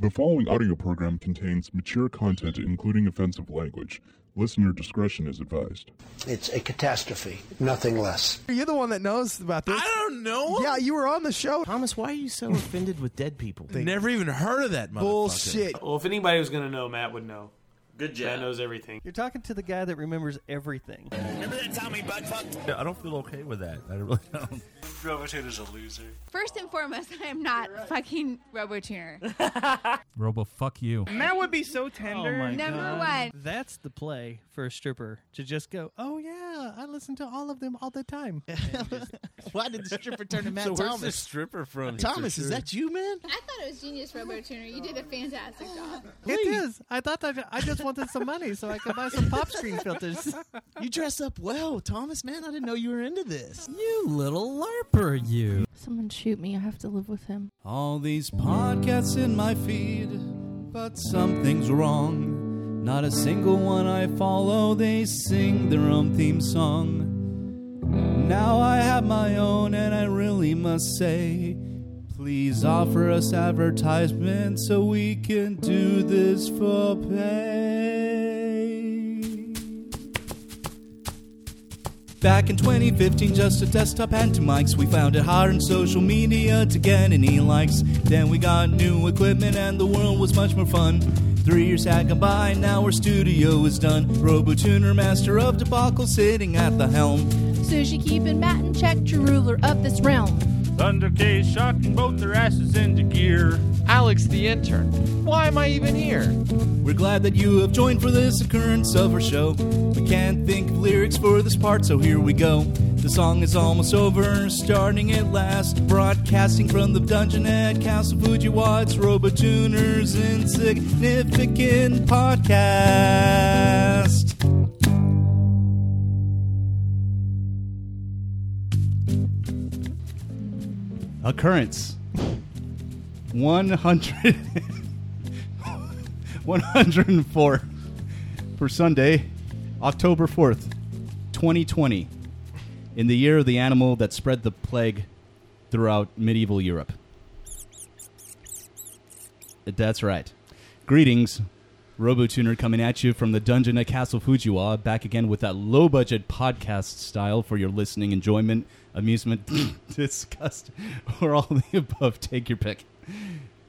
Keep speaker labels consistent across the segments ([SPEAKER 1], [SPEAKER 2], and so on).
[SPEAKER 1] The following audio program contains mature content, including offensive language. Listener discretion is advised.
[SPEAKER 2] It's a catastrophe, nothing less.
[SPEAKER 3] You're the one that knows about this.
[SPEAKER 4] I don't know.
[SPEAKER 3] yeah, you were on the show.
[SPEAKER 5] Thomas, why are you so offended with dead people?
[SPEAKER 4] Never even heard of that motherfucker.
[SPEAKER 3] Bullshit.
[SPEAKER 6] Well, if anybody was gonna know, Matt would know.
[SPEAKER 7] Good
[SPEAKER 6] Matt knows everything.
[SPEAKER 8] You're talking to the guy that remembers everything.
[SPEAKER 5] I don't feel okay with that. I really don't.
[SPEAKER 7] Robotuner's a loser.
[SPEAKER 9] First and foremost, I am not fucking RoboTuner.
[SPEAKER 10] Robo, fuck you.
[SPEAKER 8] That would be so tender.
[SPEAKER 9] Number one.
[SPEAKER 8] That's the play for a stripper to just go, "Oh yeah, I listen to all of them all the time."
[SPEAKER 3] Why did the stripper turn to Matt
[SPEAKER 5] So where's the
[SPEAKER 3] Thomas?
[SPEAKER 5] stripper from?
[SPEAKER 3] Thomas, is that you, man?
[SPEAKER 9] I thought it was genius, RoboTuner. You did a fantastic job.
[SPEAKER 8] It is. I thought that I just wanted some money so I could buy some pop screen filters.
[SPEAKER 3] You dress up well, Thomas, man. I didn't know you were into this.
[SPEAKER 10] You little LARPer, you.
[SPEAKER 9] Someone shoot me. I have to live with him.
[SPEAKER 10] All these podcasts in my feed, but something's wrong. Not a single one I follow, they sing their own theme song. Now I have my own, and I really must say, please offer us advertisement so we can do this for pay. Back in 2015, just a desktop and two mics. We found it hard on social media to get any likes. Then we got new equipment and the world was much more fun. Three years had gone by, now our studio is done. Robotuner, master of debacle, sitting at the helm.
[SPEAKER 9] Sushi keeping Matt in check, true ruler of this realm.
[SPEAKER 7] Thunder K shocking both their asses into gear.
[SPEAKER 11] Alex the intern. Why am I even here?
[SPEAKER 10] We're glad that you have joined for this occurrence of our show. We can't think of lyrics for this part, so here we go. The song is almost over, starting at last. Broadcasting from the dungeon at Castle Fujiwara, it's Robotuner's Insignificant Podcast. Occurrence 100. 104 for Sunday, October 4th, 2020, in the year of the animal that spread the plague throughout medieval Europe. That's right. Greetings, RoboTuner coming at you from the dungeon at Castle Fujiwa, back again with that low budget podcast style for your listening enjoyment, amusement, disgust, or all the above. Take your pick.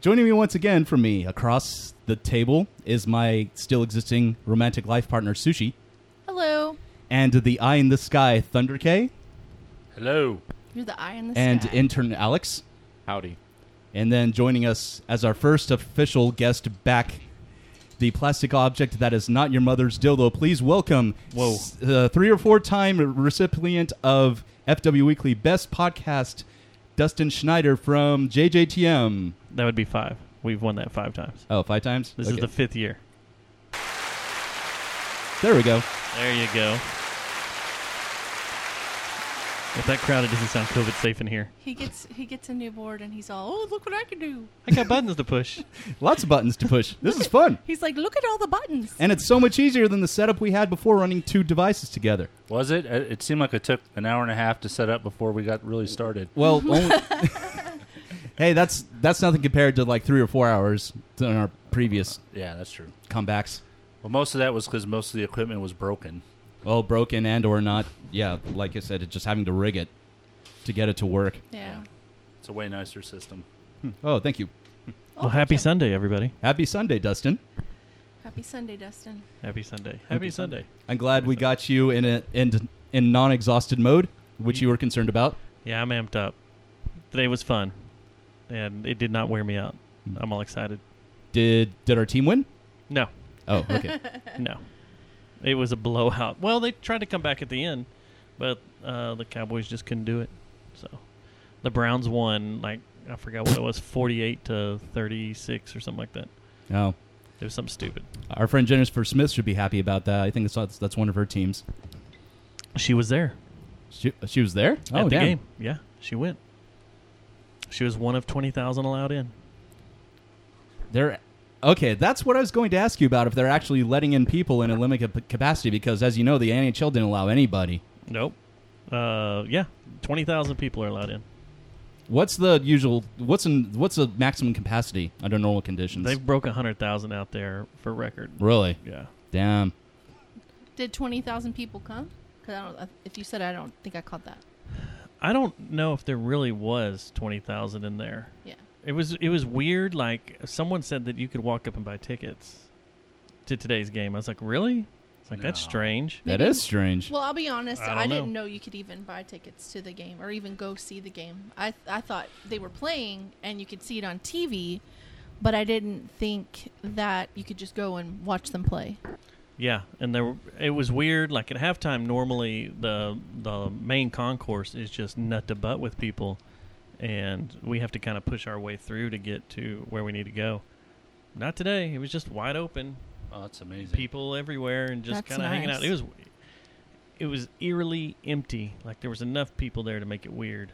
[SPEAKER 10] Joining me once again from me across the table is my still existing romantic life partner, Sushi,
[SPEAKER 9] Hello.
[SPEAKER 10] and the eye in the sky, Thunder K,
[SPEAKER 7] Hello.
[SPEAKER 9] You're the eye in the
[SPEAKER 10] and
[SPEAKER 9] sky.
[SPEAKER 10] intern Alex.
[SPEAKER 11] Howdy.
[SPEAKER 10] And then joining us as our first official guest back, the plastic object that is not your mother's dildo. Please welcome
[SPEAKER 11] Whoa.
[SPEAKER 10] s- uh, three or four time recipient of FW Weekly Best Podcast, Dustin Schneider from JJTM.
[SPEAKER 8] That would be five. We've won that five times.
[SPEAKER 10] Oh, five times? Okay.
[SPEAKER 8] fifth year.
[SPEAKER 10] there we go.
[SPEAKER 8] There you go. If that crowded doesn't sound COVID safe in here,
[SPEAKER 9] he gets he gets a new board and he's all, oh look what I can do.
[SPEAKER 8] I got buttons to push.
[SPEAKER 10] Lots of buttons to push. This is fun.
[SPEAKER 9] He's like, look at all the buttons.
[SPEAKER 10] And it's so much easier than the setup we had before running two devices together.
[SPEAKER 7] Was it? It it seemed like it took an hour and a half to set up before we got really started.
[SPEAKER 10] Well, only hey, that's that's nothing compared to like three or four hours on our previous
[SPEAKER 7] Yeah, that's true.
[SPEAKER 10] comebacks.
[SPEAKER 7] Well, most of that was because most of the equipment was broken.
[SPEAKER 10] Well, broken and or not, yeah. Like I said, it's just having to rig it to get it to work.
[SPEAKER 9] yeah.
[SPEAKER 7] It's a way nicer system.
[SPEAKER 10] Oh, thank you.
[SPEAKER 8] Well, happy Sunday, everybody.
[SPEAKER 10] Happy Sunday, Dustin.
[SPEAKER 9] Happy Sunday, Dustin.
[SPEAKER 8] Happy Sunday. Happy Sunday.
[SPEAKER 10] I'm glad we got you in a, in in non-exhausted mode, which you were concerned about.
[SPEAKER 8] Yeah, I'm amped up. Today was fun, and it did not wear me out. I'm all excited.
[SPEAKER 10] Did did our team win?
[SPEAKER 8] No,
[SPEAKER 10] Oh, okay.
[SPEAKER 8] no, it was a blowout. Well, they tried to come back at the end, but uh, the Cowboys just couldn't do it. So the Browns won. Like I forgot what it was, 48 to 36 or something like that.
[SPEAKER 10] oh,
[SPEAKER 8] It was something stupid.
[SPEAKER 10] our friend Jennifer Smith should be happy about that. I think that's that's one of her teams.
[SPEAKER 8] She was there
[SPEAKER 10] She, she was there.
[SPEAKER 8] at
[SPEAKER 10] oh,
[SPEAKER 8] the
[SPEAKER 10] damn.
[SPEAKER 8] game. Yeah, she went. She was one of 20,000 allowed in.
[SPEAKER 10] They're okay. That's what I was going to ask you about. If they're actually letting in people in a limited p- capacity, because as you know, the NHL didn't allow anybody.
[SPEAKER 8] Nope. Uh, yeah, 20,000 people are allowed in.
[SPEAKER 10] What's the usual? What's in, what's the maximum capacity under normal conditions?
[SPEAKER 8] They've broke a hundred thousand out there for record.
[SPEAKER 10] really?
[SPEAKER 8] Yeah.
[SPEAKER 10] Damn.
[SPEAKER 12] Did 20,000 people come? Because I don't. If you said, I don't think I caught that.
[SPEAKER 8] I don't know if there really was twenty thousand in there.
[SPEAKER 12] Yeah.
[SPEAKER 8] It was it was weird. Like someone said that you could walk up and buy tickets to today's game. I was like, really? It's like that's strange.
[SPEAKER 10] That is strange.
[SPEAKER 12] Well, I'll be honest.
[SPEAKER 8] I
[SPEAKER 12] I,
[SPEAKER 8] don't
[SPEAKER 12] didn't know you could even buy tickets to the game or even go see the game. I I thought they were playing and you could see it on TV, but I didn't think that you could just go and watch them play.
[SPEAKER 8] Yeah, and there were- it was weird. Like at halftime, normally the the main concourse is just nut to butt with people, and we have to kind of push our way through to get to where we need to go. Not today. It was just wide open.
[SPEAKER 7] Oh, that's amazing.
[SPEAKER 8] People everywhere and just
[SPEAKER 7] That's
[SPEAKER 8] kind of hanging out.
[SPEAKER 7] nice.
[SPEAKER 8] It was it was eerily empty. Like there was enough people there to make it weird.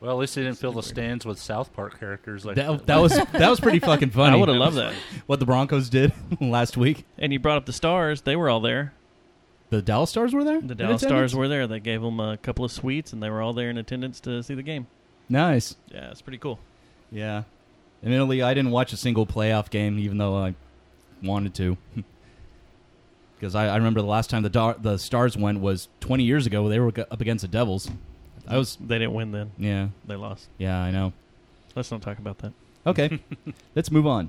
[SPEAKER 7] Well, at least they didn't fill the stands with South Park characters. Like
[SPEAKER 10] That, that was that was pretty fucking funny.
[SPEAKER 8] I would've loved that.
[SPEAKER 10] What the Broncos did last week.
[SPEAKER 8] And you brought up the Stars. They were all there.
[SPEAKER 10] The Dallas Stars were there.
[SPEAKER 8] The Dallas Stars were there. They gave them a couple of suites, and they were all there in attendance to see the game.
[SPEAKER 10] Nice.
[SPEAKER 8] Yeah, it's pretty cool.
[SPEAKER 10] Yeah. Admittedly, I didn't watch a single playoff game, even though I wanted to. Because I, I remember the last time the Dar- the Stars went was 20 years ago. They were g- up against the Devils. I was.
[SPEAKER 8] They didn't win then.
[SPEAKER 10] Yeah.
[SPEAKER 8] They lost.
[SPEAKER 10] Yeah, I know.
[SPEAKER 8] Let's not talk about that.
[SPEAKER 10] Okay, let's move on.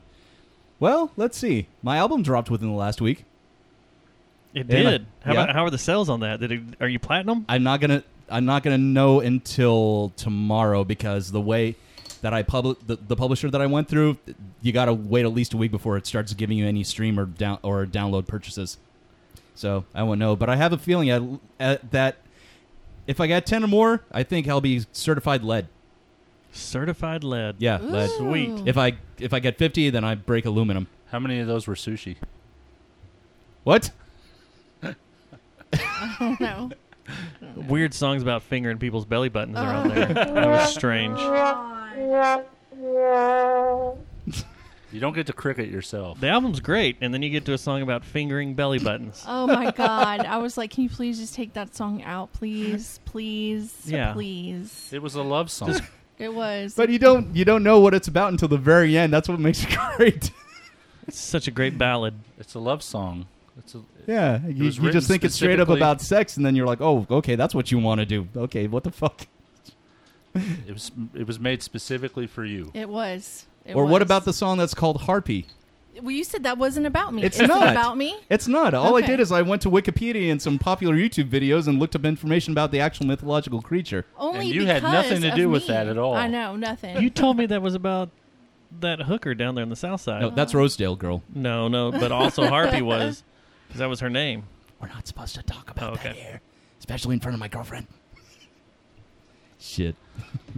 [SPEAKER 10] Well, let's see. My album dropped within the last week.
[SPEAKER 8] It
[SPEAKER 10] And I-
[SPEAKER 8] did. how
[SPEAKER 10] yeah.
[SPEAKER 8] about how are the sales on that? Did it, are you platinum?
[SPEAKER 10] I'm not gonna I'm not gonna know until tomorrow because the way that I public the, the publisher that I went through, you gotta wait at least a week before it starts giving you any stream or down or download purchases. So I won't know, but I have a feeling I, uh, that if I got ten or more, I think I'll be certified lead.
[SPEAKER 8] Certified lead.
[SPEAKER 10] Yeah, lead.
[SPEAKER 8] Sweet.
[SPEAKER 10] If I if I get fifty, then I break aluminum.
[SPEAKER 7] How many of those were sushi?
[SPEAKER 10] What?
[SPEAKER 12] I don't know.
[SPEAKER 8] Weird songs about fingering people's belly buttons are on there. that was strange.
[SPEAKER 7] You don't get to cricket yourself.
[SPEAKER 8] The album's great, and then you get to a song about fingering belly buttons.
[SPEAKER 12] Oh my god! I was like, can you please just take that song out, please, please,
[SPEAKER 8] Yeah.
[SPEAKER 12] please.
[SPEAKER 7] It was a love song.
[SPEAKER 12] It was.
[SPEAKER 10] But you don't you don't know what it's about until the very end. That's what makes it great.
[SPEAKER 8] It's such a great ballad.
[SPEAKER 7] It's a love song. It's a,
[SPEAKER 10] Yeah,
[SPEAKER 7] It
[SPEAKER 10] you,
[SPEAKER 7] was
[SPEAKER 10] you just
[SPEAKER 7] written
[SPEAKER 10] think it's straight up
[SPEAKER 7] specifically-
[SPEAKER 10] about sex, and then you're like, oh, okay, that's what you want to do. Okay, what the fuck?
[SPEAKER 7] It was it was made specifically for you.
[SPEAKER 12] It was. It
[SPEAKER 10] or what
[SPEAKER 12] was.
[SPEAKER 10] about the song that's called Harpy?
[SPEAKER 12] Well, you said that wasn't about me.
[SPEAKER 10] It's
[SPEAKER 12] Is it
[SPEAKER 10] not
[SPEAKER 12] about me.
[SPEAKER 10] It's not. All I
[SPEAKER 12] Okay.
[SPEAKER 10] did is I went to Wikipedia and some popular YouTube videos and looked up information about the actual mythological creature.
[SPEAKER 12] Only
[SPEAKER 7] And you
[SPEAKER 12] because
[SPEAKER 7] had nothing to
[SPEAKER 12] of
[SPEAKER 7] do with
[SPEAKER 12] me.
[SPEAKER 7] that at all.
[SPEAKER 12] I know nothing.
[SPEAKER 8] You told me that was about that hooker down there on the south side.
[SPEAKER 12] Oh.
[SPEAKER 10] No, that's Rosedale Girl.
[SPEAKER 8] no, no, but also Harpy was because that was her name.
[SPEAKER 10] We're not supposed to talk about
[SPEAKER 8] Okay.
[SPEAKER 10] that here, especially in front of my girlfriend. Shit.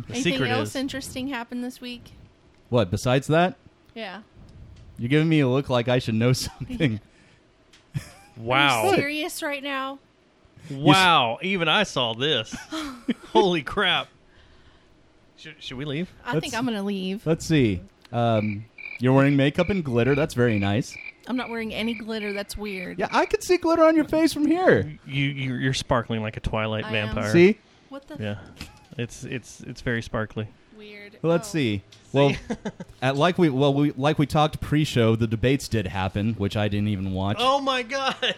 [SPEAKER 8] The
[SPEAKER 12] Anything
[SPEAKER 8] secret
[SPEAKER 12] else
[SPEAKER 8] is
[SPEAKER 12] interesting happened this week?
[SPEAKER 10] What? Besides that,
[SPEAKER 12] Yeah.
[SPEAKER 10] you're giving me a look like I should know something.
[SPEAKER 8] wow,
[SPEAKER 12] Serious right now?
[SPEAKER 8] wow. Even I saw this. Holy crap! Should, should we leave?
[SPEAKER 12] I think
[SPEAKER 10] That's-
[SPEAKER 12] I'm gonna leave.
[SPEAKER 10] Let's see. Um, you're wearing makeup and glitter. That's very nice.
[SPEAKER 12] I'm not wearing any glitter. That's weird.
[SPEAKER 10] Yeah, I could see glitter on your face from here.
[SPEAKER 8] You you- you're sparkling like a twilight
[SPEAKER 12] I am.
[SPEAKER 8] vampire.
[SPEAKER 10] See?
[SPEAKER 12] What the? f-
[SPEAKER 8] Yeah, it's it's it's very sparkly.
[SPEAKER 12] Weird.
[SPEAKER 10] Well, let's
[SPEAKER 12] Oh.
[SPEAKER 10] see. Well, at like we well we like we talked pre-show, the debates did happen, which I didn't even watch.
[SPEAKER 8] Oh my god!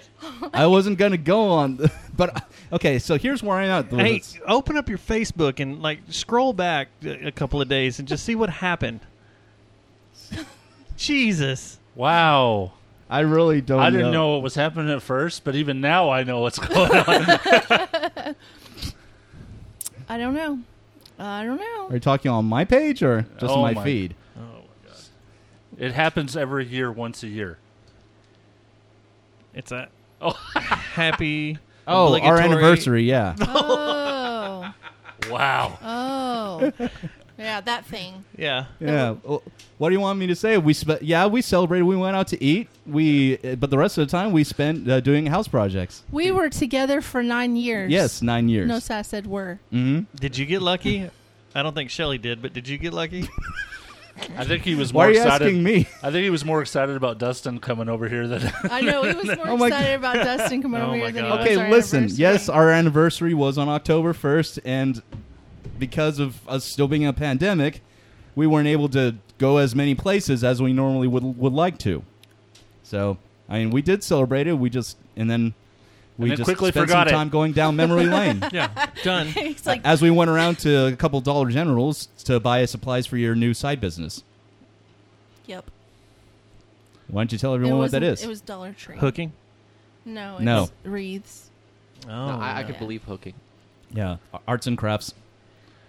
[SPEAKER 10] I wasn't gonna go on, but uh, okay. So here's where I'm at. with
[SPEAKER 8] Hey,
[SPEAKER 10] this.
[SPEAKER 8] open up your Facebook and like scroll back a a couple of days and just see what happened. Jesus!
[SPEAKER 7] Wow.
[SPEAKER 10] I really don't.
[SPEAKER 7] I didn't know what was happening at first, but even now I know what's going on.
[SPEAKER 12] I don't know. I don't know.
[SPEAKER 10] Are you talking on my page or just
[SPEAKER 7] Oh
[SPEAKER 10] my,
[SPEAKER 7] my-
[SPEAKER 10] feed?
[SPEAKER 7] it happens every year, once a year.
[SPEAKER 8] It's a
[SPEAKER 7] Oh.
[SPEAKER 8] happy.
[SPEAKER 10] Oh, our
[SPEAKER 8] obligatory-
[SPEAKER 10] anniversary. Yeah.
[SPEAKER 12] Oh.
[SPEAKER 7] Wow.
[SPEAKER 12] Oh. Yeah, that thing.
[SPEAKER 8] Yeah.
[SPEAKER 10] Yeah. Well, what do you want me to say? We spe- yeah, we celebrated. We went out to eat. We uh, but the rest of the time we spent uh, doing house projects.
[SPEAKER 12] We were together for nine years.
[SPEAKER 10] Yes, nine years.
[SPEAKER 12] No, so I said were.
[SPEAKER 8] Did you get lucky? I don't think Shelly did, but did you get lucky?
[SPEAKER 7] I think he was
[SPEAKER 10] Why
[SPEAKER 7] more
[SPEAKER 10] are you
[SPEAKER 7] excited.
[SPEAKER 10] asking me?
[SPEAKER 7] I think he was more excited about Dustin coming over here than
[SPEAKER 12] I know. He was more
[SPEAKER 10] Oh my
[SPEAKER 12] excited about Dustin coming
[SPEAKER 8] Oh
[SPEAKER 12] over
[SPEAKER 8] my
[SPEAKER 12] here than he
[SPEAKER 8] God.
[SPEAKER 12] was
[SPEAKER 10] Okay,
[SPEAKER 12] our
[SPEAKER 10] listen.
[SPEAKER 12] anniversary.
[SPEAKER 10] Yes, our anniversary was on October 1st, and because of us still being in a pandemic, we weren't able to go as many places as we normally would would like to. So I mean, we did celebrate it. We just and then we
[SPEAKER 7] then
[SPEAKER 10] just
[SPEAKER 7] quickly
[SPEAKER 10] spent
[SPEAKER 7] forgot
[SPEAKER 10] some
[SPEAKER 7] it.
[SPEAKER 10] time going down memory lane.
[SPEAKER 8] yeah, done.
[SPEAKER 12] He's like,
[SPEAKER 10] As we went around to a couple Dollar Generals to buy supplies for your new side business.
[SPEAKER 12] yep.
[SPEAKER 10] Why don't you tell
[SPEAKER 12] It
[SPEAKER 10] everyone what that
[SPEAKER 12] wasn't-
[SPEAKER 10] is?
[SPEAKER 12] It was Dollar Tree.
[SPEAKER 8] Hooking?
[SPEAKER 12] No, it's
[SPEAKER 10] No.
[SPEAKER 12] wreaths.
[SPEAKER 8] Oh,
[SPEAKER 11] No, I, I
[SPEAKER 12] yeah.
[SPEAKER 11] could believe hooking.
[SPEAKER 10] yeah, Ar- arts and crafts,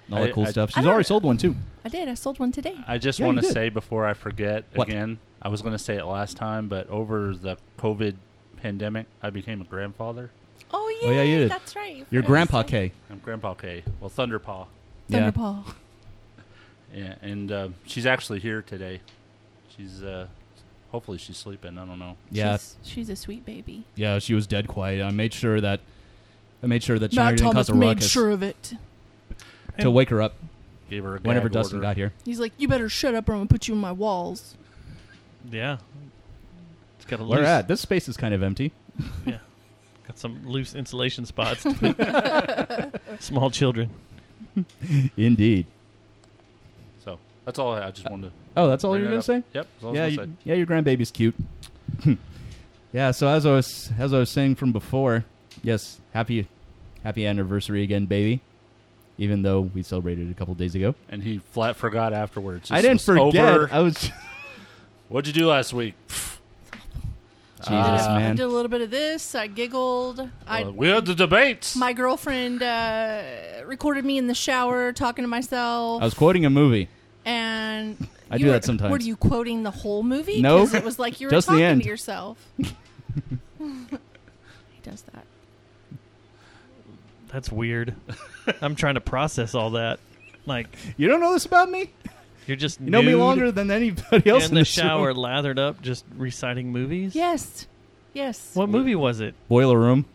[SPEAKER 10] and all
[SPEAKER 7] I-
[SPEAKER 10] that cool
[SPEAKER 7] I-
[SPEAKER 10] stuff.
[SPEAKER 12] I
[SPEAKER 10] She's
[SPEAKER 12] don't-
[SPEAKER 10] already sold one too.
[SPEAKER 12] I did. I sold one today.
[SPEAKER 7] I just
[SPEAKER 10] Yeah,
[SPEAKER 7] want
[SPEAKER 10] you
[SPEAKER 7] to
[SPEAKER 10] did.
[SPEAKER 7] say before I forget
[SPEAKER 10] What?
[SPEAKER 7] again, I was going to say it last time, but over the COVID pandemic, I became a grandfather.
[SPEAKER 12] Oh yeah,
[SPEAKER 10] Oh, yeah, you did.
[SPEAKER 12] that's right.
[SPEAKER 10] Your grandpa K.
[SPEAKER 7] I'm Grandpa K. Well, Thunderpaw.
[SPEAKER 10] Yeah.
[SPEAKER 12] Thunderball.
[SPEAKER 7] Yeah, and uh, she's actually here today. She's uh, hopefully she's sleeping. I don't know.
[SPEAKER 10] Yeah,
[SPEAKER 12] She's, she's a sweet baby.
[SPEAKER 10] yeah. She was dead quiet. I made sure that I made sure that Chandler didn't cause a
[SPEAKER 12] made
[SPEAKER 10] ruckus
[SPEAKER 12] sure of it.
[SPEAKER 10] to wake her up
[SPEAKER 7] Gave her a
[SPEAKER 10] whenever
[SPEAKER 7] gag
[SPEAKER 10] Dustin
[SPEAKER 7] order.
[SPEAKER 10] got here.
[SPEAKER 12] He's like, you better shut up, or I'm gonna put you in my walls.
[SPEAKER 8] Yeah. It's got a
[SPEAKER 10] Where
[SPEAKER 8] loose,
[SPEAKER 10] at? This space is kind of empty.
[SPEAKER 8] Yeah. Got some loose insulation spots. Small children.
[SPEAKER 10] Indeed.
[SPEAKER 7] So that's all. I, I just wanted. to
[SPEAKER 10] Oh, that's all
[SPEAKER 7] bring
[SPEAKER 10] you're
[SPEAKER 7] that
[SPEAKER 10] gonna
[SPEAKER 7] up.
[SPEAKER 10] say?
[SPEAKER 7] Yep. That's all
[SPEAKER 10] yeah,
[SPEAKER 7] I was
[SPEAKER 10] you-
[SPEAKER 7] gonna say.
[SPEAKER 10] yeah, your grandbaby's cute. yeah, so as I was as I was saying from before, yes, happy happy anniversary again, baby. Even though we celebrated a couple days ago,
[SPEAKER 7] And he flat forgot afterwards.
[SPEAKER 10] I
[SPEAKER 7] Just
[SPEAKER 10] didn't
[SPEAKER 7] was
[SPEAKER 10] forget.
[SPEAKER 7] over.
[SPEAKER 10] I was
[SPEAKER 7] What'd you do last week?
[SPEAKER 12] I
[SPEAKER 10] Jesus,
[SPEAKER 12] did a- I
[SPEAKER 10] Ah, man.
[SPEAKER 12] did a little bit of this. I giggled. I
[SPEAKER 7] Uh, we had the debates.
[SPEAKER 12] my girlfriend uh, recorded me in the shower talking to myself,
[SPEAKER 10] I was quoting a movie.
[SPEAKER 12] and
[SPEAKER 10] I
[SPEAKER 12] you
[SPEAKER 10] do
[SPEAKER 12] were-
[SPEAKER 10] that sometimes.
[SPEAKER 12] Were you quoting the whole movie?
[SPEAKER 10] No.
[SPEAKER 12] 'Cause it was like you were
[SPEAKER 10] Just the
[SPEAKER 12] talking
[SPEAKER 10] end.
[SPEAKER 12] to yourself. he does that.
[SPEAKER 8] That's weird. I'm trying to process all that. Like
[SPEAKER 10] You don't know this about me?
[SPEAKER 8] you're just
[SPEAKER 10] You know me
[SPEAKER 8] nude
[SPEAKER 10] longer than anybody else
[SPEAKER 8] in
[SPEAKER 10] in,
[SPEAKER 8] the
[SPEAKER 10] this
[SPEAKER 8] shower,
[SPEAKER 10] Room.
[SPEAKER 8] lathered up, just reciting movies.
[SPEAKER 12] Yes, yes.
[SPEAKER 8] What movie was it?
[SPEAKER 10] Boiler room?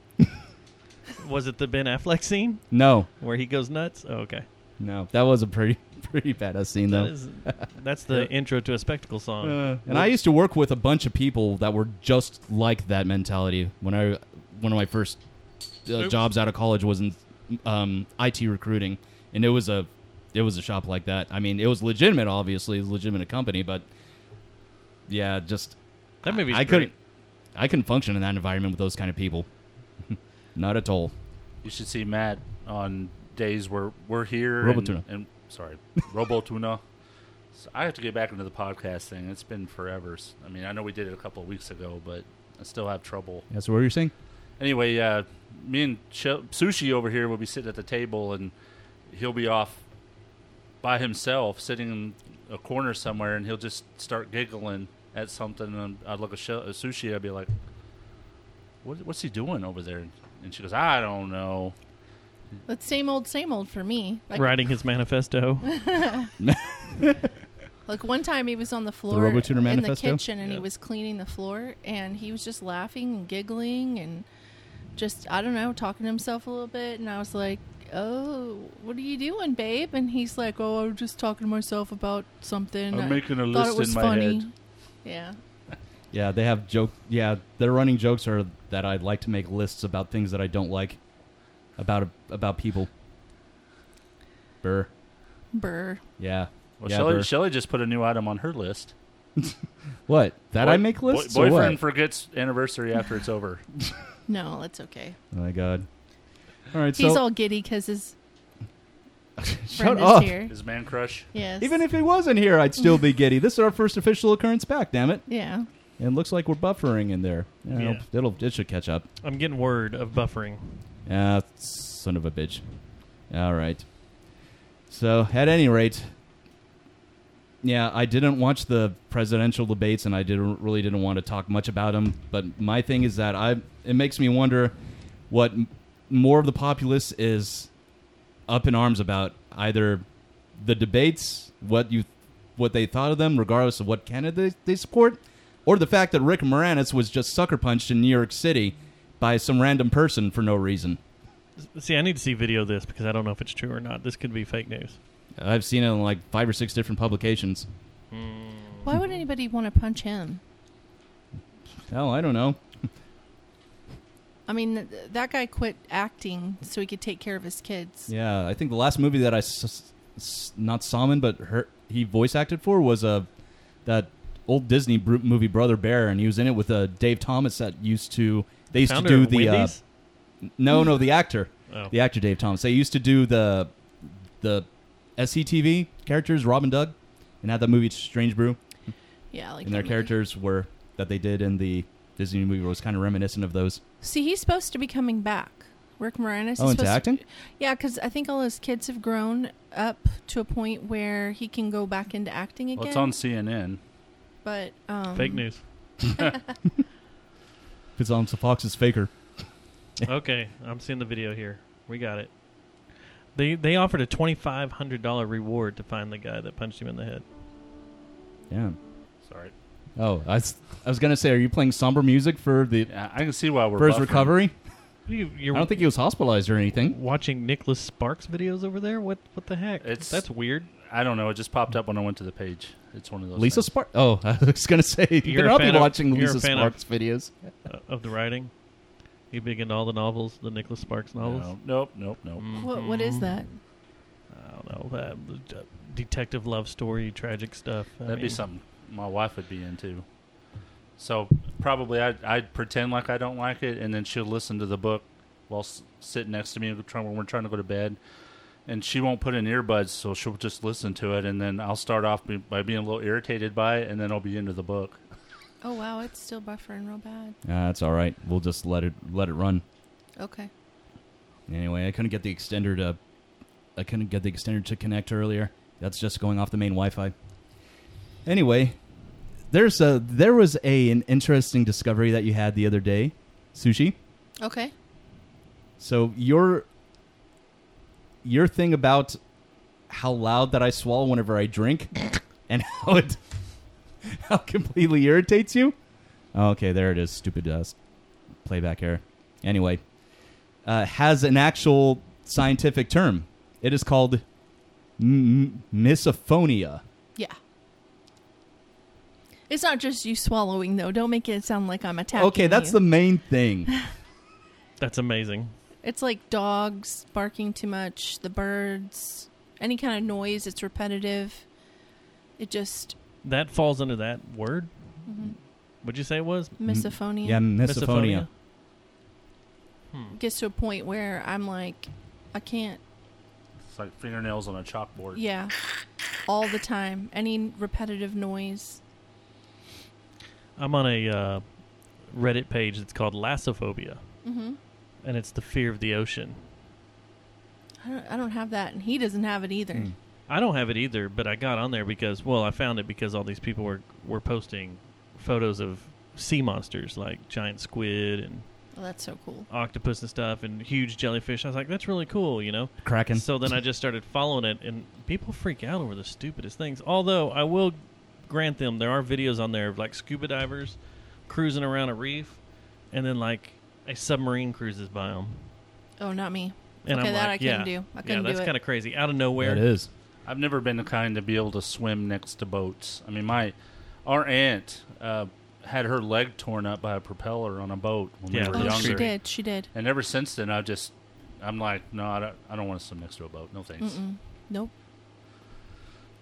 [SPEAKER 8] Was it the Ben Affleck scene
[SPEAKER 10] No,
[SPEAKER 8] where he goes nuts? Oh, okay.
[SPEAKER 10] no, that was a pretty pretty badass scene though.
[SPEAKER 8] That is, that's the intro to a spectacle song.
[SPEAKER 10] Uh, and I used to work with a bunch of people that were just like that mentality. When I one of my first uh, jobs out of college was in um, IT recruiting, and it was a it was a shop like that. I mean, it was legitimate, obviously, it was a legitimate company, but yeah, just
[SPEAKER 8] that movie.
[SPEAKER 10] I couldn't I couldn't function in that environment with those kind of people. Not at all.
[SPEAKER 7] You should see Matt on days where we're here.
[SPEAKER 10] Robotuna.
[SPEAKER 7] And, and sorry, Robotuna. So I have to get back into the podcast thing. It's been forever. S- I mean, I know we did it a couple of weeks ago, but I still have trouble.
[SPEAKER 10] That's what you're saying.
[SPEAKER 7] Anyway, uh, me and Ch- Sushi over here will be sitting at the table, and he'll be off by himself, sitting in a corner somewhere, and he'll just start giggling at something. And I'd look at, Sh- at Sushi, I'd be like, what, "What's he doing over there?" And she goes, "I don't know."
[SPEAKER 12] That's same old, same old for me. Like,
[SPEAKER 8] writing his manifesto.
[SPEAKER 12] Like one time he was on the floor
[SPEAKER 10] RoboTuner
[SPEAKER 12] in
[SPEAKER 10] Manifesto?
[SPEAKER 12] the kitchen and he was cleaning the floor and he was just laughing and giggling and just I don't know talking to himself a little bit and I was like, "Oh, what are you doing, babe?" And he's like, "Oh, I was just talking to myself about something.
[SPEAKER 7] I'm
[SPEAKER 12] I
[SPEAKER 7] making a list
[SPEAKER 12] thought it was
[SPEAKER 7] in my
[SPEAKER 12] funny."
[SPEAKER 7] head.
[SPEAKER 12] Yeah.
[SPEAKER 10] Yeah, they have joke. Yeah, their running jokes are that I like to make lists about things that I don't like about about people. Burr.
[SPEAKER 12] Burr.
[SPEAKER 10] Yeah.
[SPEAKER 7] Well,
[SPEAKER 10] yeah,
[SPEAKER 7] Shelley,
[SPEAKER 10] burr.
[SPEAKER 7] Shelley just put a new item on her list.
[SPEAKER 10] what? That I
[SPEAKER 7] Boy-
[SPEAKER 10] make lists?
[SPEAKER 7] boy-
[SPEAKER 10] or
[SPEAKER 7] boyfriend
[SPEAKER 10] what?
[SPEAKER 7] forgets anniversary after it's over.
[SPEAKER 12] No, it's okay.
[SPEAKER 10] Oh my god. All right,
[SPEAKER 12] he's
[SPEAKER 10] so
[SPEAKER 12] all giddy cuz his
[SPEAKER 10] shut
[SPEAKER 12] friend
[SPEAKER 10] up.
[SPEAKER 12] is here.
[SPEAKER 7] His man crush.
[SPEAKER 12] Yes.
[SPEAKER 10] Even if he wasn't here, I'd still be giddy. This is our first official occurrence back. Damn it!
[SPEAKER 12] Yeah.
[SPEAKER 10] And looks like we're buffering in there. Yeah,
[SPEAKER 8] Yeah.
[SPEAKER 10] It'll it should catch up.
[SPEAKER 8] I'm getting word of buffering.
[SPEAKER 10] Ah, son of a bitch. All right. So, at any rate, yeah, I didn't watch the presidential debates, and I didn't really didn't want to talk much about them. But my thing is that I it makes me wonder what m- more of the populace is up in arms about either the debates, what you what they thought of them, regardless of what candidate they, they support, or the fact that Rick Moranis was just sucker punched in New York City by some random person for no reason.
[SPEAKER 8] See, I need to see video of this because I don't know if it's true or not. This could be fake news.
[SPEAKER 10] I've seen it in like five or six different publications.
[SPEAKER 12] Why would anybody want to punch him?
[SPEAKER 10] Hell, I don't know.
[SPEAKER 12] I mean, th- that guy quit acting so he could take care of his kids.
[SPEAKER 10] Yeah, I think the last movie that I s- s- not Salmon but her he voice acted for was uh, that old Disney br- movie Brother Bear, and he was in it with uh, Dave Thomas that used to they used
[SPEAKER 8] Founder
[SPEAKER 10] to do
[SPEAKER 8] of
[SPEAKER 10] the uh,
[SPEAKER 8] Wendy's?
[SPEAKER 10] no no the actor
[SPEAKER 8] Oh.
[SPEAKER 10] the actor Dave Thomas they used to do the the SCTV characters Rob and Doug and had that movie Strange Brew
[SPEAKER 12] Yeah, like
[SPEAKER 10] and their
[SPEAKER 12] that movie.
[SPEAKER 10] characters were that they did in the Disney movie was kind of reminiscent of those.
[SPEAKER 12] See, he's supposed to be coming back. Rick Moranis.
[SPEAKER 10] Oh,
[SPEAKER 12] is
[SPEAKER 10] into
[SPEAKER 12] supposed
[SPEAKER 10] acting?
[SPEAKER 12] To, yeah, because I think all his kids have grown up to a point where he can go back into acting again.
[SPEAKER 7] Well, it's on CNN.
[SPEAKER 12] But um,
[SPEAKER 8] Oh, Fake news.
[SPEAKER 10] It's on Fox's Faker.
[SPEAKER 8] okay, I'm seeing the video here. We got it. They they offered a twenty five hundred dollar reward to find the guy that punched him in the head.
[SPEAKER 10] Yeah.
[SPEAKER 7] Sorry.
[SPEAKER 10] Oh, I, s- I was gonna say, are you playing somber music for the?
[SPEAKER 7] I can see why we're
[SPEAKER 10] for his
[SPEAKER 7] buffering.
[SPEAKER 10] recovery.
[SPEAKER 8] You,
[SPEAKER 10] I
[SPEAKER 8] you're
[SPEAKER 10] don't think he was hospitalized or anything.
[SPEAKER 8] watching Nicholas Sparks videos over there. What what the heck?
[SPEAKER 7] It's
[SPEAKER 8] that's weird.
[SPEAKER 7] I don't know. It just popped up when I went to the page. It's one of those.
[SPEAKER 10] Lisa
[SPEAKER 7] things.
[SPEAKER 10] Sparks. Oh, I was gonna say you're
[SPEAKER 8] a
[SPEAKER 10] not
[SPEAKER 8] fan
[SPEAKER 10] be
[SPEAKER 8] of-
[SPEAKER 10] watching
[SPEAKER 8] you're a
[SPEAKER 10] Lisa
[SPEAKER 8] fan of-
[SPEAKER 10] Sparks videos.
[SPEAKER 8] uh, of the writing. You big into all the novels, the Nicholas Sparks novels. Mm-hmm.
[SPEAKER 7] No, nope, nope, nope.
[SPEAKER 12] what what is that?
[SPEAKER 8] I don't know that uh, detective love story, tragic stuff. I
[SPEAKER 7] That'd be
[SPEAKER 8] mean,
[SPEAKER 7] something my wife would be into. So probably I'd, I'd pretend like I don't like it, and then she'll listen to the book while s- sitting next to me and trying- when we're trying to go to bed. And she won't put in earbuds, so she'll just listen to it, and then I'll start off be- by being a little irritated by it, and then I'll be into the book.
[SPEAKER 12] Oh wow, it's still buffering real bad.
[SPEAKER 10] Nah, that's all right. We'll just let it let it run.
[SPEAKER 12] Okay.
[SPEAKER 10] Anyway, I couldn't get the extender to. I couldn't get the extender to connect earlier. That's just going off the main Wi-Fi. Anyway, there's a there was a an interesting discovery that you had the other day, sushi.
[SPEAKER 12] Okay.
[SPEAKER 10] So your your thing about how loud that I swallow whenever I drink and how it how it completely irritates you. Okay, there it is. Stupid uh, s- playback error. Anyway, uh, has an actual scientific term. It is called m- misophonia.
[SPEAKER 12] Yeah. It's not just you swallowing though. Don't make it sound like I'm attacking.
[SPEAKER 10] Okay, that's the
[SPEAKER 12] you.
[SPEAKER 10] main thing.
[SPEAKER 8] That's amazing.
[SPEAKER 12] It's like dogs barking too much, the birds, any kind of noise. It's repetitive. It just
[SPEAKER 8] That falls under that word.
[SPEAKER 12] Mhm.
[SPEAKER 8] Would you say it was
[SPEAKER 12] misophonia.
[SPEAKER 10] Mm-hmm. Yeah, misophonia.
[SPEAKER 8] Misophonia. Hmm.
[SPEAKER 12] gets to a point where I'm like, I can't.
[SPEAKER 7] It's like fingernails on a chalkboard.
[SPEAKER 12] Yeah, all the time. Any repetitive noise.
[SPEAKER 8] I'm on a uh, Reddit page that's called Lassophobia,
[SPEAKER 12] hmm
[SPEAKER 8] and it's the fear of the ocean.
[SPEAKER 12] I don't, I don't have that, and he doesn't have it either.
[SPEAKER 10] Mm. Hmm,
[SPEAKER 8] I don't have it either, but I got on there because well, I found it because all these people were were posting photos of sea monsters like giant squid and
[SPEAKER 12] Well, Oh, that's so cool.
[SPEAKER 8] octopus and stuff and huge jellyfish. I was like, that's really cool, you know.
[SPEAKER 10] Kraken.
[SPEAKER 8] So then I just started following it, and people freak out over the stupidest things. Although I will grant them, there are videos on there of like scuba divers cruising around a reef, and then like a submarine cruises by them.
[SPEAKER 12] Oh, not me.
[SPEAKER 8] And
[SPEAKER 12] okay,
[SPEAKER 8] I'm
[SPEAKER 12] that
[SPEAKER 8] like,
[SPEAKER 12] I
[SPEAKER 8] yeah,
[SPEAKER 12] couldn't do. I
[SPEAKER 8] yeah,
[SPEAKER 12] couldn't
[SPEAKER 8] that's
[SPEAKER 12] do it.
[SPEAKER 8] kind of crazy. Out of nowhere,
[SPEAKER 10] That is.
[SPEAKER 7] I've never been the kind to be able to swim next to boats. I mean, my our aunt uh, had her leg torn up by a propeller on a boat when
[SPEAKER 8] Yeah,
[SPEAKER 7] we were
[SPEAKER 12] oh,
[SPEAKER 8] that's
[SPEAKER 7] younger.
[SPEAKER 12] she did. She did.
[SPEAKER 7] And ever since then, I've just, I'm like, no, I don't, I don't want to swim next to a boat. No thanks.
[SPEAKER 12] Mm-mm. Nope.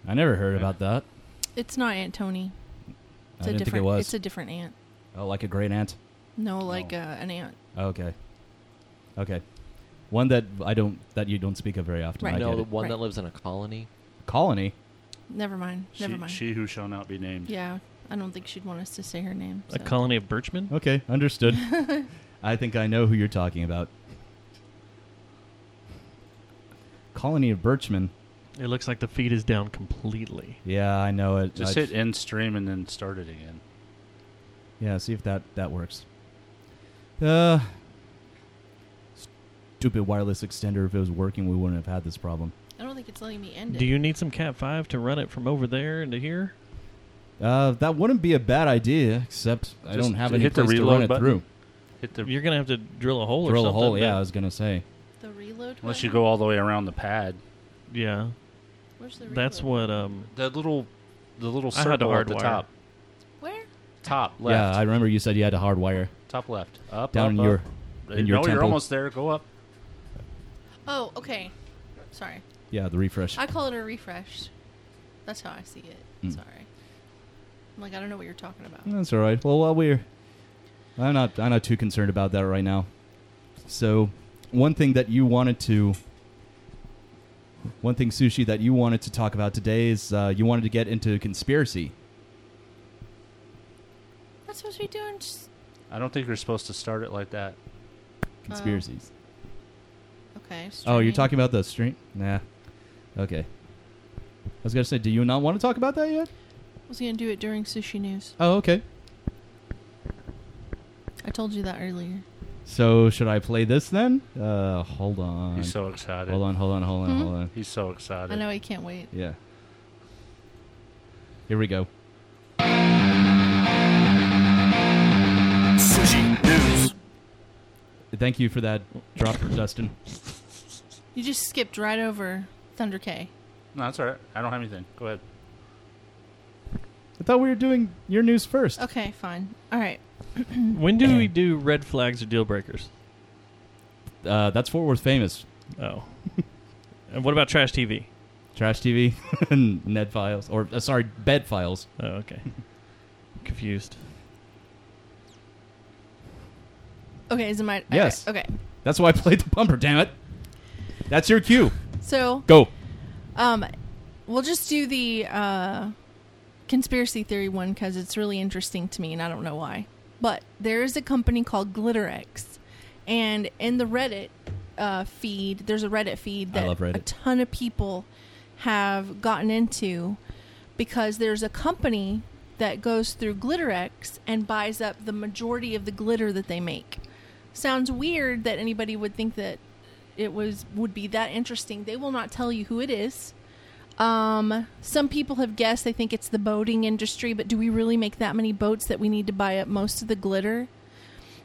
[SPEAKER 10] I never heard about that.
[SPEAKER 12] It's not Aunt Tony. It's
[SPEAKER 10] I
[SPEAKER 12] a
[SPEAKER 10] didn't
[SPEAKER 12] different.
[SPEAKER 10] think it was.
[SPEAKER 12] It's a different aunt.
[SPEAKER 10] oh, like a great aunt.
[SPEAKER 12] No, like uh, an aunt.
[SPEAKER 10] Okay. Okay. One that I don't that you don't speak of very often.
[SPEAKER 12] Right.
[SPEAKER 10] I
[SPEAKER 12] No,
[SPEAKER 10] get
[SPEAKER 11] know the
[SPEAKER 10] it.
[SPEAKER 11] one
[SPEAKER 12] Right.
[SPEAKER 11] that lives in a colony.
[SPEAKER 10] Colony.
[SPEAKER 12] Never mind.
[SPEAKER 7] She,
[SPEAKER 12] Never mind.
[SPEAKER 7] she who shall not be named.
[SPEAKER 12] yeah, I don't think she'd want us to say her name.
[SPEAKER 8] a
[SPEAKER 12] so.
[SPEAKER 8] colony of birchmen.
[SPEAKER 10] Okay, understood. I think I know who you're talking about. Colony of Birchmen.
[SPEAKER 8] It looks like the feed is down completely.
[SPEAKER 10] Yeah, I know it.
[SPEAKER 7] Just
[SPEAKER 10] I-
[SPEAKER 7] hit end stream and then start it again.
[SPEAKER 10] Yeah, see if that that works. Uh, stupid wireless extender. If it was working, we wouldn't have had this problem.
[SPEAKER 12] I don't think it's letting me end it.
[SPEAKER 8] Do you need some Cat Five to run it from over there into here?
[SPEAKER 10] Uh, that wouldn't be a bad idea, except I
[SPEAKER 7] Just
[SPEAKER 10] don't have
[SPEAKER 7] to
[SPEAKER 10] any
[SPEAKER 7] hit the
[SPEAKER 10] place to
[SPEAKER 7] reload
[SPEAKER 10] run it
[SPEAKER 7] button
[SPEAKER 10] through.
[SPEAKER 7] Hit the
[SPEAKER 8] You're gonna have to drill a hole or
[SPEAKER 10] Drill a
[SPEAKER 8] something.
[SPEAKER 10] hole. Yeah, I
[SPEAKER 8] but-
[SPEAKER 10] was gonna say.
[SPEAKER 12] The reload.
[SPEAKER 7] unless
[SPEAKER 12] button?
[SPEAKER 7] you go all the way around the pad.
[SPEAKER 8] yeah.
[SPEAKER 12] Where's the reload?
[SPEAKER 8] That's what um
[SPEAKER 7] The little, the little
[SPEAKER 8] I had to
[SPEAKER 7] circle at the
[SPEAKER 8] hardwire.
[SPEAKER 7] top,
[SPEAKER 12] Where?
[SPEAKER 7] top
[SPEAKER 10] Yeah,
[SPEAKER 7] left,
[SPEAKER 10] I remember you said you had to hardwire
[SPEAKER 7] top left, up
[SPEAKER 10] down
[SPEAKER 7] up,
[SPEAKER 10] in
[SPEAKER 7] up.
[SPEAKER 10] your in your
[SPEAKER 7] no,
[SPEAKER 10] temple.
[SPEAKER 7] you're almost there. Go up.
[SPEAKER 12] Oh, okay. Sorry.
[SPEAKER 10] Yeah, the refresh.
[SPEAKER 12] I call it a refresh. That's how I see it.
[SPEAKER 10] Mm.
[SPEAKER 12] Sorry. I'm like, I don't know what you're talking about.
[SPEAKER 10] That's all right. Well, while we're, I'm not, I'm not too concerned about that right now. So, one thing that you wanted to, one thing sushi that you wanted to talk about today is uh, you wanted to get into conspiracy.
[SPEAKER 12] That's supposed to be doing. Just,
[SPEAKER 7] I don't think you're supposed to start it like that.
[SPEAKER 10] Conspiracies. oh,
[SPEAKER 12] okay.
[SPEAKER 10] you're
[SPEAKER 12] streaming.
[SPEAKER 10] talking about the stream? Nah. Okay. I was gonna say, do you not want to talk about that yet?
[SPEAKER 12] I was gonna do it during sushi news.
[SPEAKER 10] Oh, okay.
[SPEAKER 12] I told you that earlier.
[SPEAKER 10] So should I play this then? Uh, hold on.
[SPEAKER 7] He's so excited.
[SPEAKER 10] Hold on, hold on, hold on,
[SPEAKER 12] Hmm?
[SPEAKER 10] hold on.
[SPEAKER 7] He's so excited.
[SPEAKER 12] I know I can't wait.
[SPEAKER 10] Yeah. Here we go.
[SPEAKER 11] Sushi news.
[SPEAKER 10] Thank you for that drop, Dustin.
[SPEAKER 12] You just skipped right over Thunder K.
[SPEAKER 7] No, that's all right. I don't have anything. Go ahead.
[SPEAKER 10] I thought we were doing your news first.
[SPEAKER 12] Okay, fine. All right.
[SPEAKER 8] When do we do red flags or deal breakers?
[SPEAKER 10] Uh, that's Fort Worth famous.
[SPEAKER 8] Oh. and what about trash TV?
[SPEAKER 10] Trash TV, and Ned Files, or uh, sorry, Bed Files.
[SPEAKER 8] Oh, okay. Confused.
[SPEAKER 12] Okay, is it my?
[SPEAKER 10] Yes.
[SPEAKER 12] Okay.
[SPEAKER 10] That's why I played the bumper. Damn it. That's your cue.
[SPEAKER 12] So,
[SPEAKER 10] Go.
[SPEAKER 12] um, we'll just do the uh, conspiracy theory one because it's really interesting to me, and I don't know why. But there is a company called GlitterX, and in the Reddit uh, feed, there's a Reddit feed
[SPEAKER 10] I
[SPEAKER 12] that
[SPEAKER 10] love Reddit.
[SPEAKER 12] a ton of people have gotten into because there's a company that goes through GlitterX and buys up the majority of the glitter that they make. Sounds weird that anybody would think that it was would be that interesting. They will not tell you who it is. Um, some people have guessed they think it's the boating industry, but do we really make that many boats that we need to buy up most of the glitter?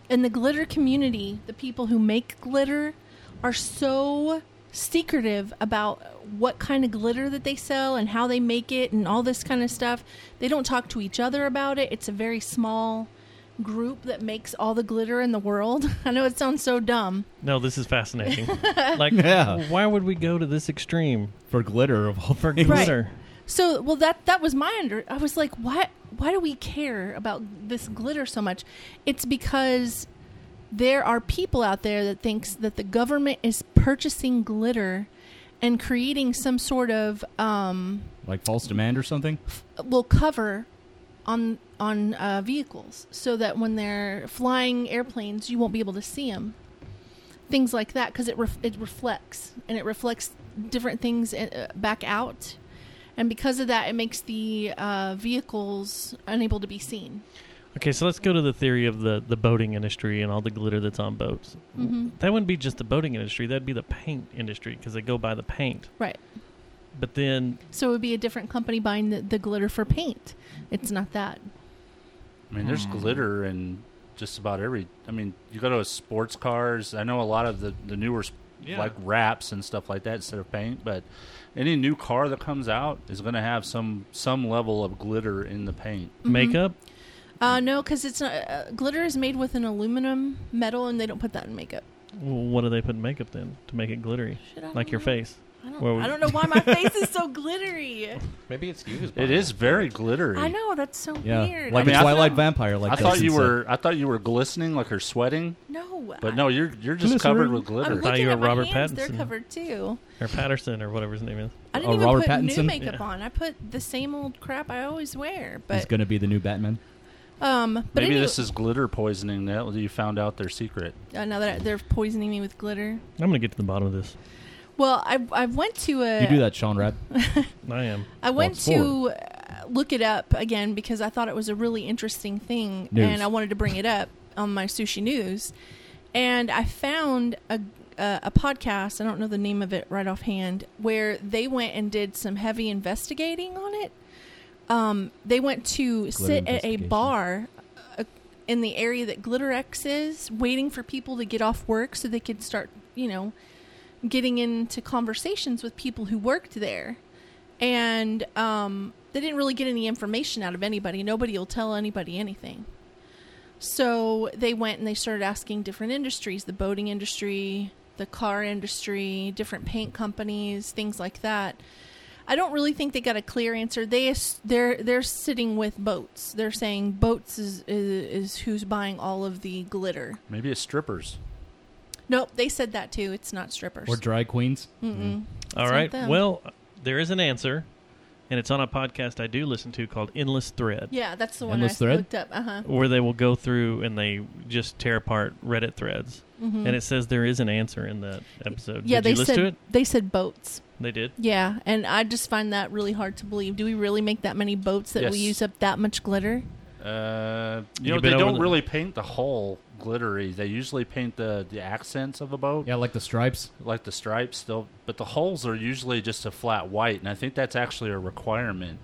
[SPEAKER 12] in the glitter community, the people who make glitter are so secretive about what kind of glitter that they sell and how they make it and all this kind of stuff. They don't talk to each other about it. It's a very small group that makes all the glitter in the world. I know it sounds so dumb.
[SPEAKER 8] No, this is fascinating. like,
[SPEAKER 10] Yeah.
[SPEAKER 8] why would we go to this extreme
[SPEAKER 10] For glitter of all
[SPEAKER 8] for
[SPEAKER 10] things.
[SPEAKER 8] glitter?
[SPEAKER 12] So, well, that that was my under. I was like, why? Why do we care about this glitter so much? It's because there are people out there that thinks that the government is purchasing glitter and creating some sort of um,
[SPEAKER 10] Like false demand or something?
[SPEAKER 12] will cover on on uh, vehicles so that when they're flying airplanes, you won't be able to see them. Things like that because it ref- it reflects and it reflects different things uh, back out, and because of that, it makes the uh, vehicles unable to be seen.
[SPEAKER 8] Okay, so let's go to the theory of the, the boating industry and all the glitter that's on boats.
[SPEAKER 12] Mhm.
[SPEAKER 8] That wouldn't be just the boating industry, that'd be the paint industry because they go by the paint.
[SPEAKER 12] Right.
[SPEAKER 8] But then,
[SPEAKER 12] So it would be a different company buying the, the glitter for paint. It's not that.
[SPEAKER 7] I mean, there's
[SPEAKER 12] Hmm.
[SPEAKER 7] glitter in just about every. I mean, you go to a sports cars. I know a lot of the the newer sp-
[SPEAKER 8] Yeah.
[SPEAKER 7] like wraps and stuff like that instead of paint, but any new car that comes out is going to have some some level of glitter in the paint.
[SPEAKER 12] Mhm. Makeup? Uh, no, because it's not. Uh, glitter is made with an aluminum metal, and they don't put that in makeup.
[SPEAKER 8] well, what do they put in makeup then to make it glittery?
[SPEAKER 12] Shit, I
[SPEAKER 8] like
[SPEAKER 12] don't
[SPEAKER 8] your
[SPEAKER 12] know.
[SPEAKER 8] face.
[SPEAKER 12] I don't,
[SPEAKER 8] Where would-
[SPEAKER 12] I don't know why my face is so glittery.
[SPEAKER 11] Maybe it's used.
[SPEAKER 7] It is very glittery.
[SPEAKER 12] I know that's so
[SPEAKER 7] Yeah,
[SPEAKER 12] weird.
[SPEAKER 10] Like
[SPEAKER 7] I mean,
[SPEAKER 10] a
[SPEAKER 7] I
[SPEAKER 10] Twilight
[SPEAKER 7] thought-
[SPEAKER 10] vampire. Like
[SPEAKER 7] I thought
[SPEAKER 10] Dustin
[SPEAKER 7] you
[SPEAKER 10] said.
[SPEAKER 7] were I thought you were glistening like you're sweating.
[SPEAKER 12] No,
[SPEAKER 7] But no, you're you're just covered with
[SPEAKER 12] I'm
[SPEAKER 7] glitter.
[SPEAKER 12] looking at my hands, They're covered too.
[SPEAKER 8] or Patterson or whatever his name is.
[SPEAKER 12] I
[SPEAKER 7] Oh,
[SPEAKER 12] didn't even put new makeup on. I put the same old crap I always wear.
[SPEAKER 10] He's
[SPEAKER 12] But
[SPEAKER 10] going to be the new Batman.
[SPEAKER 12] um, but
[SPEAKER 7] Maybe
[SPEAKER 12] anyway,
[SPEAKER 7] this is glitter poisoning. That you found out their secret.
[SPEAKER 12] uh, now that they're poisoning me with glitter.
[SPEAKER 8] I'm going to get to the bottom of this.
[SPEAKER 12] Well, I I went to a.
[SPEAKER 10] You do that, Sean Rad.
[SPEAKER 8] I am.
[SPEAKER 12] I went
[SPEAKER 10] Walks
[SPEAKER 12] to uh, look it up again because I thought it was a really interesting thing,
[SPEAKER 10] News.
[SPEAKER 12] and I wanted to bring it up on my sushi news. And I found a uh, a podcast. I don't know the name of it right offhand, where they went and did some heavy investigating on it. Um, they went to sit at a
[SPEAKER 13] investigation.
[SPEAKER 12] bar uh, in the area that Glitter X is, waiting for people to get off work so they could start, you know, getting into conversations with people who worked there and um, they didn't really get any information out of anybody. Nobody will tell anybody anything. So they went and they started asking different industries the boating industry, the car industry, different paint companies, things like that. I don't really think they got a clear answer. They ass- they're they're sitting with boats. They're saying boats is is, is who's buying all of the glitter.
[SPEAKER 7] Maybe it's strippers.
[SPEAKER 12] Nope, they said that too. It's not strippers.
[SPEAKER 10] Or drag queens.
[SPEAKER 8] All
[SPEAKER 12] Mm-mm. It's not
[SPEAKER 8] right.
[SPEAKER 12] them.
[SPEAKER 8] Well, there is an answer, and it's on a podcast I do listen to called Endless Thread.
[SPEAKER 12] Yeah, that's the one
[SPEAKER 10] Endless
[SPEAKER 12] I
[SPEAKER 10] thread?
[SPEAKER 12] looked up. Uh huh.
[SPEAKER 8] Where they will go through and they just tear apart Reddit threads,
[SPEAKER 12] Mhm.
[SPEAKER 8] and it says there is an answer in that episode.
[SPEAKER 12] Yeah,
[SPEAKER 8] Did
[SPEAKER 12] they
[SPEAKER 8] you listen
[SPEAKER 12] said
[SPEAKER 8] to it?
[SPEAKER 12] they said boats.
[SPEAKER 8] They did.
[SPEAKER 12] Yeah, and I just find that really hard to believe. Do we really make that many boats that we
[SPEAKER 7] Yes.
[SPEAKER 12] use up that much glitter?
[SPEAKER 7] Uh,
[SPEAKER 8] You
[SPEAKER 7] you know,
[SPEAKER 8] been
[SPEAKER 7] they
[SPEAKER 8] over
[SPEAKER 7] don't
[SPEAKER 8] the-
[SPEAKER 7] really paint the hull glittery. They usually paint the, the accents of a boat,
[SPEAKER 10] Yeah, like the stripes.
[SPEAKER 7] like the stripes. They'll, but the hulls are usually just a flat white, and I think that's actually a requirement.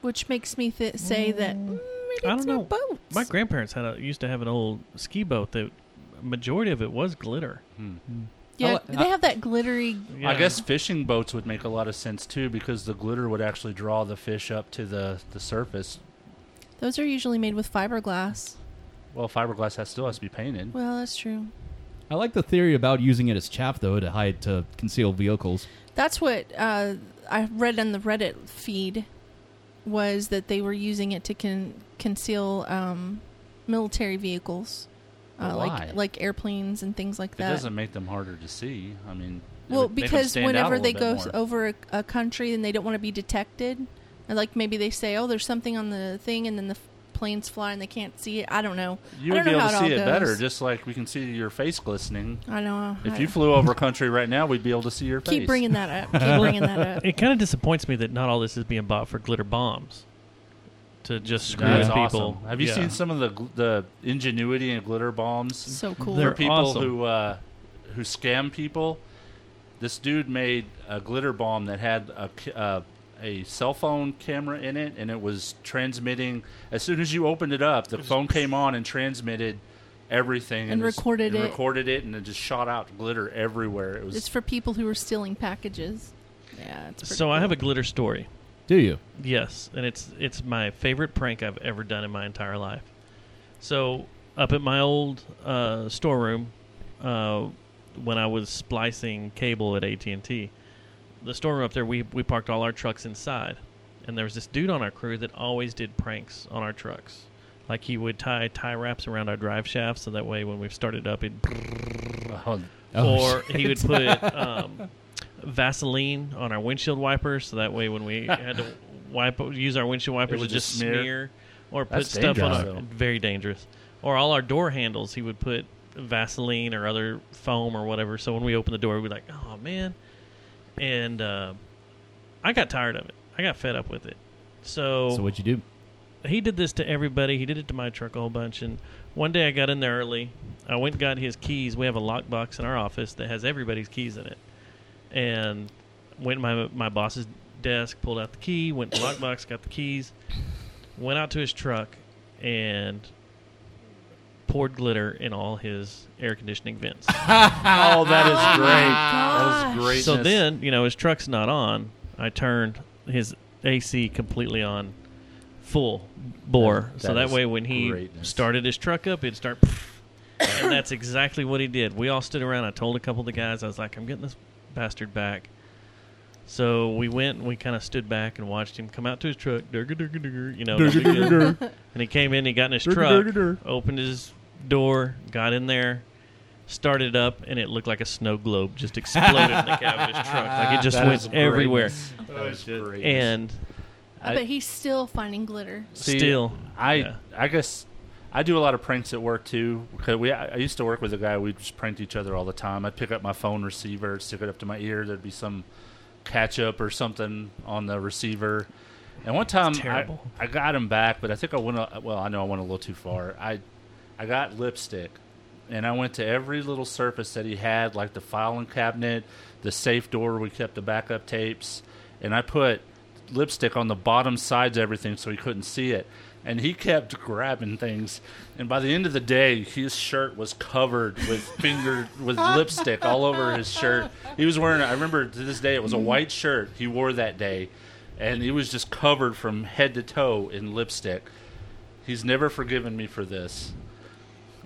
[SPEAKER 12] Which makes me th- say that mm, maybe
[SPEAKER 8] I
[SPEAKER 12] it's
[SPEAKER 8] don't know.
[SPEAKER 12] not boats.
[SPEAKER 8] My grandparents had a, used to have an old ski boat that majority of it was glitter.
[SPEAKER 12] yeah,
[SPEAKER 10] I li-
[SPEAKER 12] they have that glittery.
[SPEAKER 7] I guess fishing boats would make a lot of sense too, because the glitter would actually draw the fish up to the, the surface.
[SPEAKER 12] Those are usually made with fiberglass.
[SPEAKER 7] Well, fiberglass has still has to be painted.
[SPEAKER 12] Well, that's true.
[SPEAKER 10] I like the theory about using it as chaff though to hide to conceal vehicles.
[SPEAKER 12] That's what uh, I read on the Reddit feed was that they were using it to con- conceal um, military vehicles, uh,
[SPEAKER 10] But why?
[SPEAKER 12] like like airplanes and things like
[SPEAKER 7] It
[SPEAKER 12] that.
[SPEAKER 7] doesn't make them harder to see. I mean, it
[SPEAKER 12] well,
[SPEAKER 7] would make 'em
[SPEAKER 12] because
[SPEAKER 7] stand out a
[SPEAKER 12] whenever they go
[SPEAKER 7] little
[SPEAKER 12] s- oh,
[SPEAKER 7] bit more.
[SPEAKER 12] over a, a country and they don't want to be detected, and like maybe they say, "Oh, there's something on the thing," and then the f- planes fly and they can't see it. I don't know.
[SPEAKER 7] you
[SPEAKER 12] I
[SPEAKER 7] would
[SPEAKER 12] don't
[SPEAKER 7] be
[SPEAKER 12] know
[SPEAKER 7] able to
[SPEAKER 12] how
[SPEAKER 7] see
[SPEAKER 12] it
[SPEAKER 7] it
[SPEAKER 12] all
[SPEAKER 7] better,
[SPEAKER 12] goes.
[SPEAKER 7] just like we can see your face glistening.
[SPEAKER 12] I know. I
[SPEAKER 7] If you flew over country right now, we'd be able to see your face.
[SPEAKER 12] keep bringing that up, keep bringing that up.
[SPEAKER 8] It kind of disappoints me that not all this is being bought for glitter bombs to just screw
[SPEAKER 7] That
[SPEAKER 8] with
[SPEAKER 7] is
[SPEAKER 8] people.
[SPEAKER 7] awesome. Have you
[SPEAKER 8] Yeah.
[SPEAKER 7] seen some of the gl- the ingenuity and glitter bombs?
[SPEAKER 12] So cool.
[SPEAKER 8] They're
[SPEAKER 7] For people
[SPEAKER 8] awesome.
[SPEAKER 7] who uh, who scam people, this dude made a glitter bomb that had a c- uh, a cell phone camera in it, and it was transmitting. As soon as you opened it up, the phone came on and transmitted everything
[SPEAKER 12] And
[SPEAKER 7] was-
[SPEAKER 12] recorded
[SPEAKER 7] and
[SPEAKER 12] it.
[SPEAKER 7] recorded it, and it just shot out glitter everywhere. It was
[SPEAKER 12] It's for people who are stealing packages. Yeah, it's pretty
[SPEAKER 8] So I
[SPEAKER 12] cool.
[SPEAKER 8] have a glitter story.
[SPEAKER 10] Do you?
[SPEAKER 8] Yes, and it's it's my favorite prank I've ever done in my entire life. So up at my old uh, storeroom, uh, when I was splicing cable at AT and T, the storeroom up there, we we parked all our trucks inside, and there was this dude on our crew that always did pranks on our trucks. Like he would tie tie wraps around our drive shafts, so that way when we started up, it'd
[SPEAKER 7] Oh,
[SPEAKER 10] Oh,
[SPEAKER 8] or he would put um, Vaseline on our windshield wipers, so that way when we had to wipe, use our windshield wipers,
[SPEAKER 7] would
[SPEAKER 8] it would just
[SPEAKER 7] just smear.
[SPEAKER 8] smear. Or put
[SPEAKER 7] That's
[SPEAKER 8] stuff on our,
[SPEAKER 7] dangerous, though.
[SPEAKER 8] very dangerous. Or all our door handles, he would put Vaseline or other foam or whatever. So when we opened the door, we'd be like, "Oh man!" And uh, I got tired of it. I got fed up with it.
[SPEAKER 10] So what'd you do?
[SPEAKER 8] he did this to everybody. He did it to my truck a whole bunch. And one day I got in there early. I went and got his keys. We have a lockbox in our office that has everybody's keys in it. And went to my my boss's desk, pulled out the key, went to the lockbox, got the keys, went out to his truck, and poured glitter in all his air conditioning vents.
[SPEAKER 7] oh, that is great.
[SPEAKER 12] my
[SPEAKER 7] That is great.
[SPEAKER 8] So then, you know, his truck's not on. I turned his AC completely on, full bore.
[SPEAKER 7] That-
[SPEAKER 8] so
[SPEAKER 7] that
[SPEAKER 8] that
[SPEAKER 7] is
[SPEAKER 8] way, when he
[SPEAKER 7] greatness.
[SPEAKER 8] started his truck up, it'd start. and that's exactly what he did. We all stood around. I told a couple of the guys, I was like, I'm getting this bastard back. So we went and we kind of stood back and watched him come out to his truck. Durga, durga, durga, you know, like we did. and he came in, he got in his truck, opened his door, got in there, started up, and it looked like a snow globe just exploded in the cab of his truck. Like it just
[SPEAKER 7] That is
[SPEAKER 8] went everywhere.
[SPEAKER 7] greatness. That is greatness.
[SPEAKER 8] And
[SPEAKER 12] but he's still finding glitter.
[SPEAKER 7] See,
[SPEAKER 8] Still,
[SPEAKER 7] I
[SPEAKER 8] yeah.
[SPEAKER 7] I guess I do a lot of pranks at work too. 'cause we I I used to work with a guy. We just pranked each other all the time. I'd pick up my phone receiver, stick it up to my ear. There'd be some catch up or something on the receiver. And one time, I,
[SPEAKER 8] terrible.
[SPEAKER 7] I got him back, but I think I went. A, well, I know I went a little too far. I I got lipstick, and I went to every little surface that he had, like the filing cabinet, the safe door where we kept the backup tapes, and I put lipstick on the bottom sides of everything so he couldn't see it. And he kept grabbing things, and by the end of the day, his shirt was covered with finger with lipstick all over his shirt. He was wearing. I remember to this day, it was a white shirt he wore that day, and he was just covered from head to toe in lipstick. He's never forgiven me for this.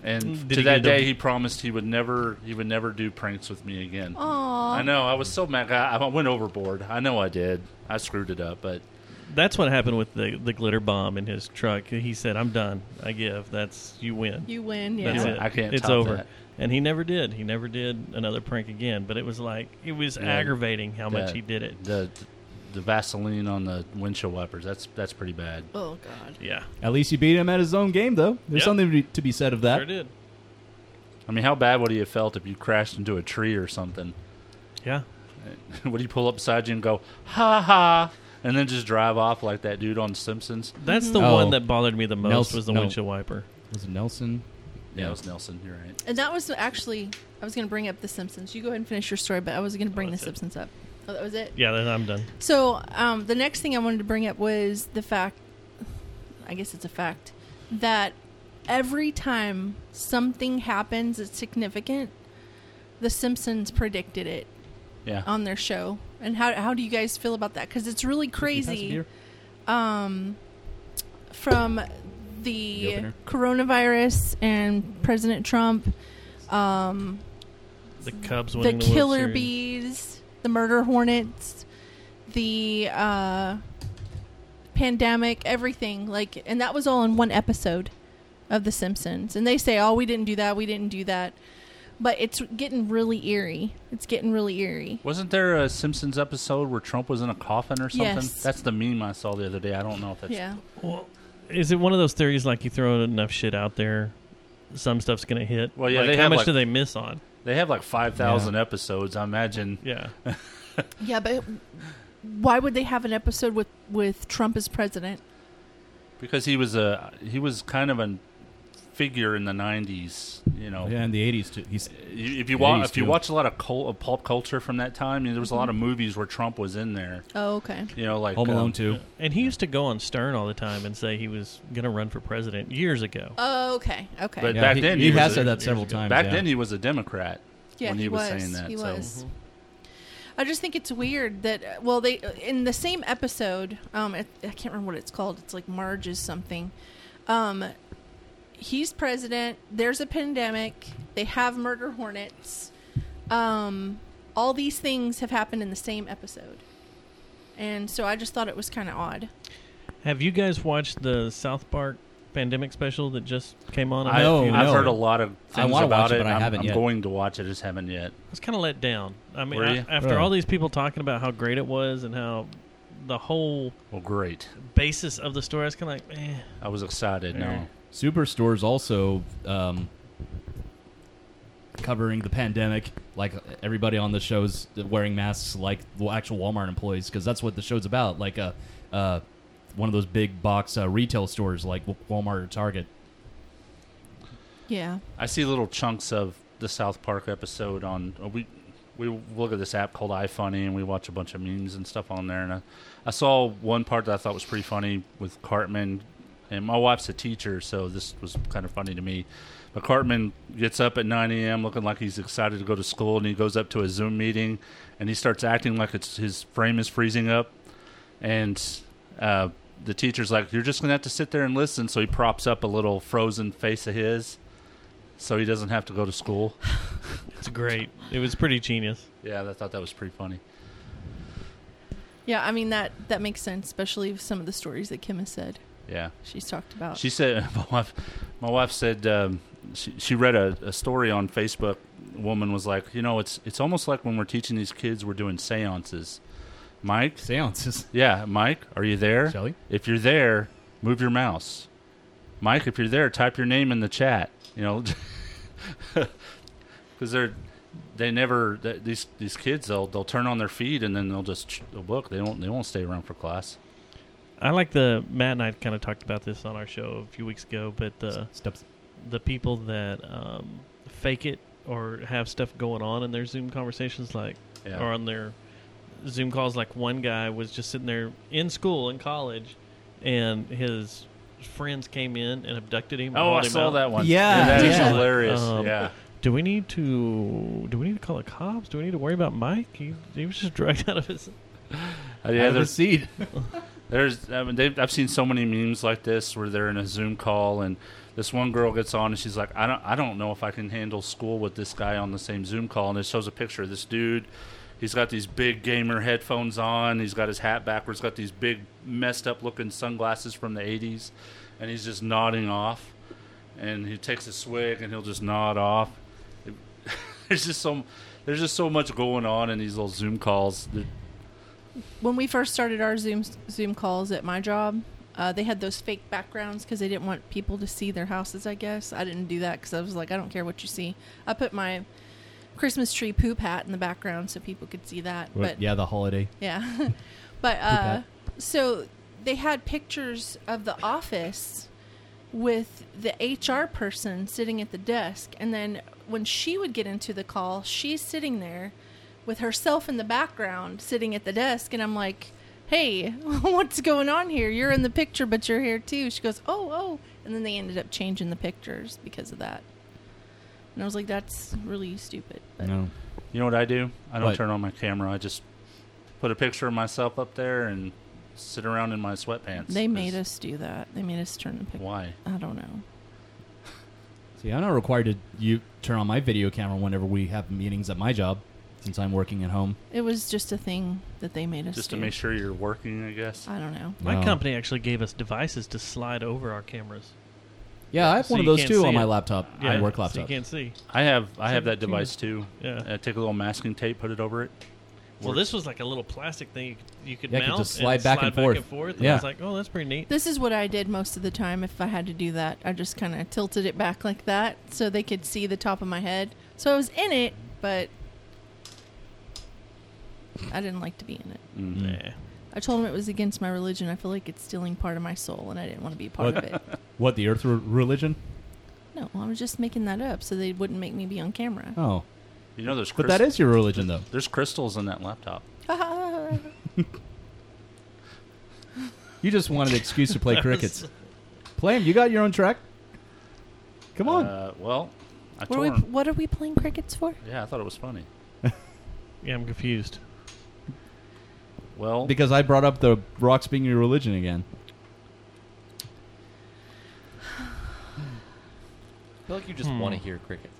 [SPEAKER 7] And
[SPEAKER 8] Mm. Did
[SPEAKER 7] to
[SPEAKER 8] he
[SPEAKER 7] that
[SPEAKER 8] get the-
[SPEAKER 7] day, he promised he would never, he would never do pranks with me again.
[SPEAKER 8] Aw.
[SPEAKER 7] I know. I was so mad. I, I went overboard. I know I did. I screwed it up, but
[SPEAKER 8] That's what happened with the the glitter bomb in his truck. He said, "I'm done. I give. That's you win.
[SPEAKER 12] You win,
[SPEAKER 8] That's
[SPEAKER 12] yeah.
[SPEAKER 8] it.
[SPEAKER 7] I can't
[SPEAKER 8] It's
[SPEAKER 7] top
[SPEAKER 8] over."
[SPEAKER 7] that.
[SPEAKER 8] And he never did. He never did another prank again. But it was like it was
[SPEAKER 7] Yeah.
[SPEAKER 8] aggravating how much
[SPEAKER 7] Yeah.
[SPEAKER 8] he did it.
[SPEAKER 7] The the Vaseline on the windshield wipers. That's that's pretty bad.
[SPEAKER 12] Oh God.
[SPEAKER 8] Yeah.
[SPEAKER 10] At least you beat him at his own game, though. There's
[SPEAKER 7] Yep.
[SPEAKER 10] something to be- to be said of that.
[SPEAKER 8] did.
[SPEAKER 7] I mean, how bad would he have felt if you crashed into a tree or something?
[SPEAKER 8] Yeah.
[SPEAKER 7] Would he pull up beside you and go, ha ha, and then just drive off like that dude on Simpsons?
[SPEAKER 8] That's the
[SPEAKER 10] Oh.
[SPEAKER 8] one that bothered me the most
[SPEAKER 10] Nelson-
[SPEAKER 8] was the
[SPEAKER 10] no.
[SPEAKER 8] windshield wiper.
[SPEAKER 10] Was it Nelson?
[SPEAKER 7] Yeah, it was Nelson. You're right.
[SPEAKER 12] And that was actually I was going to bring up The Simpsons. You go ahead and finish your story, but I was going to bring The Simpsons up. Oh, that was it.
[SPEAKER 8] Yeah, then I'm done.
[SPEAKER 12] So um, the next thing I wanted to bring up was the fact. I guess it's a fact that every time something happens that's significant, The Simpsons predicted it
[SPEAKER 7] Yeah.
[SPEAKER 12] on their show. And how how do you guys feel about that? Because it's really crazy. Um, from
[SPEAKER 10] The
[SPEAKER 12] the
[SPEAKER 10] opener.
[SPEAKER 12] coronavirus and President Trump, um,
[SPEAKER 8] The Cubs
[SPEAKER 12] the
[SPEAKER 8] winning the, World
[SPEAKER 12] killer
[SPEAKER 8] Series.
[SPEAKER 12] bees, the murder hornets, the uh, pandemic, everything. Like, and that was all in one episode of The Simpsons. And they say, "Oh, we didn't do that. We didn't do that." But it's getting really eerie. It's getting really eerie.
[SPEAKER 7] Wasn't there a Simpsons episode where Trump was in a coffin or something?
[SPEAKER 12] Yes.
[SPEAKER 7] That's the meme I saw the other day. I don't know if that's.
[SPEAKER 12] Yeah.
[SPEAKER 8] Is it one of those theories like you throw enough shit out there, some stuff's gonna hit?
[SPEAKER 7] Well, yeah,
[SPEAKER 8] Like,
[SPEAKER 7] they
[SPEAKER 8] how
[SPEAKER 7] have,
[SPEAKER 8] much
[SPEAKER 7] like-
[SPEAKER 8] do they miss on?
[SPEAKER 7] They have like 5,000 episodes, I imagine.
[SPEAKER 8] Yeah.
[SPEAKER 12] Yeah, but why would they have an episode with with Trump as president?
[SPEAKER 7] because he was a he was kind of a figure in the 90s, you know.
[SPEAKER 10] Yeah, in the 80s too. He's
[SPEAKER 7] You- If you watch,
[SPEAKER 10] 80s
[SPEAKER 7] if you
[SPEAKER 10] too.
[SPEAKER 7] watch a lot of cult, of pulp culture from that time, you know, there was a
[SPEAKER 12] Mm-hmm.
[SPEAKER 7] lot of movies where Trump was in there.
[SPEAKER 12] Oh, okay.
[SPEAKER 7] You know, like
[SPEAKER 10] Home Alone
[SPEAKER 7] um,
[SPEAKER 10] too.
[SPEAKER 8] And he used to go on Stern all the time and say he was gonna run for president years ago.
[SPEAKER 12] Oh, okay. Okay.
[SPEAKER 7] But
[SPEAKER 10] Yeah,
[SPEAKER 7] back
[SPEAKER 10] he-
[SPEAKER 7] then
[SPEAKER 10] he
[SPEAKER 7] was
[SPEAKER 10] has
[SPEAKER 7] a-
[SPEAKER 10] said that several
[SPEAKER 7] years ago.
[SPEAKER 10] times,
[SPEAKER 7] Back
[SPEAKER 10] yeah.
[SPEAKER 7] then he was a Democrat
[SPEAKER 12] Yeah,
[SPEAKER 7] when
[SPEAKER 12] he,
[SPEAKER 7] he, was,
[SPEAKER 12] was.
[SPEAKER 7] saying that.
[SPEAKER 12] He
[SPEAKER 7] so
[SPEAKER 12] was. I just think it's weird that uh, well they in the same episode um I, I can't remember what it's called it's like Marge's something um he's president there's a pandemic they have murder hornets um all these things have happened in the same episode and so I just thought it was kind of odd
[SPEAKER 8] Have you guys watched the South Park pandemic special that just came on?
[SPEAKER 7] I,
[SPEAKER 10] No,
[SPEAKER 7] I've
[SPEAKER 10] no.
[SPEAKER 7] heard a lot of
[SPEAKER 10] I
[SPEAKER 7] things
[SPEAKER 10] wanna
[SPEAKER 7] about
[SPEAKER 10] watch it, but I
[SPEAKER 7] I'm-
[SPEAKER 10] haven't
[SPEAKER 7] I'm
[SPEAKER 10] yet.
[SPEAKER 7] going to watch it, just haven't yet.
[SPEAKER 8] I was kind of let down. I mean,
[SPEAKER 7] Were
[SPEAKER 8] I-
[SPEAKER 7] you?
[SPEAKER 8] after
[SPEAKER 10] Oh.
[SPEAKER 8] all these people talking about how great it was and how the whole
[SPEAKER 7] Well, great.
[SPEAKER 8] basis of the story, I was kind of like, eh.
[SPEAKER 7] I was excited.
[SPEAKER 8] Yeah.
[SPEAKER 7] No,
[SPEAKER 10] Superstore's also um, covering the pandemic. Like everybody on the show's wearing masks, like the actual Walmart employees, because that's what the show's about. Like a uh, one of those big box uh, retail stores, like Walmart or Target.
[SPEAKER 12] yeah
[SPEAKER 7] I see little chunks of the South Park episode on uh, we we look at this app called iFunny and we watch a bunch of memes and stuff on there and I, I saw one part that I thought was pretty funny with Cartman and my wife's a teacher so this was kind of funny to me. But Cartman gets up at 9 a.m. looking like he's excited to go to school and he goes up to a Zoom meeting and he starts acting like it's his frame is freezing up and uh, the teacher's like, "You're just gonna have to sit there and listen." So he props up a little frozen face of his, so he doesn't have to go to school.
[SPEAKER 8] it's great. It was pretty genius.
[SPEAKER 7] Yeah, I thought that was pretty funny.
[SPEAKER 12] yeah I mean that that makes sense especially with some of the stories that Kim has said
[SPEAKER 7] Yeah,
[SPEAKER 12] she's talked about
[SPEAKER 7] she said my wife. My wife said um, she she read a, a story on Facebook. A woman was like, "You know, it's it's almost like when we're teaching these kids, we're doing seances." Mike,
[SPEAKER 10] Seances.
[SPEAKER 7] yeah, Mike, are you there?
[SPEAKER 10] Shelley?
[SPEAKER 7] If you're there, move your mouse. Mike, if you're there, type your name in the chat. You know, because they're they never th- these these kids they'll they'll turn on their feed and then they'll just ch- they'll book. They won't they won't stay around for class.
[SPEAKER 8] I like the Matt and I kind of talked about this on our show a few weeks ago, but
[SPEAKER 10] Uh,
[SPEAKER 8] the
[SPEAKER 10] Steps.
[SPEAKER 8] the people that um, fake it or have stuff going on in their Zoom conversations, like
[SPEAKER 7] Yeah.
[SPEAKER 8] or on their Zoom calls, like one guy was just sitting there in school in college, and his friends came in and abducted him. and
[SPEAKER 7] Oh,
[SPEAKER 8] hauled
[SPEAKER 7] I
[SPEAKER 8] him
[SPEAKER 7] saw
[SPEAKER 8] out.
[SPEAKER 7] that one.
[SPEAKER 10] Yeah,
[SPEAKER 7] that is
[SPEAKER 10] yeah.
[SPEAKER 7] hilarious.
[SPEAKER 8] Um,
[SPEAKER 7] yeah,
[SPEAKER 8] Do we need to? Do we need to call the cops? Do we need to worry about Mike? He, he was just dragged out of his.
[SPEAKER 7] Uh, yeah.
[SPEAKER 10] Out of
[SPEAKER 7] There's
[SPEAKER 10] his seat.
[SPEAKER 7] There's, I mean, they've, I've seen so many memes like this where they're in a Zoom call and this one girl gets on and she's like, I don't, I don't know if I can handle school with this guy on the same Zoom call. And it shows a picture of this dude. He's got these big gamer headphones on. He's got his hat backwards. Got these big messed up looking sunglasses from the '80s, and he's just nodding off. And he takes a swig and he'll just nod off. there's just so, there's just so much going on in these little Zoom calls. They're-
[SPEAKER 12] when we first started our Zoom Zoom calls at my job, uh, they had those fake backgrounds because they didn't want people to see their houses. I guess I didn't do that because I was like, I don't care what you see. I put my Christmas tree poop hat in the background so people could see that.
[SPEAKER 10] Well,
[SPEAKER 12] but
[SPEAKER 10] yeah, the holiday.
[SPEAKER 12] yeah, but uh,
[SPEAKER 10] hat.
[SPEAKER 12] so they had pictures of the office with the HR person sitting at the desk, and then when she would get into the call, she's sitting there with herself in the background, sitting at the desk, and I'm like, "Hey, what's going on here? You're in the picture, but you're here too." She goes, "Oh, oh," and then they ended up changing the pictures because of that. And I was like, "That's really stupid."
[SPEAKER 10] No.
[SPEAKER 7] You know what I do? I don't
[SPEAKER 10] What?
[SPEAKER 7] turn on my camera. I just put a picture of myself up there and sit around in my sweatpants.
[SPEAKER 12] They made us do that. They made us turn the picture.
[SPEAKER 7] Why?
[SPEAKER 12] I don't know.
[SPEAKER 10] See, I'm not required to you turn on my video camera whenever we have meetings at my job, since I'm working at home.
[SPEAKER 12] It was just a thing that they made us
[SPEAKER 7] just to
[SPEAKER 12] do.
[SPEAKER 7] make sure you're working, I guess.
[SPEAKER 12] I don't know.
[SPEAKER 8] My
[SPEAKER 10] No.
[SPEAKER 8] company actually gave us devices to slide over our cameras.
[SPEAKER 10] Yeah, I have
[SPEAKER 8] So
[SPEAKER 10] one of
[SPEAKER 8] you
[SPEAKER 10] those
[SPEAKER 8] can't
[SPEAKER 10] too on
[SPEAKER 8] see
[SPEAKER 10] my
[SPEAKER 8] it.
[SPEAKER 10] laptop,
[SPEAKER 8] Yeah,
[SPEAKER 10] my work
[SPEAKER 8] so
[SPEAKER 10] laptop.
[SPEAKER 8] you can't see.
[SPEAKER 7] I have I have that
[SPEAKER 8] Send it to
[SPEAKER 7] device
[SPEAKER 8] me.
[SPEAKER 7] too.
[SPEAKER 8] Yeah.
[SPEAKER 7] I take a little masking tape, put it over it.
[SPEAKER 8] Well, this was like a little plastic thing you could, you could
[SPEAKER 10] Yeah, I could
[SPEAKER 8] mount
[SPEAKER 10] just slide
[SPEAKER 8] and
[SPEAKER 10] back
[SPEAKER 8] slide
[SPEAKER 10] and
[SPEAKER 8] back
[SPEAKER 10] forth.
[SPEAKER 8] and forth. And
[SPEAKER 10] Yeah.
[SPEAKER 8] I was like, oh, that's pretty neat.
[SPEAKER 12] This is what I did most of the time if I had to do that. I just kind of tilted it back like that so they could see the top of my head. So I was in it, but I didn't like to be in it.
[SPEAKER 7] Mm-hmm.
[SPEAKER 10] Mm.
[SPEAKER 8] Nah.
[SPEAKER 12] I told them it was against my religion. I feel like it's stealing part of my soul, and I didn't want to be a part of it.
[SPEAKER 10] What the Earth re- religion?
[SPEAKER 12] No, I was just making that up so they wouldn't make me be on camera.
[SPEAKER 10] Oh,
[SPEAKER 7] You know, there's
[SPEAKER 10] but
[SPEAKER 7] crystals.
[SPEAKER 10] that is your religion, though.
[SPEAKER 7] there's crystals in that laptop.
[SPEAKER 10] You just wanted an excuse to play
[SPEAKER 8] That
[SPEAKER 10] crickets.
[SPEAKER 8] was-
[SPEAKER 10] Play 'em, You got your own track. Come on.
[SPEAKER 7] Uh, well, I
[SPEAKER 12] What
[SPEAKER 7] tore
[SPEAKER 12] are, we,
[SPEAKER 7] 'em.
[SPEAKER 12] what are we playing crickets for?
[SPEAKER 7] Yeah, I thought it was funny.
[SPEAKER 8] Yeah, I'm confused.
[SPEAKER 7] Well,
[SPEAKER 10] because I brought up the rocks being your religion again.
[SPEAKER 11] I feel like you just want to hear crickets.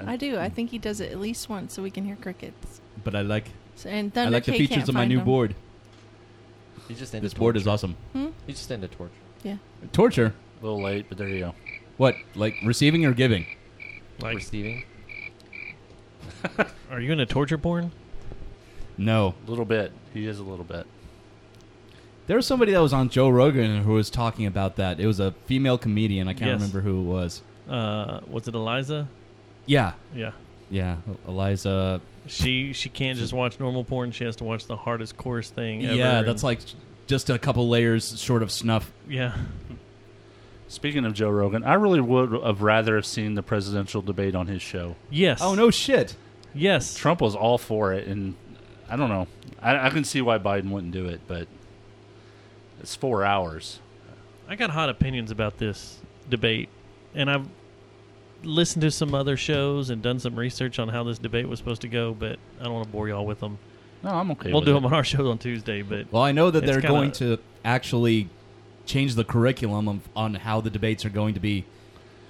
[SPEAKER 12] I do. I think he does it at least once so we can hear crickets.
[SPEAKER 10] But I like
[SPEAKER 12] So, and
[SPEAKER 10] I
[SPEAKER 12] Thunder
[SPEAKER 10] like the
[SPEAKER 12] K
[SPEAKER 10] features
[SPEAKER 12] can't
[SPEAKER 10] of my
[SPEAKER 12] find
[SPEAKER 10] new
[SPEAKER 12] them.
[SPEAKER 10] board.
[SPEAKER 11] You just end
[SPEAKER 10] This board is awesome.
[SPEAKER 11] You just end a torture.
[SPEAKER 12] Yeah.
[SPEAKER 10] Torture.
[SPEAKER 7] a little late, but there you go.
[SPEAKER 10] What? Like receiving or giving?
[SPEAKER 8] Like,
[SPEAKER 11] Receiving.
[SPEAKER 8] are you in a torture porn?
[SPEAKER 10] No.
[SPEAKER 7] A little bit. He is a little bit.
[SPEAKER 10] There was somebody that was on Joe Rogan who was talking about that. It was a female comedian. I can't
[SPEAKER 8] Yes.
[SPEAKER 10] remember who it was.
[SPEAKER 8] Uh, was it Eliza?
[SPEAKER 10] Yeah.
[SPEAKER 8] Yeah.
[SPEAKER 10] Yeah. Eliza.
[SPEAKER 8] She she can't just watch normal porn. She has to watch the hardest, course thing. Ever
[SPEAKER 10] Yeah, that's
[SPEAKER 8] and-
[SPEAKER 10] like just a couple layers short of snuff.
[SPEAKER 8] yeah.
[SPEAKER 7] Speaking of Joe Rogan, I really would have rather have seen the presidential debate on his show.
[SPEAKER 8] Yes.
[SPEAKER 10] Oh, no shit.
[SPEAKER 8] Yes.
[SPEAKER 7] Trump was all for it, and I don't know. I, I can see why Biden wouldn't do it, but it's four hours.
[SPEAKER 8] I got hot opinions about this debate, and I've listened to some other shows and done some research on how this debate was supposed to go, but I don't want to bore y'all with them.
[SPEAKER 7] No, I'm okay.
[SPEAKER 8] we'll
[SPEAKER 7] with
[SPEAKER 8] do
[SPEAKER 7] it.
[SPEAKER 8] them on our show on Tuesday, but
[SPEAKER 10] Well, I know that
[SPEAKER 8] It's
[SPEAKER 10] they're
[SPEAKER 8] kinda-
[SPEAKER 10] going to actually change the curriculum of, on how the debates are going to be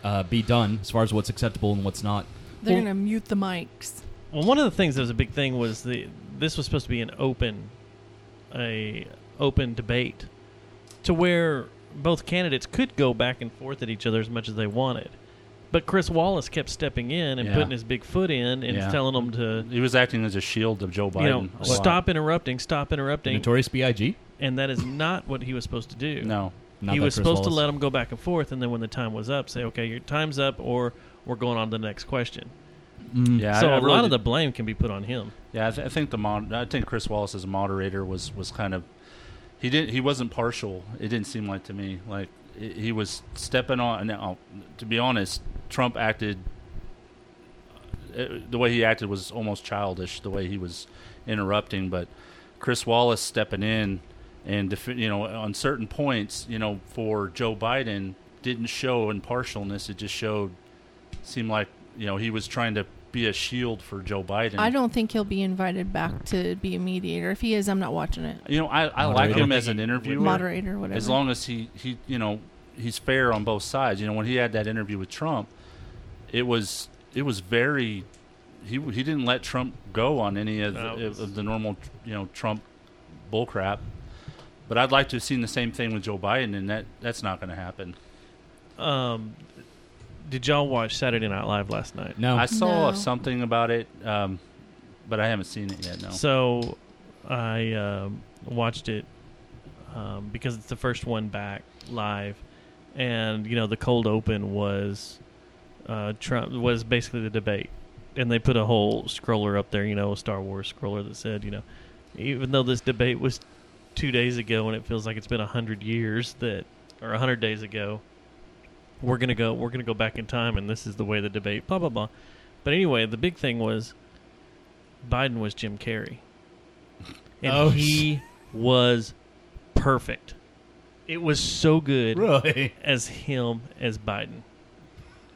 [SPEAKER 10] uh, be done as far as what's acceptable and what's not.
[SPEAKER 12] They're
[SPEAKER 8] Well-
[SPEAKER 12] going to mute the mics.
[SPEAKER 8] well, one of the things that was a big thing was the this was supposed to be an open, a open debate, to where both candidates could go back and forth at each other as much as they wanted. But Chris Wallace kept stepping in and
[SPEAKER 7] Yeah.
[SPEAKER 8] putting his big foot in and
[SPEAKER 7] Yeah.
[SPEAKER 8] telling them to,
[SPEAKER 7] He was acting as a shield of Joe Biden.
[SPEAKER 8] you know,
[SPEAKER 7] a lot.
[SPEAKER 8] stop interrupting, stop interrupting.
[SPEAKER 10] Notorious B.I.G.
[SPEAKER 8] and that is not what he was supposed to do.
[SPEAKER 7] No,
[SPEAKER 10] Not
[SPEAKER 8] he
[SPEAKER 10] that Chris
[SPEAKER 8] was supposed to
[SPEAKER 10] Wallace.
[SPEAKER 8] let them go back and forth, and then when the time was up, say, "Okay, your time's up," or "We're going on to the next question."
[SPEAKER 7] yeah.
[SPEAKER 8] so
[SPEAKER 7] I- I
[SPEAKER 8] a
[SPEAKER 7] really
[SPEAKER 8] lot
[SPEAKER 7] did-
[SPEAKER 8] of the blame can be put on him.
[SPEAKER 7] Yeah, I, th- I think the mon- I think Chris Wallace as a moderator was was kind of he didn't he wasn't partial. It didn't seem like to me like i he was stepping on. Now, to be honest, Trump acted uh, the way he acted was almost childish. The way he was interrupting, but Chris Wallace stepping in and def- you know on certain points, you know, for Joe Biden didn't show impartialness. It just showed seemed like you know he was trying to be a shield for Joe Biden.
[SPEAKER 12] I don't think he'll be invited back to be a mediator. If he is, I'm not watching it.
[SPEAKER 7] You know, I, I like
[SPEAKER 12] Moderator.
[SPEAKER 7] him as an interviewer,
[SPEAKER 12] Moderator, whatever.
[SPEAKER 7] As long as he, he, you know, he's fair on both sides. You know, when he had that interview with Trump, it was it was very he he didn't let Trump go on any of,
[SPEAKER 8] That
[SPEAKER 7] the,
[SPEAKER 8] was-
[SPEAKER 7] of the normal you know Trump bullcrap. But I'd like to have seen the same thing with Joe Biden, and that that's not going to happen.
[SPEAKER 8] Um, did y'all watch Saturday Night Live last night?
[SPEAKER 7] I saw something about it, um, but I haven't seen it yet. No,
[SPEAKER 8] So I um, watched it um, because it's the first one back live, and you know the cold open was uh, Trump was basically the debate, and they put a whole scroller up there, you know, a Star Wars scroller that said, you know, even though this debate was two days ago and it feels like it's been a hundred years that or a hundred days ago, we're gonna go we're gonna go back in time and this is the way the debate blah blah blah but anyway the big thing was biden was jim carrey and
[SPEAKER 10] Oh,
[SPEAKER 8] he was perfect it was so good
[SPEAKER 10] Really?
[SPEAKER 8] as him as biden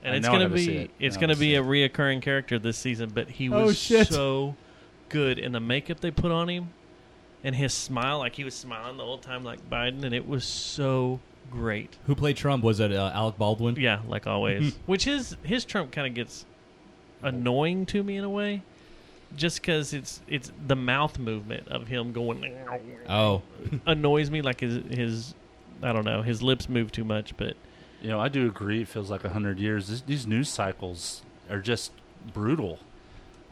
[SPEAKER 8] and
[SPEAKER 7] I
[SPEAKER 8] it's
[SPEAKER 7] know I
[SPEAKER 8] gonna
[SPEAKER 7] gotta see
[SPEAKER 8] be
[SPEAKER 7] it.
[SPEAKER 8] it's
[SPEAKER 7] Now I
[SPEAKER 8] gonna
[SPEAKER 7] see
[SPEAKER 8] be a reoccurring character this season but he
[SPEAKER 10] Oh,
[SPEAKER 8] was
[SPEAKER 10] shit.
[SPEAKER 8] so good and the makeup they put on him and his smile like he was smiling the whole time like biden and it was so great
[SPEAKER 10] Who played Trump? Was it uh, Alec Baldwin?
[SPEAKER 8] yeah, like always. Which his his Trump kind of gets annoying to me in a way, just because it's it's the mouth movement of him going
[SPEAKER 10] Oh,
[SPEAKER 8] annoys me. Like his his I don't know his lips move too much, but
[SPEAKER 7] you know, I do agree. It feels like a hundred years. This, these news cycles are just brutal.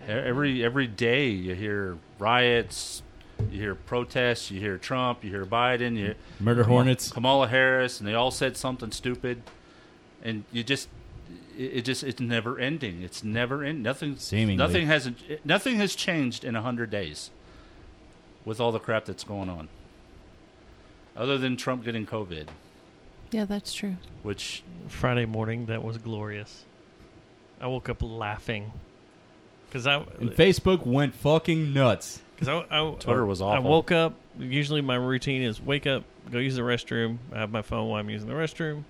[SPEAKER 7] E- Every every day you hear riots, you hear protests, you hear Trump, you hear Biden, you hear
[SPEAKER 10] Murder
[SPEAKER 7] Kamala-
[SPEAKER 10] hornets.
[SPEAKER 7] Kamala Harris, and they all said something stupid, and you just it, it just it's never ending. It's never end. Nothing
[SPEAKER 10] Seemingly.
[SPEAKER 7] nothing hasn't nothing has changed in a hundred days with all the crap that's going on. Other than Trump getting COVID,
[SPEAKER 12] Yeah, that's true.
[SPEAKER 7] which
[SPEAKER 8] Friday morning that was glorious. I woke up laughing because I
[SPEAKER 10] and Facebook went fucking nuts.
[SPEAKER 8] Because I, I
[SPEAKER 7] Twitter was
[SPEAKER 8] I
[SPEAKER 7] awful.
[SPEAKER 8] woke up. Usually my routine is wake up, go use the restroom. I have my phone while I'm using the restroom,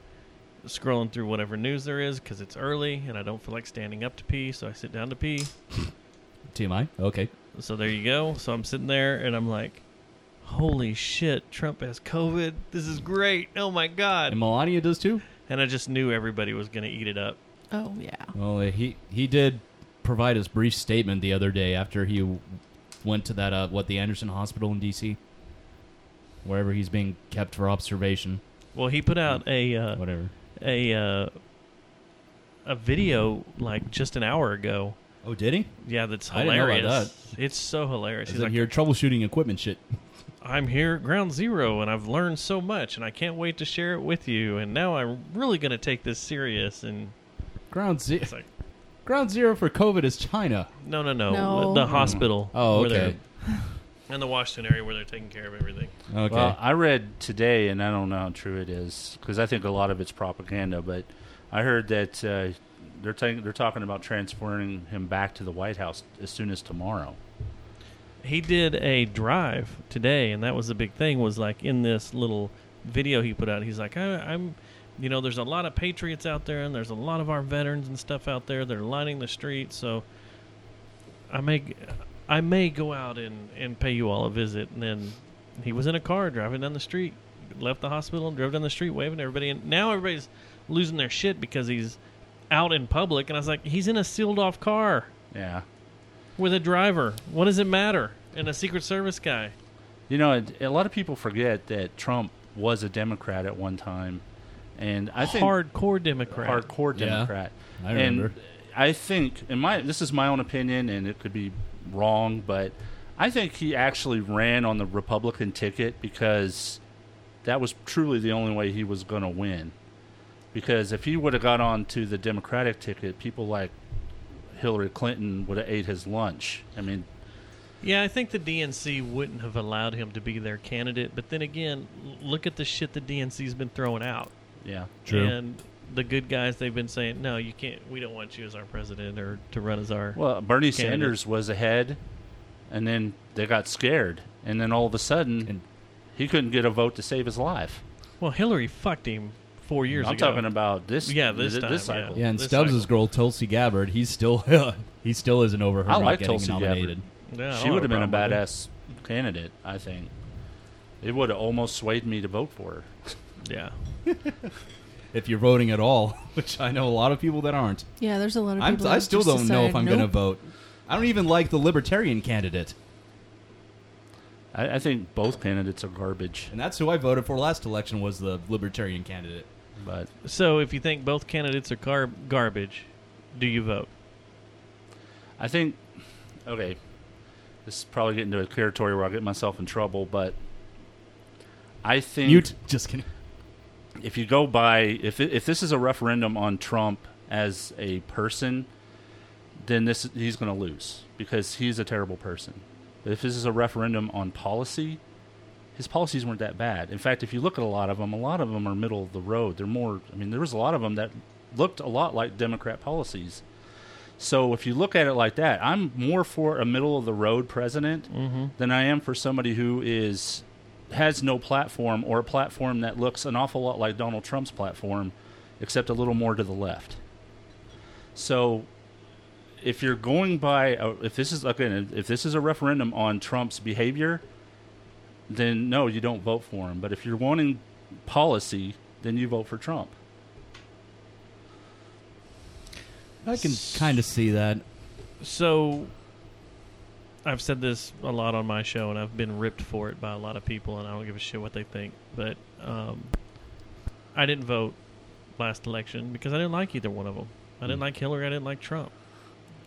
[SPEAKER 8] scrolling through whatever news there is because it's early and I don't feel like standing up to pee, so I sit down to pee.
[SPEAKER 10] TMI. Okay.
[SPEAKER 8] So there you go. So I'm sitting there and I'm like, "Holy shit! Trump has COVID. This is great. Oh my god!"
[SPEAKER 10] And Melania does too.
[SPEAKER 8] And I just knew everybody was gonna eat it up.
[SPEAKER 12] Oh yeah.
[SPEAKER 10] Well, uh, he he did provide his brief statement the other day after he w- went to that uh, what the Anderson Hospital in D.C. Wherever he's being kept for observation,
[SPEAKER 8] Well, he put out a uh,
[SPEAKER 10] whatever.
[SPEAKER 8] a uh, a video like just an hour ago.
[SPEAKER 10] Oh, did he?
[SPEAKER 8] Yeah, that's
[SPEAKER 10] I didn't know about
[SPEAKER 8] hilarious. It's so hilarious.
[SPEAKER 10] He's
[SPEAKER 8] He's like,
[SPEAKER 10] here troubleshooting equipment shit.
[SPEAKER 8] I'm here at Ground Zero, and I've learned so much, and I can't wait to share it with you. And now I'm really going to take this serious. And
[SPEAKER 10] Ground zero.
[SPEAKER 8] like-
[SPEAKER 10] Ground zero for COVID is China.
[SPEAKER 8] no, no, no,
[SPEAKER 12] No.
[SPEAKER 8] the hospital.
[SPEAKER 10] Oh,
[SPEAKER 8] where
[SPEAKER 10] okay.
[SPEAKER 8] they're- In the Washington area where they're taking care of everything.
[SPEAKER 10] Okay.
[SPEAKER 7] Well, I read today, and I don't know how true it is because I think a lot of it's propaganda. But I heard that uh, they're ta- they're talking about transferring him back to the White House as soon as tomorrow.
[SPEAKER 8] He did a drive today, and that was the big thing. Was like in this little video he put out. He's like, I, I'm, you know, there's a lot of patriots out there, and there's a lot of our veterans and stuff out there. They're lining the streets, so I may, I may go out and and pay you all a visit. And then he was in a car driving down the street, left the hospital and drove down the street waving to everybody. And now everybody's losing their shit because he's out in public. And I was like, he's in a sealed off car
[SPEAKER 7] Yeah,
[SPEAKER 8] with a driver. What does it matter? And a Secret Service guy.
[SPEAKER 7] you know, it, a lot of people forget that Trump was a Democrat at one time, and I think
[SPEAKER 8] hardcore Democrat.
[SPEAKER 7] hardcore
[SPEAKER 10] Yeah,
[SPEAKER 7] Democrat.
[SPEAKER 10] I remember.
[SPEAKER 7] And I think, in my this is my own opinion, and it could be wrong, but I think he actually ran on the Republican ticket because that was truly the only way he was going to win. Because if he would have got on to the Democratic ticket, people like Hillary Clinton would have ate his lunch. I mean,
[SPEAKER 8] Yeah, I think the DNC wouldn't have allowed him to be their candidate. But then again, l- look at the shit the DNC's been throwing out.
[SPEAKER 7] yeah.
[SPEAKER 8] And the good guys, they've been saying, no, you can't. We don't want you as our president or to run as our.
[SPEAKER 7] Well, Bernie
[SPEAKER 8] Candidate.
[SPEAKER 7] Sanders was ahead, and then they got scared, and then all of a sudden,
[SPEAKER 10] And-
[SPEAKER 7] he couldn't get a vote to save his life.
[SPEAKER 8] Well, Hillary fucked him four years
[SPEAKER 7] I'm
[SPEAKER 8] ago.
[SPEAKER 7] talking about this-
[SPEAKER 8] Yeah, this
[SPEAKER 7] th-
[SPEAKER 8] time.
[SPEAKER 7] this
[SPEAKER 8] yeah.
[SPEAKER 7] cycle.
[SPEAKER 10] Yeah, and
[SPEAKER 8] This
[SPEAKER 10] Stubbs' girl Tulsi Gabbard, he's still he still isn't over her
[SPEAKER 7] I
[SPEAKER 10] not
[SPEAKER 7] like
[SPEAKER 10] getting
[SPEAKER 7] Tulsi
[SPEAKER 10] nominated.
[SPEAKER 7] Gabbard.
[SPEAKER 8] Yeah, I don't
[SPEAKER 7] she
[SPEAKER 8] have
[SPEAKER 7] would have
[SPEAKER 8] a
[SPEAKER 7] been a
[SPEAKER 8] problem with
[SPEAKER 7] badass candidate. I think it would have almost swayed me to vote for her.
[SPEAKER 8] Yeah.
[SPEAKER 10] If you're voting at all, which I know a lot of people that aren't.
[SPEAKER 12] Yeah, there's a lot of
[SPEAKER 10] I'm,
[SPEAKER 12] people
[SPEAKER 10] I
[SPEAKER 12] that
[SPEAKER 10] still
[SPEAKER 12] just
[SPEAKER 10] don't know if
[SPEAKER 12] decide,
[SPEAKER 10] I'm going to
[SPEAKER 12] nope.
[SPEAKER 10] vote. I don't even like the Libertarian candidate,
[SPEAKER 7] I, I think both candidates are garbage.
[SPEAKER 10] and that's who I voted for last election was the Libertarian candidate.
[SPEAKER 7] But
[SPEAKER 8] So if you think both candidates are gar- garbage, do you vote?
[SPEAKER 7] I think, okay, this is probably getting to a territory where I'll get myself in trouble, but I think.
[SPEAKER 10] Mute. Just kidding.
[SPEAKER 7] If you go by. If, it, if this is a referendum on Trump as a person, then this he's going to lose because he's a terrible person. But if this is a referendum on policy, his policies weren't that bad. In fact, if you look at a lot of them, a lot of them are middle of the road. They're more, I mean, there was a lot of them that looked a lot like Democrat policies. So if you look at it like that, I'm more for a middle of the road president
[SPEAKER 8] Mhm.
[SPEAKER 7] than I am for somebody who is has no platform or a platform that looks an awful lot like Donald Trump's platform, except a little more to the left. So if you're going by uh, if this is again if this is a referendum on Trump's behavior, then no, you don't vote for him. But if you're wanting policy, then you vote for Trump.
[SPEAKER 10] I can kind of see that.
[SPEAKER 8] So I've said this a lot on my show, and I've been ripped for it by a lot of people, and I don't give a shit what they think. But um, I didn't vote last election because I didn't like either one of them. I
[SPEAKER 10] Hmm.
[SPEAKER 8] didn't like Hillary. I didn't like Trump.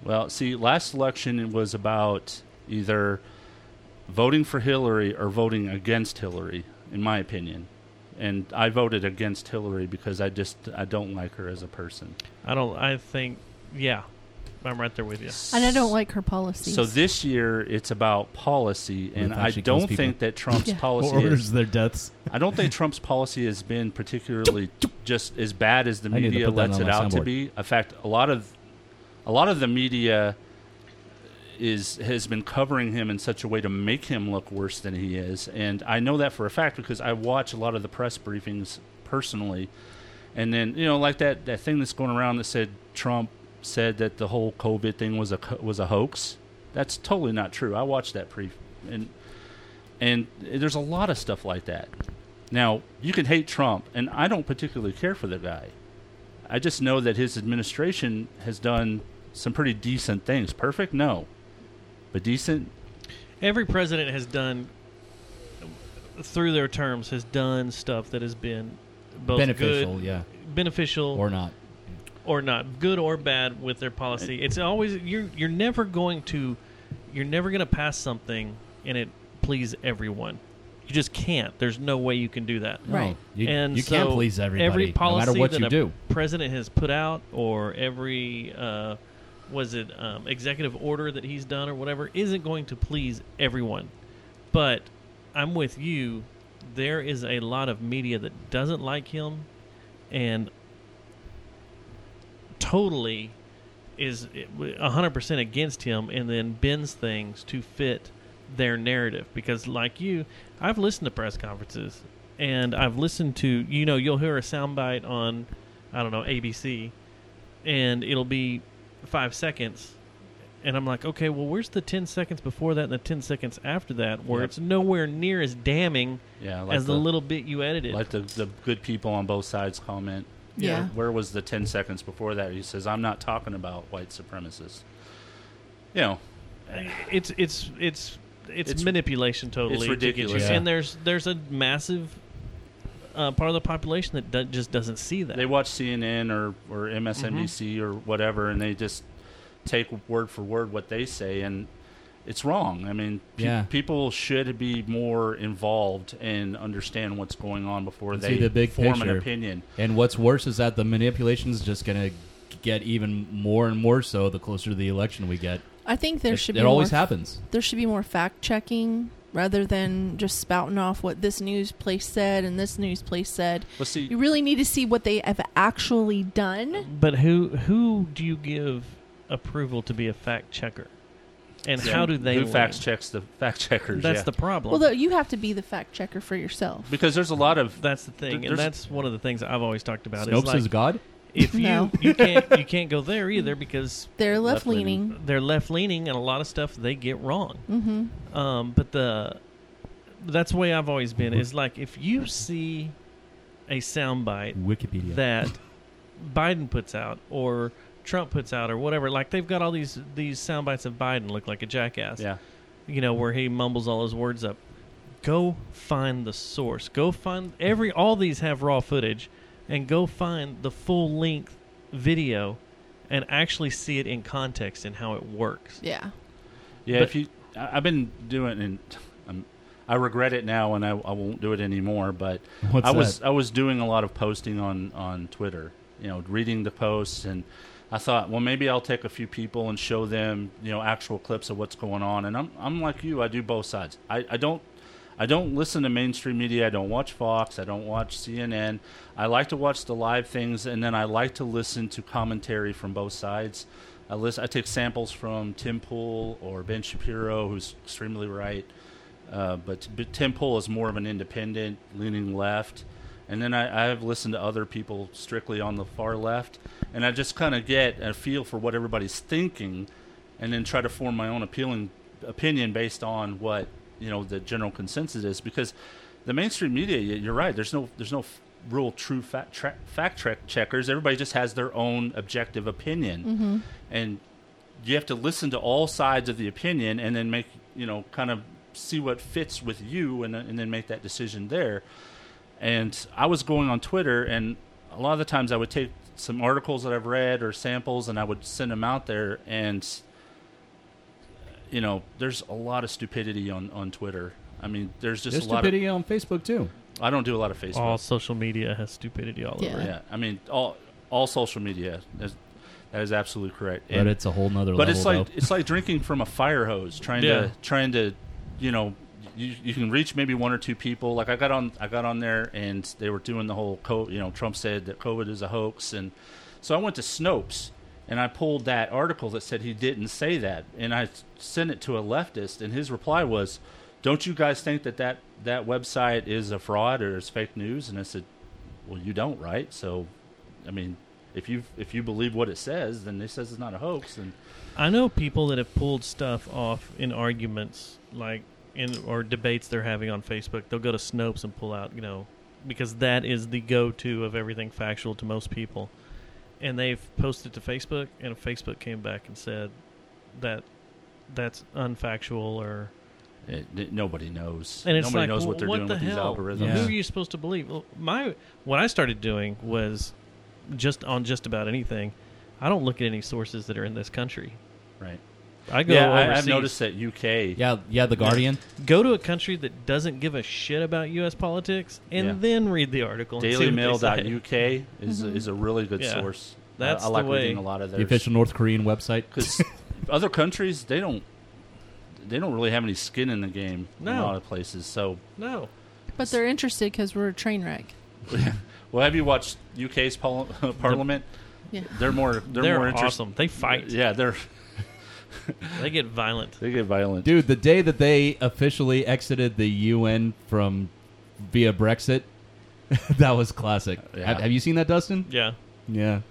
[SPEAKER 7] Well, see, last election it was about either voting for Hillary or voting against Hillary, in my opinion. And I voted against Hillary because I just I don't like her as a person.
[SPEAKER 8] I don't. I think. Yeah, I'm right there with you.
[SPEAKER 12] And I don't like her policies.
[SPEAKER 7] So this year it's about policy, and
[SPEAKER 10] We've
[SPEAKER 7] I
[SPEAKER 10] actually kills
[SPEAKER 7] don't
[SPEAKER 10] people.
[SPEAKER 7] think that Trump's
[SPEAKER 12] Yeah.
[SPEAKER 7] policy
[SPEAKER 10] Or
[SPEAKER 7] is-
[SPEAKER 10] orders their deaths.
[SPEAKER 7] I don't think Trump's policy has been particularly just as bad as the
[SPEAKER 10] I need to
[SPEAKER 7] media
[SPEAKER 10] put that
[SPEAKER 7] lets
[SPEAKER 10] on
[SPEAKER 7] it
[SPEAKER 10] my
[SPEAKER 7] out to
[SPEAKER 10] soundboard.
[SPEAKER 7] be. In fact, a lot of a lot of the media is has been covering him in such a way to make him look worse than he is, and I know that for a fact because I watch a lot of the press briefings personally. And then you know, like that that thing that's going around that said Trump said that the whole COVID thing was a co- was a hoax. That's totally not true. I watched that pre and and there's a lot of stuff like that. Now, you can hate Trump, and I don't particularly care for the guy. I just know that his administration has done some pretty decent things. Perfect? No. But decent?
[SPEAKER 8] Every president has done through their terms has done stuff that has been both
[SPEAKER 10] Beneficial,
[SPEAKER 8] good,
[SPEAKER 10] yeah.
[SPEAKER 8] beneficial
[SPEAKER 10] Or not.
[SPEAKER 8] or not good or bad with their policy. It's always you're you're never going to you're never going to pass something and it please everyone. You just can't. There's no way you can do that.
[SPEAKER 10] No, Right. you-
[SPEAKER 8] and
[SPEAKER 10] you can't
[SPEAKER 8] so
[SPEAKER 10] please everybody,
[SPEAKER 8] Every
[SPEAKER 10] no
[SPEAKER 8] policy
[SPEAKER 10] matter what
[SPEAKER 8] that
[SPEAKER 10] you
[SPEAKER 8] a
[SPEAKER 10] do.
[SPEAKER 8] president has put out, or every uh, was it um, executive order that he's done, or whatever, isn't going to please everyone. But I'm with you. There is a lot of media that doesn't like him, and totally is 100% against him and then bends things to fit their narrative because like you I've listened to press conferences and I've listened to you know you'll hear a soundbite on I don't know ABC and it'll be 5 seconds and I'm like okay well where's the 10 seconds before that and the 10 seconds after that where
[SPEAKER 7] Yep.
[SPEAKER 8] it's nowhere near as damning
[SPEAKER 7] Yeah, like
[SPEAKER 8] as the,
[SPEAKER 7] the-
[SPEAKER 8] little bit you edited
[SPEAKER 7] Like the, the good people on both sides comment.
[SPEAKER 12] Yeah.
[SPEAKER 7] Where was the 10 seconds before that? He says, I'm not talking about white supremacists. You know,
[SPEAKER 8] it's it's it's it's,
[SPEAKER 7] It's-
[SPEAKER 8] manipulation totally
[SPEAKER 7] it's
[SPEAKER 8] to get you.
[SPEAKER 7] ridiculous.
[SPEAKER 8] and there's there's a massive uh, part of the population that do- just doesn't see that
[SPEAKER 7] they watch CNN or or MSNBC
[SPEAKER 10] Mm-hmm.
[SPEAKER 7] or whatever, and they just take word for word what they say, and it's wrong. I mean, pe-
[SPEAKER 10] Yeah.
[SPEAKER 7] people should be more involved and understand what's going on before
[SPEAKER 10] And
[SPEAKER 7] they
[SPEAKER 10] see the big
[SPEAKER 7] form
[SPEAKER 10] picture.
[SPEAKER 7] an opinion.
[SPEAKER 10] And what's worse is that the manipulation's just going to get even more and more so the closer to the election we get.
[SPEAKER 12] I think there
[SPEAKER 10] It-
[SPEAKER 12] should
[SPEAKER 10] it
[SPEAKER 12] be
[SPEAKER 10] always
[SPEAKER 12] more,
[SPEAKER 10] happens.
[SPEAKER 12] There should be more fact checking rather than just spouting off what this news place said and this news place said.
[SPEAKER 7] Well, see-
[SPEAKER 12] you really need to see what they have actually done.
[SPEAKER 8] but who who do you give approval to be a fact checker And
[SPEAKER 7] Yeah,
[SPEAKER 8] how do they
[SPEAKER 7] Who fact
[SPEAKER 8] win?
[SPEAKER 7] checks the fact checkers?
[SPEAKER 8] That's
[SPEAKER 7] yeah.
[SPEAKER 8] the problem.
[SPEAKER 12] Well, though, you have to be the fact checker for yourself.
[SPEAKER 7] because there's a lot of
[SPEAKER 8] that's the thing, and
[SPEAKER 7] there's-
[SPEAKER 8] that's one of the things I've always talked about.
[SPEAKER 10] Snopes
[SPEAKER 8] like,
[SPEAKER 10] is God?
[SPEAKER 8] If you
[SPEAKER 12] No.
[SPEAKER 8] you can't you can't go there either because
[SPEAKER 12] They're left-leaning.
[SPEAKER 8] They're left leaning, and a lot of stuff they get wrong.
[SPEAKER 12] Mhm.
[SPEAKER 8] Um, but the that's the way I've always been is like if you see a soundbite
[SPEAKER 10] Wikipedia.
[SPEAKER 8] that Biden puts out or Trump puts out or whatever, like they've got all these these sound bites of Biden look like a jackass.
[SPEAKER 7] Yeah.
[SPEAKER 8] You know, where he mumbles all his words up. Go find the source. Go find every all these have raw footage and go find the full length video and actually see it in context and how it works.
[SPEAKER 12] Yeah.
[SPEAKER 7] Yeah,
[SPEAKER 8] But-
[SPEAKER 7] if you, I- I've been doing, and um, I regret it now, and I, I won't do it anymore. But
[SPEAKER 10] What's
[SPEAKER 7] I was
[SPEAKER 10] that?
[SPEAKER 7] I was doing a lot of posting on on Twitter, you know, reading the posts, and I thought, well, maybe I'll take a few people and show them, you know, actual clips of what's going on. And I'm I'm like you, I do both sides. I, I don't. I don't listen to mainstream media. I don't watch Fox. I don't watch CNN. I like to watch the live things, and then I like to listen to commentary from both sides. I list, I take samples from Tim Pool or Ben Shapiro, who's extremely right, uh, but, but Tim Pool is more of an independent, leaning left. And then I, I have listened to other people strictly on the far left, and I just kind of get a feel for what everybody's thinking, and then try to form my own appealing opinion based on what you know the general consensus is. Because the mainstream media, y- you're right. There's no there's no f- real true fact tra- fact check checkers. Everybody just has their own objective opinion
[SPEAKER 13] Mhm.
[SPEAKER 7] and you have to listen to all sides of the opinion and then make you know kind of see what fits with you and, and then make that decision there and i was going on twitter and a lot of the times i would take some articles that i've read or samples and i would send them out there and you know there's a lot of stupidity on on twitter i mean there's just
[SPEAKER 10] There's
[SPEAKER 7] a lot of
[SPEAKER 10] stupidity on Facebook too.
[SPEAKER 7] i don't do a lot of facebook
[SPEAKER 8] All social media has stupidity all over it.
[SPEAKER 7] yeah, I mean all all social media. Is, that is absolutely correct.
[SPEAKER 10] Reddit's a whole nother
[SPEAKER 7] But it's
[SPEAKER 10] level,
[SPEAKER 7] like
[SPEAKER 10] though.
[SPEAKER 7] it's like drinking from a fire hose. Trying
[SPEAKER 10] Yeah.
[SPEAKER 7] to trying to, you know, you, you can reach maybe one or two people. Like I got on I got on there and they were doing the whole co- you know Trump said that COVID is a hoax and so I went to Snopes and I pulled that article that said he didn't say that and I sent it to a leftist and his reply was. Don't you guys think that, that that website is a fraud or is fake news? And I said, well, you don't, right? So, I mean, if you if you believe what it says, then it says it's not a hoax. And
[SPEAKER 8] I know people that have pulled stuff off in arguments, like in or debates they're having on Facebook. They'll go to Snopes and pull out, you know, because that is the go-to of everything factual to most people. And they've posted to Facebook, and Facebook came back and said that that's unfactual or
[SPEAKER 7] it, it- nobody knows.
[SPEAKER 8] and it's
[SPEAKER 7] nobody
[SPEAKER 8] like,
[SPEAKER 7] knows what
[SPEAKER 8] well,
[SPEAKER 7] they're doing
[SPEAKER 8] the
[SPEAKER 7] with
[SPEAKER 8] hell?
[SPEAKER 7] these algorithms.
[SPEAKER 8] Who are you supposed to believe? Well, my what I started doing was just on just about anything. I don't look at any sources that are in this country.
[SPEAKER 7] Right.
[SPEAKER 8] I go.
[SPEAKER 7] Yeah, I- I've
[SPEAKER 8] overseas.
[SPEAKER 7] noticed that UK.
[SPEAKER 10] Yeah, yeah, The Guardian.
[SPEAKER 8] Go to a country that doesn't give a shit about U.S. politics, and
[SPEAKER 7] Yeah.
[SPEAKER 8] then read the article. and see what they
[SPEAKER 7] DailyMail.uk is
[SPEAKER 8] Mhm.
[SPEAKER 7] is a really good
[SPEAKER 8] Yeah.
[SPEAKER 7] source. I-
[SPEAKER 8] That's
[SPEAKER 7] I, like
[SPEAKER 8] the way.
[SPEAKER 7] reading a lot of
[SPEAKER 10] The
[SPEAKER 7] their
[SPEAKER 10] official North Korean website.
[SPEAKER 7] because other countries they don't they don't really have any skin in the game in a
[SPEAKER 12] No.
[SPEAKER 7] lot of places. So,
[SPEAKER 8] No.
[SPEAKER 12] But they're interested because we're a train wreck.
[SPEAKER 7] well, have you watched UK's pol- Parliament?
[SPEAKER 12] Yeah.
[SPEAKER 7] They're more they're,
[SPEAKER 8] They're
[SPEAKER 7] more interest-
[SPEAKER 8] awesome. They fight.
[SPEAKER 7] Yeah, they're
[SPEAKER 8] they get violent.
[SPEAKER 7] They get violent.
[SPEAKER 10] Dude, the day that they officially exited the UN from via Brexit, that was classic. Have, have you seen that, Dustin?
[SPEAKER 8] Yeah.
[SPEAKER 10] Yeah.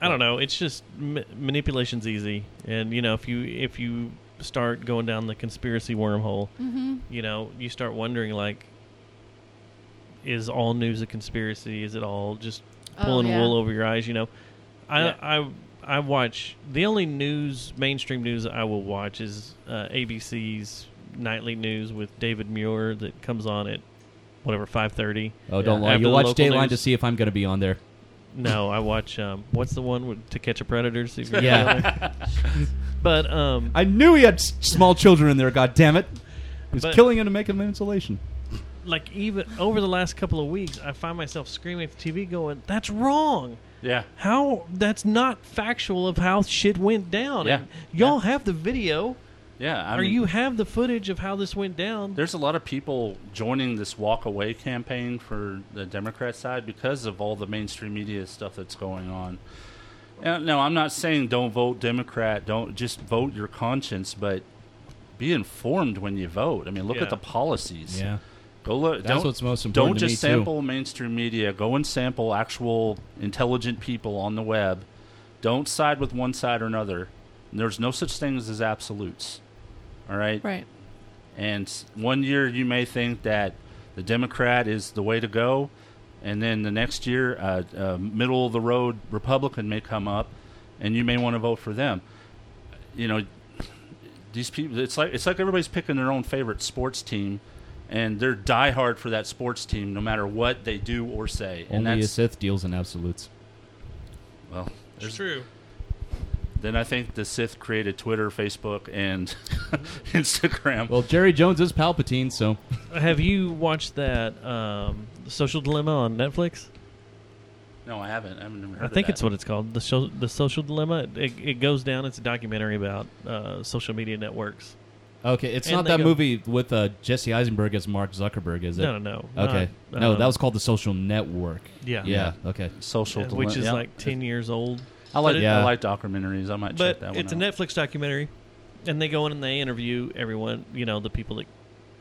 [SPEAKER 8] I don't know. It's just ma- manipulation's easy, and you know if you if you start going down the conspiracy wormhole,
[SPEAKER 12] Mhm.
[SPEAKER 8] you know you start wondering like, is all news a conspiracy? Is it all just
[SPEAKER 12] Oh,
[SPEAKER 8] pulling
[SPEAKER 12] yeah.
[SPEAKER 8] wool over your eyes? You know, I I I watch the only news mainstream news I will watch is uh, ABC's nightly news with David Muir that comes on at whatever five thirty.
[SPEAKER 10] Oh, don't lie. You watch Dayline to see if I'm going to be on there.
[SPEAKER 8] No, I watch. Um, what's the one with, to catch a predator? See if you're
[SPEAKER 10] Yeah.
[SPEAKER 8] killing? but um,
[SPEAKER 10] I knew he had s- small children in there. God damn it! He's
[SPEAKER 8] But-
[SPEAKER 10] killing him to make him insulation.
[SPEAKER 8] like even over the last couple of weeks, I find myself screaming at the TV, going, "That's wrong."
[SPEAKER 7] Yeah.
[SPEAKER 8] How? That's not factual of how shit went down.
[SPEAKER 7] Yeah.
[SPEAKER 8] And y'all have the video,
[SPEAKER 7] yeah. I
[SPEAKER 8] or
[SPEAKER 7] mean,
[SPEAKER 8] you have the footage of how this went down.
[SPEAKER 7] There's a lot of people joining this walk away campaign for the Democrat side because of all the mainstream media stuff that's going on. Uh, no, I'm not saying don't vote Democrat. Don't just vote your conscience, but be informed when you vote. I mean, look
[SPEAKER 10] Yeah.
[SPEAKER 7] at the policies.
[SPEAKER 10] Yeah.
[SPEAKER 7] Go look.
[SPEAKER 10] That's
[SPEAKER 7] don't,
[SPEAKER 10] what's most important
[SPEAKER 7] Don't
[SPEAKER 10] to
[SPEAKER 7] just
[SPEAKER 10] me, too.
[SPEAKER 7] sample mainstream media. Go and sample actual intelligent people on the web. Don't side with one side or another. There's no such things as absolutes. All right.
[SPEAKER 12] Right.
[SPEAKER 7] And s- one year you may think that the Democrat is the way to go, and then the next year, uh, uh, middle of the road Republican may come up, and you may want to vote for them. You know, these people. It's like it's like everybody's picking their own favorite sports team, and they're diehard for that sports team, no matter what they do or say. and
[SPEAKER 10] Only a
[SPEAKER 7] that's
[SPEAKER 10] Sith deals in absolutes.
[SPEAKER 7] well, there's-
[SPEAKER 4] true.
[SPEAKER 7] Then I think the Sith created Twitter, Facebook, and Instagram.
[SPEAKER 10] Well, Jerry Jones is Palpatine, so
[SPEAKER 8] Have you watched that um, Social Dilemma on Netflix?
[SPEAKER 7] No, I haven't. I haven't even heard
[SPEAKER 8] I
[SPEAKER 7] of
[SPEAKER 8] think
[SPEAKER 7] that.
[SPEAKER 8] it's what it's called the show, the social dilemma. It, it goes down. It's a documentary about uh, social media networks.
[SPEAKER 10] Okay, it's
[SPEAKER 8] And
[SPEAKER 10] not
[SPEAKER 8] they
[SPEAKER 10] that
[SPEAKER 8] go-
[SPEAKER 10] movie with uh, Jesse Eisenberg as Mark Zuckerberg, is it?
[SPEAKER 8] No, no, no.
[SPEAKER 10] Okay,
[SPEAKER 8] Not-
[SPEAKER 10] no,
[SPEAKER 8] um,
[SPEAKER 10] that was called The Social Network.
[SPEAKER 8] Yeah.
[SPEAKER 10] yeah, okay.
[SPEAKER 7] Social,
[SPEAKER 8] Yeah, which is
[SPEAKER 7] Yeah.
[SPEAKER 8] like ten years old.
[SPEAKER 7] I like
[SPEAKER 8] But it-
[SPEAKER 7] I like documentaries. I might check
[SPEAKER 8] but
[SPEAKER 7] that
[SPEAKER 8] it's a
[SPEAKER 7] one. out.
[SPEAKER 8] Netflix documentary, and they go in and they interview everyone. You know, the people that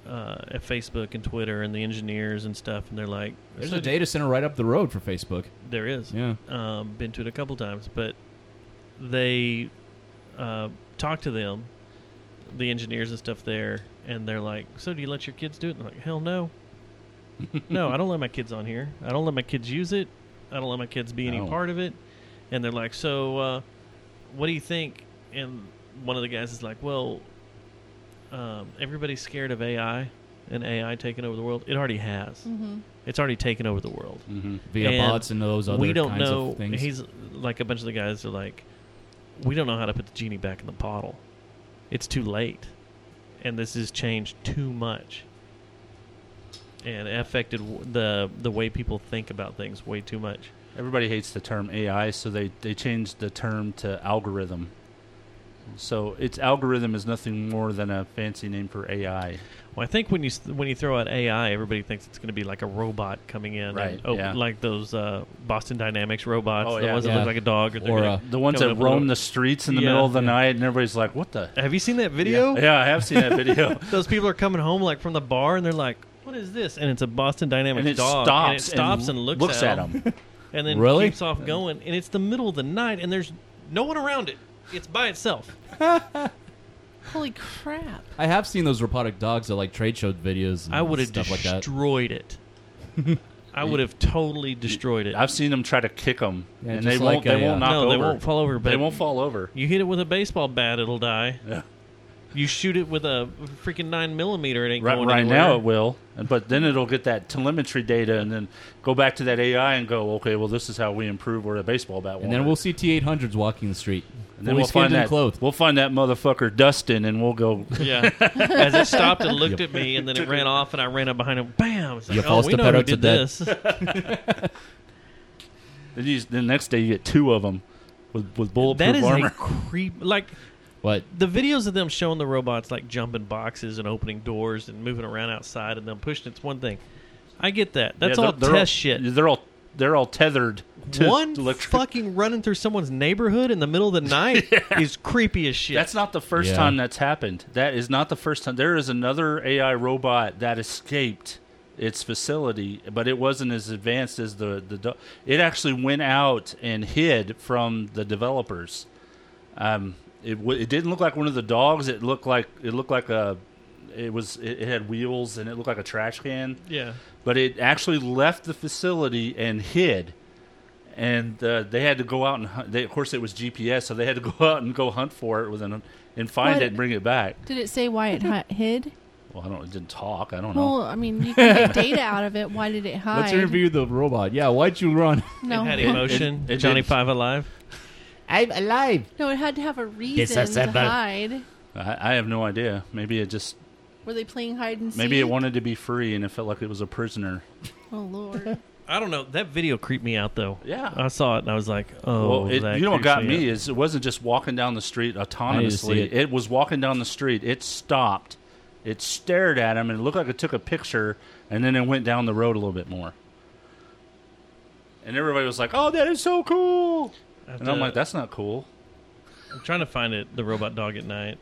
[SPEAKER 8] uh, at Facebook and Twitter and the engineers and stuff, and they're like,
[SPEAKER 10] There's
[SPEAKER 8] "So
[SPEAKER 10] a data center right up the road for Facebook.
[SPEAKER 8] There is.
[SPEAKER 10] Yeah.
[SPEAKER 8] Um, been to it a couple times, but they uh, talk to them, the engineers and stuff there, and they're like, "So do you let your kids do it?" And they're like, "Hell no. no, I don't let my kids on here. I don't let my kids use it. I don't let my kids be any
[SPEAKER 7] No.
[SPEAKER 8] part of it." And they're like, "So, uh, what do you think?" And one of the guys is like, "Well, um, everybody's scared of AI." And AI taking over the world. It already has.
[SPEAKER 12] Mhm.
[SPEAKER 8] It's already taken over the world
[SPEAKER 7] Mm-hmm.
[SPEAKER 10] Mhm. Via bots and those other
[SPEAKER 8] we don't
[SPEAKER 10] kinds of
[SPEAKER 8] know.
[SPEAKER 10] things.
[SPEAKER 8] He's like a bunch of the guys are like, we don't know how to put the genie back in the bottle. It's too late, and this has changed too much, and it affected w- the the way people think about things way too much.
[SPEAKER 7] Everybody hates the term AI, so they they changed the term to algorithm. So its algorithm is nothing more than a fancy name for AI.
[SPEAKER 8] Well, I think when you s- when you throw out AI, everybody thinks it's going to be like a robot coming in, and
[SPEAKER 7] Right,
[SPEAKER 8] op-
[SPEAKER 7] yeah.
[SPEAKER 8] like those uh, Boston Dynamics robots,
[SPEAKER 7] Oh,
[SPEAKER 8] the
[SPEAKER 7] yeah.
[SPEAKER 8] ones that
[SPEAKER 7] Yeah.
[SPEAKER 8] look like a dog, they're
[SPEAKER 7] Or,
[SPEAKER 8] gonna
[SPEAKER 7] uh, the ones
[SPEAKER 8] come
[SPEAKER 7] that
[SPEAKER 8] up with
[SPEAKER 7] roam
[SPEAKER 8] a-
[SPEAKER 7] the streets in the
[SPEAKER 8] Yeah,
[SPEAKER 7] middle of the
[SPEAKER 8] yeah.
[SPEAKER 7] night, and everybody's like, "What the?"
[SPEAKER 8] Have you seen that video?
[SPEAKER 7] Yeah, I have seen that video.
[SPEAKER 8] Those people are coming home like from the bar, and they're like, "What is this?" And it's a Boston Dynamics
[SPEAKER 7] And it
[SPEAKER 8] dog. and it
[SPEAKER 7] stops
[SPEAKER 8] stops
[SPEAKER 7] and
[SPEAKER 8] and, looks,
[SPEAKER 7] looks at 'em.
[SPEAKER 8] and then
[SPEAKER 7] Really?
[SPEAKER 8] keeps off going. And it's the middle of the night, and there's no one around it. It's by itself.
[SPEAKER 12] Holy crap!
[SPEAKER 10] I have seen those robotic dogs at like trade show videos. And
[SPEAKER 8] I would have
[SPEAKER 10] stuff like that.
[SPEAKER 8] destroyed it. I would have totally destroyed it.
[SPEAKER 7] I've seen them try to kick them,
[SPEAKER 8] Yeah,
[SPEAKER 7] and
[SPEAKER 8] just
[SPEAKER 7] they
[SPEAKER 8] like
[SPEAKER 7] won't. They
[SPEAKER 8] a,
[SPEAKER 7] won't
[SPEAKER 8] uh,
[SPEAKER 7] knock
[SPEAKER 8] No,
[SPEAKER 7] over.
[SPEAKER 8] they won't fall over,
[SPEAKER 7] they
[SPEAKER 8] but-
[SPEAKER 7] won't fall over.
[SPEAKER 8] You hit it with a baseball bat, it'll die.
[SPEAKER 7] Yeah.
[SPEAKER 8] You shoot it with a freaking nine millimeter, it ain't
[SPEAKER 7] Right,
[SPEAKER 8] going
[SPEAKER 7] right
[SPEAKER 8] anywhere.
[SPEAKER 7] now it will, and- but then it'll get that telemetry data, and then go back to that AI and go, "Okay, well, this is how we improve where the baseball bat."
[SPEAKER 10] And then we'll see T800s walking the street.
[SPEAKER 7] And then
[SPEAKER 10] Fully
[SPEAKER 7] we'll find
[SPEAKER 10] skinned and
[SPEAKER 7] that.
[SPEAKER 10] clothed.
[SPEAKER 7] We'll find that motherfucker Dustin, and we'll go.
[SPEAKER 8] Yeah. As it stopped and looked at me, and then it ran off, and I ran up behind it. Bam! It's like,
[SPEAKER 7] You
[SPEAKER 8] oh,
[SPEAKER 7] false
[SPEAKER 8] we know who
[SPEAKER 7] departed to
[SPEAKER 8] did this.
[SPEAKER 7] death. then you, the next day you get two of them with with bulletproof
[SPEAKER 8] that is
[SPEAKER 7] armor.
[SPEAKER 8] a creep. Like
[SPEAKER 10] what
[SPEAKER 8] the videos of them showing the robots like jumping boxes and opening doors and moving around outside and them pushing. It's one thing. I get that. That's
[SPEAKER 7] Yeah,
[SPEAKER 8] all
[SPEAKER 7] they're-
[SPEAKER 8] test
[SPEAKER 7] they're
[SPEAKER 8] shit.
[SPEAKER 7] They're all they're all tethered. To
[SPEAKER 8] One
[SPEAKER 7] electric-
[SPEAKER 8] fucking running through someone's neighborhood in the middle of the night is creepy as shit.
[SPEAKER 7] That's not the first
[SPEAKER 8] Yeah.
[SPEAKER 7] time that's happened. That is not the first time. There is another AI robot that escaped its facility, but it wasn't as advanced as the the. do- It actually went out and hid from the developers. Um, it w- it didn't look like one of the dogs. It looked like it looked like a. It was it, it had wheels and it looked like a trash can.
[SPEAKER 8] Yeah.
[SPEAKER 7] But it actually left the facility and hid and uh, they had to go out and hunt. They, of course, it was GPS, so they had to go out and go hunt for it with an, and find
[SPEAKER 12] What?
[SPEAKER 7] it and bring it back.
[SPEAKER 12] Did it say why it hi- hid?
[SPEAKER 7] Well, I don't. It didn't talk. I don't
[SPEAKER 12] Well,
[SPEAKER 7] know.
[SPEAKER 12] I mean, you can get data out of it. Why did it hide?
[SPEAKER 10] Let's interview the robot. Yeah, why'd you run?
[SPEAKER 12] No. It had
[SPEAKER 8] emotion. Johnny Five Alive.
[SPEAKER 10] I'm alive.
[SPEAKER 12] No, it had to have a reason
[SPEAKER 7] Yes, I
[SPEAKER 12] to
[SPEAKER 7] said that.
[SPEAKER 12] hide.
[SPEAKER 7] I, I have no idea. Maybe it just.
[SPEAKER 12] Were they playing hide and seek?
[SPEAKER 7] Maybe it wanted to be free, and it felt like it was a prisoner.
[SPEAKER 12] Oh lord.
[SPEAKER 8] I don't know. That video creeped me out though.
[SPEAKER 7] Yeah.
[SPEAKER 8] I saw it and I was like, oh,
[SPEAKER 7] well, it,
[SPEAKER 8] that
[SPEAKER 7] you know what
[SPEAKER 8] creeps
[SPEAKER 7] got
[SPEAKER 8] out.
[SPEAKER 7] me is it wasn't just walking down the street
[SPEAKER 8] I need to see
[SPEAKER 7] autonomously.
[SPEAKER 8] it.
[SPEAKER 7] It. was walking down the street. It stopped. It stared at him, and it looked like it took a picture, and then it went down the road a little bit more. And everybody was like, "Oh, that is so cool!"
[SPEAKER 8] have
[SPEAKER 7] And I'm
[SPEAKER 8] to-
[SPEAKER 7] like, that's not cool.
[SPEAKER 8] I'm trying to find it. The robot dog at night.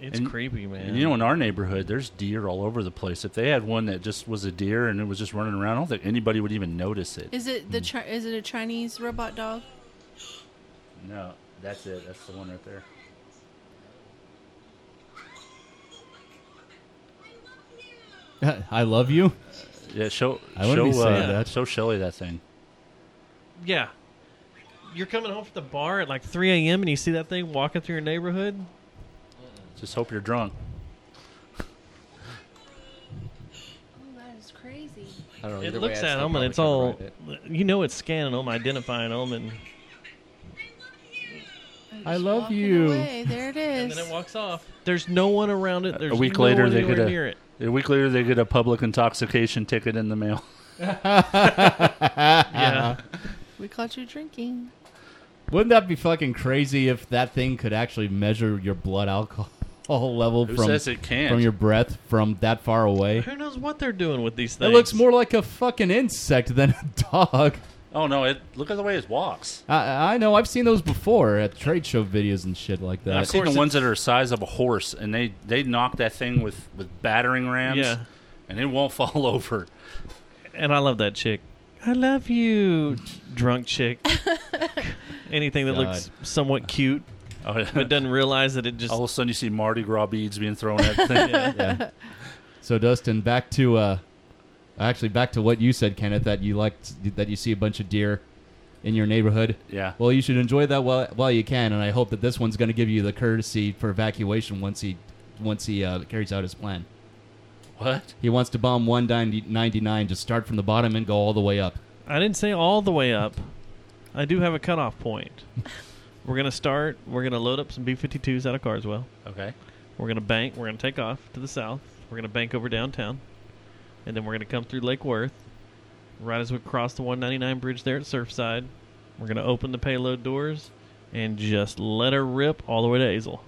[SPEAKER 8] It's
[SPEAKER 7] And-
[SPEAKER 8] creepy, man.
[SPEAKER 7] And you know, in our neighborhood, there's deer all over the place. If they had one that just was a deer and it was just running around, I don't think anybody would even notice it.
[SPEAKER 12] Is it the chi- is it a Chinese robot dog?
[SPEAKER 7] No, that's it. That's the one right there.
[SPEAKER 10] I love you.
[SPEAKER 7] Yeah, show
[SPEAKER 10] I wouldn't be
[SPEAKER 7] show
[SPEAKER 10] saying
[SPEAKER 7] uh,
[SPEAKER 10] that.
[SPEAKER 7] show Shelly that thing.
[SPEAKER 8] Yeah. You're coming home from the bar at like 3 a.m. and you see that thing walking through your neighborhood.
[SPEAKER 7] Just hope you're drunk.
[SPEAKER 9] that is crazy.
[SPEAKER 11] I don't know.
[SPEAKER 8] It
[SPEAKER 11] either
[SPEAKER 8] looks
[SPEAKER 11] way, I
[SPEAKER 8] at
[SPEAKER 11] still
[SPEAKER 8] them and
[SPEAKER 11] probably
[SPEAKER 8] it's all,
[SPEAKER 11] shouldn't
[SPEAKER 8] you know, it's scanning them, identifying them, and
[SPEAKER 10] I love
[SPEAKER 12] Walking
[SPEAKER 10] you.
[SPEAKER 12] Away. There it is.
[SPEAKER 8] And then it walks off. there's no one around it. There's
[SPEAKER 7] a week
[SPEAKER 8] no
[SPEAKER 7] later,
[SPEAKER 8] one
[SPEAKER 7] they
[SPEAKER 8] anywhere
[SPEAKER 7] get
[SPEAKER 8] near
[SPEAKER 7] a
[SPEAKER 8] it.
[SPEAKER 7] a week later they get a public intoxication ticket in the mail.
[SPEAKER 10] yeah.
[SPEAKER 12] We caught you drinking.
[SPEAKER 10] Wouldn't that be fucking crazy if that thing could actually measure your blood alcohol level
[SPEAKER 7] Who
[SPEAKER 10] from
[SPEAKER 7] says it can't?
[SPEAKER 10] from your breath from that far away?
[SPEAKER 8] Who knows what they're doing with these
[SPEAKER 10] It
[SPEAKER 8] things?
[SPEAKER 10] looks more like a fucking insect than a dog.
[SPEAKER 7] Oh no! It look at the way it walks.
[SPEAKER 10] I, I know. I've seen those before at trade show videos and shit like that.
[SPEAKER 7] I've seen the ones that are the size of a horse, and they they knock that thing with with battering rams,
[SPEAKER 8] Yeah.
[SPEAKER 7] and it won't fall over.
[SPEAKER 8] And I love that chick. I love you, drunk chick. Anything that looks somewhat cute, but doesn't realize that it just.
[SPEAKER 7] All of a sudden, you see Mardi Gras beads being thrown at the thing.
[SPEAKER 10] Yeah. So Dustin, back to uh, actually back to what you said, Kenneth, that you liked that you see a bunch of deer in your neighborhood.
[SPEAKER 7] Yeah.
[SPEAKER 10] Well, you should enjoy that while while you can, and I hope that this one's going to give you the courtesy for evacuation once he once he uh, carries out his plan.
[SPEAKER 7] What?
[SPEAKER 10] He wants to bomb 199, just start from the bottom and go all the way up.
[SPEAKER 8] I didn't say all the way up. I do have a cutoff point. we're gonna start. We're gonna load up some B-52s out of Carswell.
[SPEAKER 7] Okay.
[SPEAKER 8] We're gonna bank. We're gonna take off to the south. We're gonna bank over downtown, and then we're gonna come through Lake Worth. Right as we cross the 199 bridge there at Surfside, we're gonna open the payload doors and just let her rip all the way to Azle.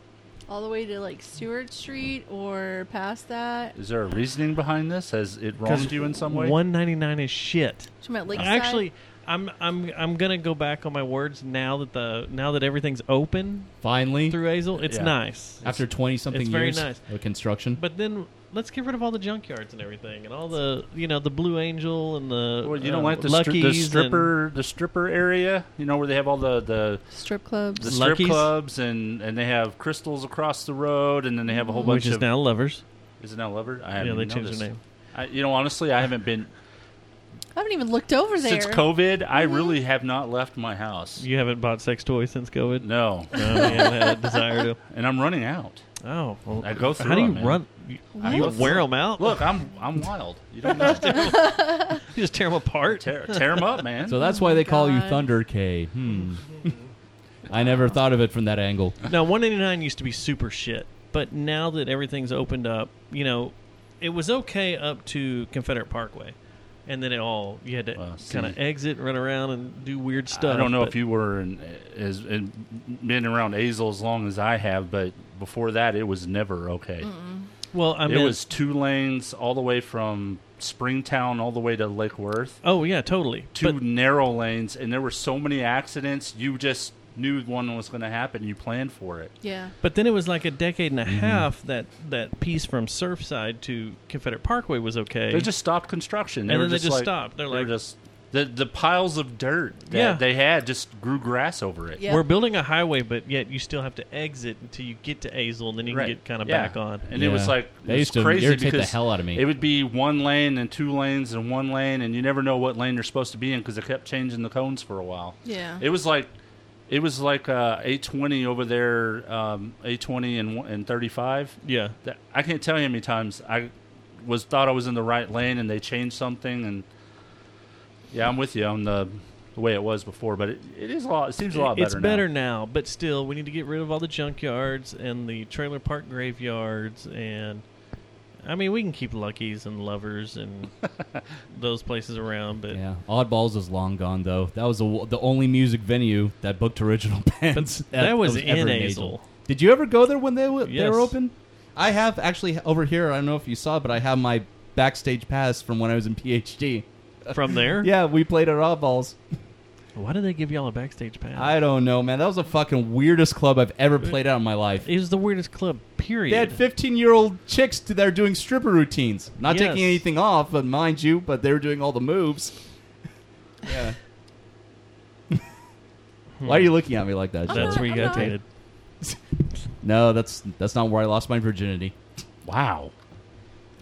[SPEAKER 12] All the way to like Stewart Street or past that.
[SPEAKER 7] Is there a reasoning behind this? Has it wronged you in some way?
[SPEAKER 8] 199 is shit.
[SPEAKER 12] She meant Lakeside?
[SPEAKER 8] Actually, I'm I'm I'm gonna go back on my words now that the now that everything's open
[SPEAKER 10] Finally,
[SPEAKER 8] through Azle. It's
[SPEAKER 10] Yeah.
[SPEAKER 8] nice
[SPEAKER 10] After 20 something
[SPEAKER 8] It's very
[SPEAKER 10] years
[SPEAKER 8] nice.
[SPEAKER 10] of construction.
[SPEAKER 8] But then let's get rid of all the junkyards and everything, and all the you know the Blue Angel and the
[SPEAKER 7] Well, you
[SPEAKER 8] uh,
[SPEAKER 7] don't like the, stri-
[SPEAKER 8] Lucky's
[SPEAKER 7] the
[SPEAKER 8] and-
[SPEAKER 7] stripper the stripper area, you know where they have all the the
[SPEAKER 12] Strip clubs.
[SPEAKER 7] the strip
[SPEAKER 8] Lucky's?
[SPEAKER 7] clubs, and and they have crystals across the road, and then they have a whole bunch
[SPEAKER 8] which is
[SPEAKER 7] of
[SPEAKER 8] now Lovers.
[SPEAKER 7] is it now Lover? I haven't
[SPEAKER 8] Yeah, they
[SPEAKER 7] even
[SPEAKER 8] changed their
[SPEAKER 7] noticed.
[SPEAKER 8] name.
[SPEAKER 7] I, you know, honestly, I haven't been
[SPEAKER 12] I haven't even looked over there.
[SPEAKER 7] since COVID. I really have not left my house.
[SPEAKER 8] You haven't bought sex toys since COVID.
[SPEAKER 7] No,
[SPEAKER 8] No, you haven't had a desire to.
[SPEAKER 7] and I'm running out.
[SPEAKER 8] Oh, well,
[SPEAKER 7] I go through.
[SPEAKER 8] How do you
[SPEAKER 7] 'em, man.
[SPEAKER 8] run? You,
[SPEAKER 7] I
[SPEAKER 8] you
[SPEAKER 7] go through
[SPEAKER 8] wear them out?
[SPEAKER 7] Look, I'm I'm wild. You don't know.
[SPEAKER 8] you just tear them apart.
[SPEAKER 7] tear, tear 'em up, man.
[SPEAKER 10] so that's why
[SPEAKER 8] Oh
[SPEAKER 10] they call you
[SPEAKER 12] God.
[SPEAKER 10] Thunder K. Hmm. I never thought of it from that angle.
[SPEAKER 8] Now, 189 used to be super shit, but now that everything's opened up, you know, it was okay up to Confederate Parkway, and then it all you had to
[SPEAKER 7] Well, see.
[SPEAKER 8] kind of exit, run around, and do weird stuff.
[SPEAKER 7] I don't know
[SPEAKER 8] but-
[SPEAKER 7] if you were in, as in, been around Azle as long as I have, but before that, it was never okay.
[SPEAKER 8] Well, I mean,
[SPEAKER 7] it was two lanes all the way from Springtown all the way to Lake Worth.
[SPEAKER 8] Oh yeah, totally.
[SPEAKER 7] Two
[SPEAKER 8] But-
[SPEAKER 7] narrow lanes, and there were so many accidents. You just knew one was going to happen. You planned for it.
[SPEAKER 12] Yeah.
[SPEAKER 8] But then it was like a decade and a
[SPEAKER 7] Mm-hmm.
[SPEAKER 8] half that that piece from Surfside to Confederate Parkway was okay.
[SPEAKER 7] They just stopped construction. They
[SPEAKER 8] And
[SPEAKER 7] were
[SPEAKER 8] then they
[SPEAKER 7] just
[SPEAKER 8] just
[SPEAKER 7] like-
[SPEAKER 8] stopped. They're
[SPEAKER 7] they were
[SPEAKER 8] like-
[SPEAKER 7] just the the piles of dirt that
[SPEAKER 8] Yeah.
[SPEAKER 7] they had just grew grass over it.
[SPEAKER 12] Yeah.
[SPEAKER 8] We're building a highway, but yet you still have to exit until you get to Azle, and then you can
[SPEAKER 7] Right.
[SPEAKER 8] get kind of
[SPEAKER 7] Yeah.
[SPEAKER 8] back on.
[SPEAKER 7] And it was
[SPEAKER 10] Yeah.
[SPEAKER 7] like it
[SPEAKER 10] That
[SPEAKER 7] was
[SPEAKER 10] used to
[SPEAKER 7] crazy
[SPEAKER 10] irritate the
[SPEAKER 7] because
[SPEAKER 10] hell out of me.
[SPEAKER 7] It would be one lane and two lanes and one lane, and you never know what lane you're supposed to be in because they kept changing the cones for a while.
[SPEAKER 12] Yeah.
[SPEAKER 7] it was like it was like uh, 820 over there, um, 820 and one- and 35.
[SPEAKER 8] Yeah,
[SPEAKER 7] That- I can't tell you how many times I was thought I was in the right lane and they changed something and yeah, I'm with you on the, the way it was before, but it, it is a lot. It seems a lot better.
[SPEAKER 8] it's
[SPEAKER 7] now.
[SPEAKER 8] better now. but still, we need to get rid of all the junkyards and the trailer park graveyards, and I mean, we can keep Luckies and Lovers and those places around, but
[SPEAKER 10] Yeah, Oddballs is long gone though. That was the the only music venue that booked original bands.
[SPEAKER 8] that was
[SPEAKER 10] ever
[SPEAKER 8] in Azle.
[SPEAKER 10] Did you ever go there when they were they
[SPEAKER 8] Yes.
[SPEAKER 10] were open? I have actually over here. I don't know if you saw, but I have my backstage pass from when I was in PhD.
[SPEAKER 8] from there,
[SPEAKER 10] Yeah, we played at Oddballs.
[SPEAKER 8] Why did they give y'all a backstage pass?
[SPEAKER 10] I don't know, man. That was the fucking weirdest club I've ever played out in my life.
[SPEAKER 8] It was the weirdest club, period.
[SPEAKER 10] They had 15 year old chicks to, that are doing stripper routines. Not
[SPEAKER 8] Yes.
[SPEAKER 10] taking anything off, but mind you, but they were doing all the moves. Yeah. Why are you looking at me like that?
[SPEAKER 8] That's
[SPEAKER 10] Jared?
[SPEAKER 8] where you got dated.
[SPEAKER 10] No, that's that's not where I lost my virginity.
[SPEAKER 7] Wow.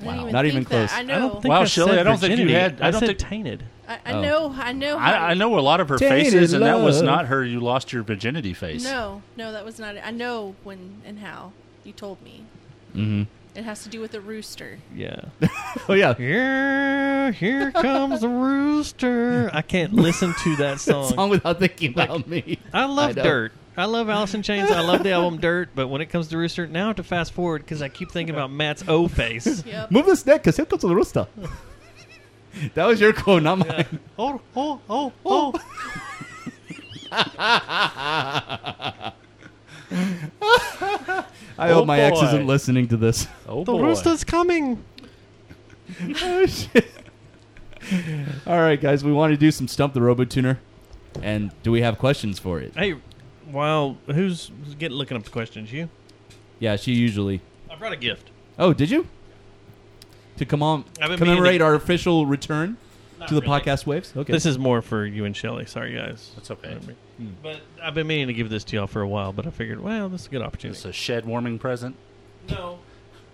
[SPEAKER 12] I didn't even
[SPEAKER 10] Not even
[SPEAKER 12] think that.
[SPEAKER 10] close.
[SPEAKER 12] I know. I,
[SPEAKER 8] don't think
[SPEAKER 7] Wow,
[SPEAKER 8] I
[SPEAKER 7] Shelley,
[SPEAKER 8] said
[SPEAKER 7] I don't think you
[SPEAKER 8] virginity.
[SPEAKER 7] had- I
[SPEAKER 8] I
[SPEAKER 7] don't
[SPEAKER 8] said
[SPEAKER 7] think-
[SPEAKER 8] tainted.
[SPEAKER 12] I,
[SPEAKER 7] Oh.
[SPEAKER 12] know. I know. how
[SPEAKER 7] I, I know a lot of her
[SPEAKER 10] Tainted
[SPEAKER 7] faces, and that was
[SPEAKER 10] love.
[SPEAKER 7] not her. You lost your virginity face.
[SPEAKER 12] No, no, that was not it. I know when and how you told me.
[SPEAKER 7] Mm-hmm.
[SPEAKER 12] It has to do with the rooster.
[SPEAKER 8] Yeah.
[SPEAKER 10] oh yeah.
[SPEAKER 8] Here, here comes the rooster. I can't listen to that song.
[SPEAKER 10] Song without thinking about me.
[SPEAKER 8] I love
[SPEAKER 10] know.
[SPEAKER 8] Dirt. I love Alice in Chains. I love the album Dirt. But when it comes to Rooster, now I have to fast forward because I keep thinking about Matt's O face.
[SPEAKER 12] Yep.
[SPEAKER 10] Move this neck, cause here comes the rooster. that was your quote, not mine.
[SPEAKER 8] Oh, oh, oh, oh.
[SPEAKER 10] I
[SPEAKER 7] Oh,
[SPEAKER 10] hope my ex
[SPEAKER 7] boy.
[SPEAKER 10] isn't listening to this.
[SPEAKER 7] Oh
[SPEAKER 8] The
[SPEAKER 7] boy.
[SPEAKER 8] rooster's coming.
[SPEAKER 10] oh shit. All right, guys, we want to do some stump the RoboTuner, and do we have questions for it?
[SPEAKER 8] Hey, wow. Who's who's get looking up the questions? You?
[SPEAKER 10] Yeah, she usually.
[SPEAKER 8] I brought a gift.
[SPEAKER 10] Oh, did you? To come on,
[SPEAKER 8] I've been
[SPEAKER 10] commemorate
[SPEAKER 8] meaning to-
[SPEAKER 10] our official return to the
[SPEAKER 8] really.
[SPEAKER 10] podcast waves. Okay,
[SPEAKER 8] This is more for you and Shelly. Sorry, guys.
[SPEAKER 7] That's okay.
[SPEAKER 8] But I've been meaning to give this to y'all for a while, but I figured, well, this is a good opportunity.
[SPEAKER 7] It's a shed warming present.
[SPEAKER 8] No,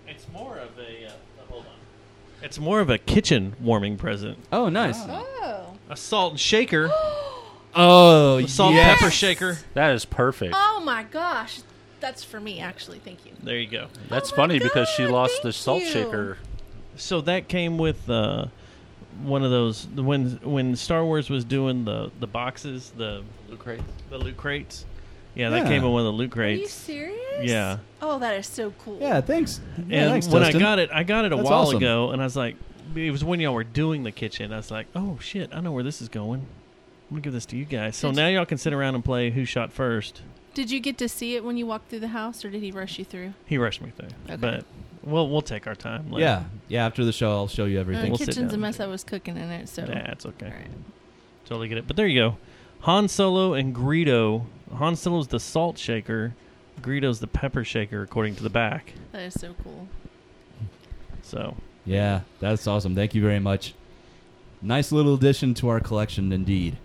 [SPEAKER 8] it's more of a. Uh, hold on. It's more of a kitchen warming present.
[SPEAKER 10] oh nice.
[SPEAKER 8] Ah.
[SPEAKER 12] Oh.
[SPEAKER 8] A salt and shaker,
[SPEAKER 10] Oh,
[SPEAKER 8] a salt
[SPEAKER 10] yes.
[SPEAKER 8] and pepper shaker.
[SPEAKER 7] That is perfect.
[SPEAKER 12] Oh my gosh. That's for me, actually. Thank you.
[SPEAKER 8] There you go.
[SPEAKER 7] That's
[SPEAKER 12] my
[SPEAKER 7] funny because she
[SPEAKER 12] God,
[SPEAKER 7] lost the
[SPEAKER 12] thank
[SPEAKER 7] salt
[SPEAKER 12] you.
[SPEAKER 7] shaker.
[SPEAKER 8] So that came with uh, one of those when when Star Wars was doing the the boxes, the
[SPEAKER 11] Loot crate.
[SPEAKER 8] the loot crates. Yeah, that
[SPEAKER 10] Yeah.
[SPEAKER 8] came in one of the loot
[SPEAKER 12] Are you
[SPEAKER 8] crates.
[SPEAKER 12] serious?
[SPEAKER 8] Yeah.
[SPEAKER 12] Oh, that is so cool.
[SPEAKER 10] Yeah, thanks. Yeah,
[SPEAKER 8] And
[SPEAKER 10] thanks,
[SPEAKER 8] when
[SPEAKER 10] Dustin.
[SPEAKER 8] I got it, I got it a
[SPEAKER 10] That's
[SPEAKER 8] while
[SPEAKER 10] awesome.
[SPEAKER 8] ago, and I was like, it was when y'all were doing the kitchen. I was like, oh shit, I know where this is going. I'm gonna give this to you guys. So
[SPEAKER 12] Did
[SPEAKER 8] now y'all can sit around and play who shot first.
[SPEAKER 12] Did you get to see it when you walked through the house, or did he rush you through?
[SPEAKER 8] He rushed me through,
[SPEAKER 12] Okay.
[SPEAKER 8] but we'll we'll take our time. Later.
[SPEAKER 10] yeah, yeah. After the show, I'll show you
[SPEAKER 12] Uh,
[SPEAKER 10] everything.
[SPEAKER 12] the
[SPEAKER 8] We'll sit
[SPEAKER 12] kitchen's a
[SPEAKER 8] down.
[SPEAKER 12] mess. I was cooking in it, so.
[SPEAKER 8] that's okay.
[SPEAKER 12] All right.
[SPEAKER 8] Totally get it. But there you go. Han Solo and Greedo. Han Solo's the salt shaker. Greedo's the pepper shaker, according to the back.
[SPEAKER 12] That is so cool.
[SPEAKER 8] So
[SPEAKER 10] Yeah, that's awesome. Thank you very much. Nice little addition to our collection, indeed.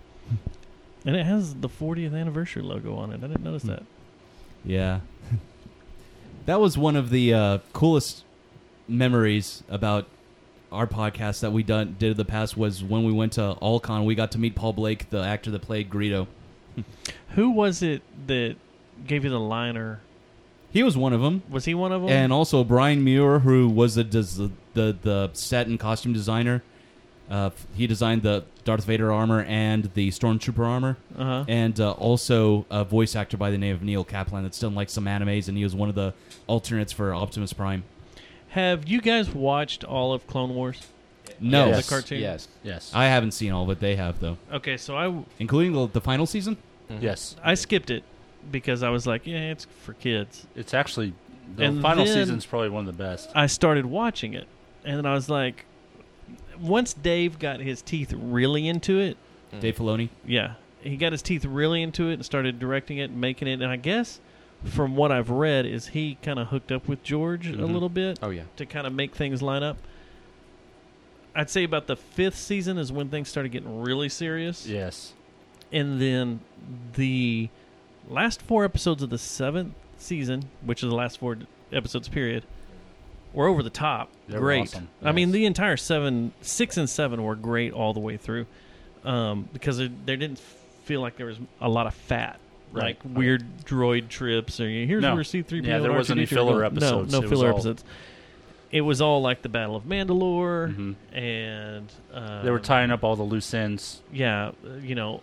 [SPEAKER 8] and it has the 40th anniversary logo on it. I didn't notice that.
[SPEAKER 10] Yeah. that was one of the uh, coolest memories about our podcast that we done did in the past was when we went to Alcon, we got to meet Paul Blake, the actor that played Greedo.
[SPEAKER 8] Who was it that gave you the liner?
[SPEAKER 10] He was one of them.
[SPEAKER 8] Was he one of them?
[SPEAKER 10] And also Brian Muir, who was the des- the the set and costume designer. Uh, he designed the Darth Vader armor and the Stormtrooper armor.
[SPEAKER 8] uh-huh.
[SPEAKER 10] and uh, also a voice actor by the name of Neil Kaplan that's done like some animes, and he was one of the alternates for Optimus Prime.
[SPEAKER 8] Have you guys watched all of Clone Wars?
[SPEAKER 10] No,
[SPEAKER 8] Yes. The cartoon?
[SPEAKER 11] Yes.
[SPEAKER 7] Yes.
[SPEAKER 10] I haven't seen all, but they have though,
[SPEAKER 8] Okay, so I
[SPEAKER 10] including the, the final season.
[SPEAKER 7] Mm-hmm. yes.
[SPEAKER 8] I skipped it because I was like, yeah, it's for kids.
[SPEAKER 7] It's actually the
[SPEAKER 8] And
[SPEAKER 7] final
[SPEAKER 8] then-
[SPEAKER 7] season's probably one of the best.
[SPEAKER 8] I started watching it, and then I was like, once Dave got his teeth really into it,
[SPEAKER 10] Dave Filoni.
[SPEAKER 8] yeah, he got his teeth really into it and started directing it and making it. And I guess from what I've read is he kind of hooked up with George a
[SPEAKER 7] Mhm.
[SPEAKER 8] little bit
[SPEAKER 11] Oh yeah.
[SPEAKER 8] to kind of make things line up. I'd say about the fifth season is when things started getting really serious,
[SPEAKER 7] Yes.
[SPEAKER 8] and then the last four episodes of the seventh season, which is the last four episodes period, were over the top.
[SPEAKER 7] They were
[SPEAKER 8] great.
[SPEAKER 7] awesome.
[SPEAKER 8] I mean,
[SPEAKER 7] Yes.
[SPEAKER 8] the entire seven, six and seven were great all the way through, um, because there, there didn't feel like there was a lot of fat.
[SPEAKER 7] Right.
[SPEAKER 8] Like weird droid trips, or here's
[SPEAKER 7] No.
[SPEAKER 8] where C three PO.
[SPEAKER 7] Yeah, there wasn't any filler episodes.
[SPEAKER 8] No,
[SPEAKER 7] It
[SPEAKER 8] no
[SPEAKER 7] was
[SPEAKER 8] filler
[SPEAKER 7] all-
[SPEAKER 8] episodes. It was all like the Battle of Mandalore,
[SPEAKER 7] Mhm.
[SPEAKER 8] and um,
[SPEAKER 7] They were tying up all the loose ends.
[SPEAKER 8] yeah, uh, you know,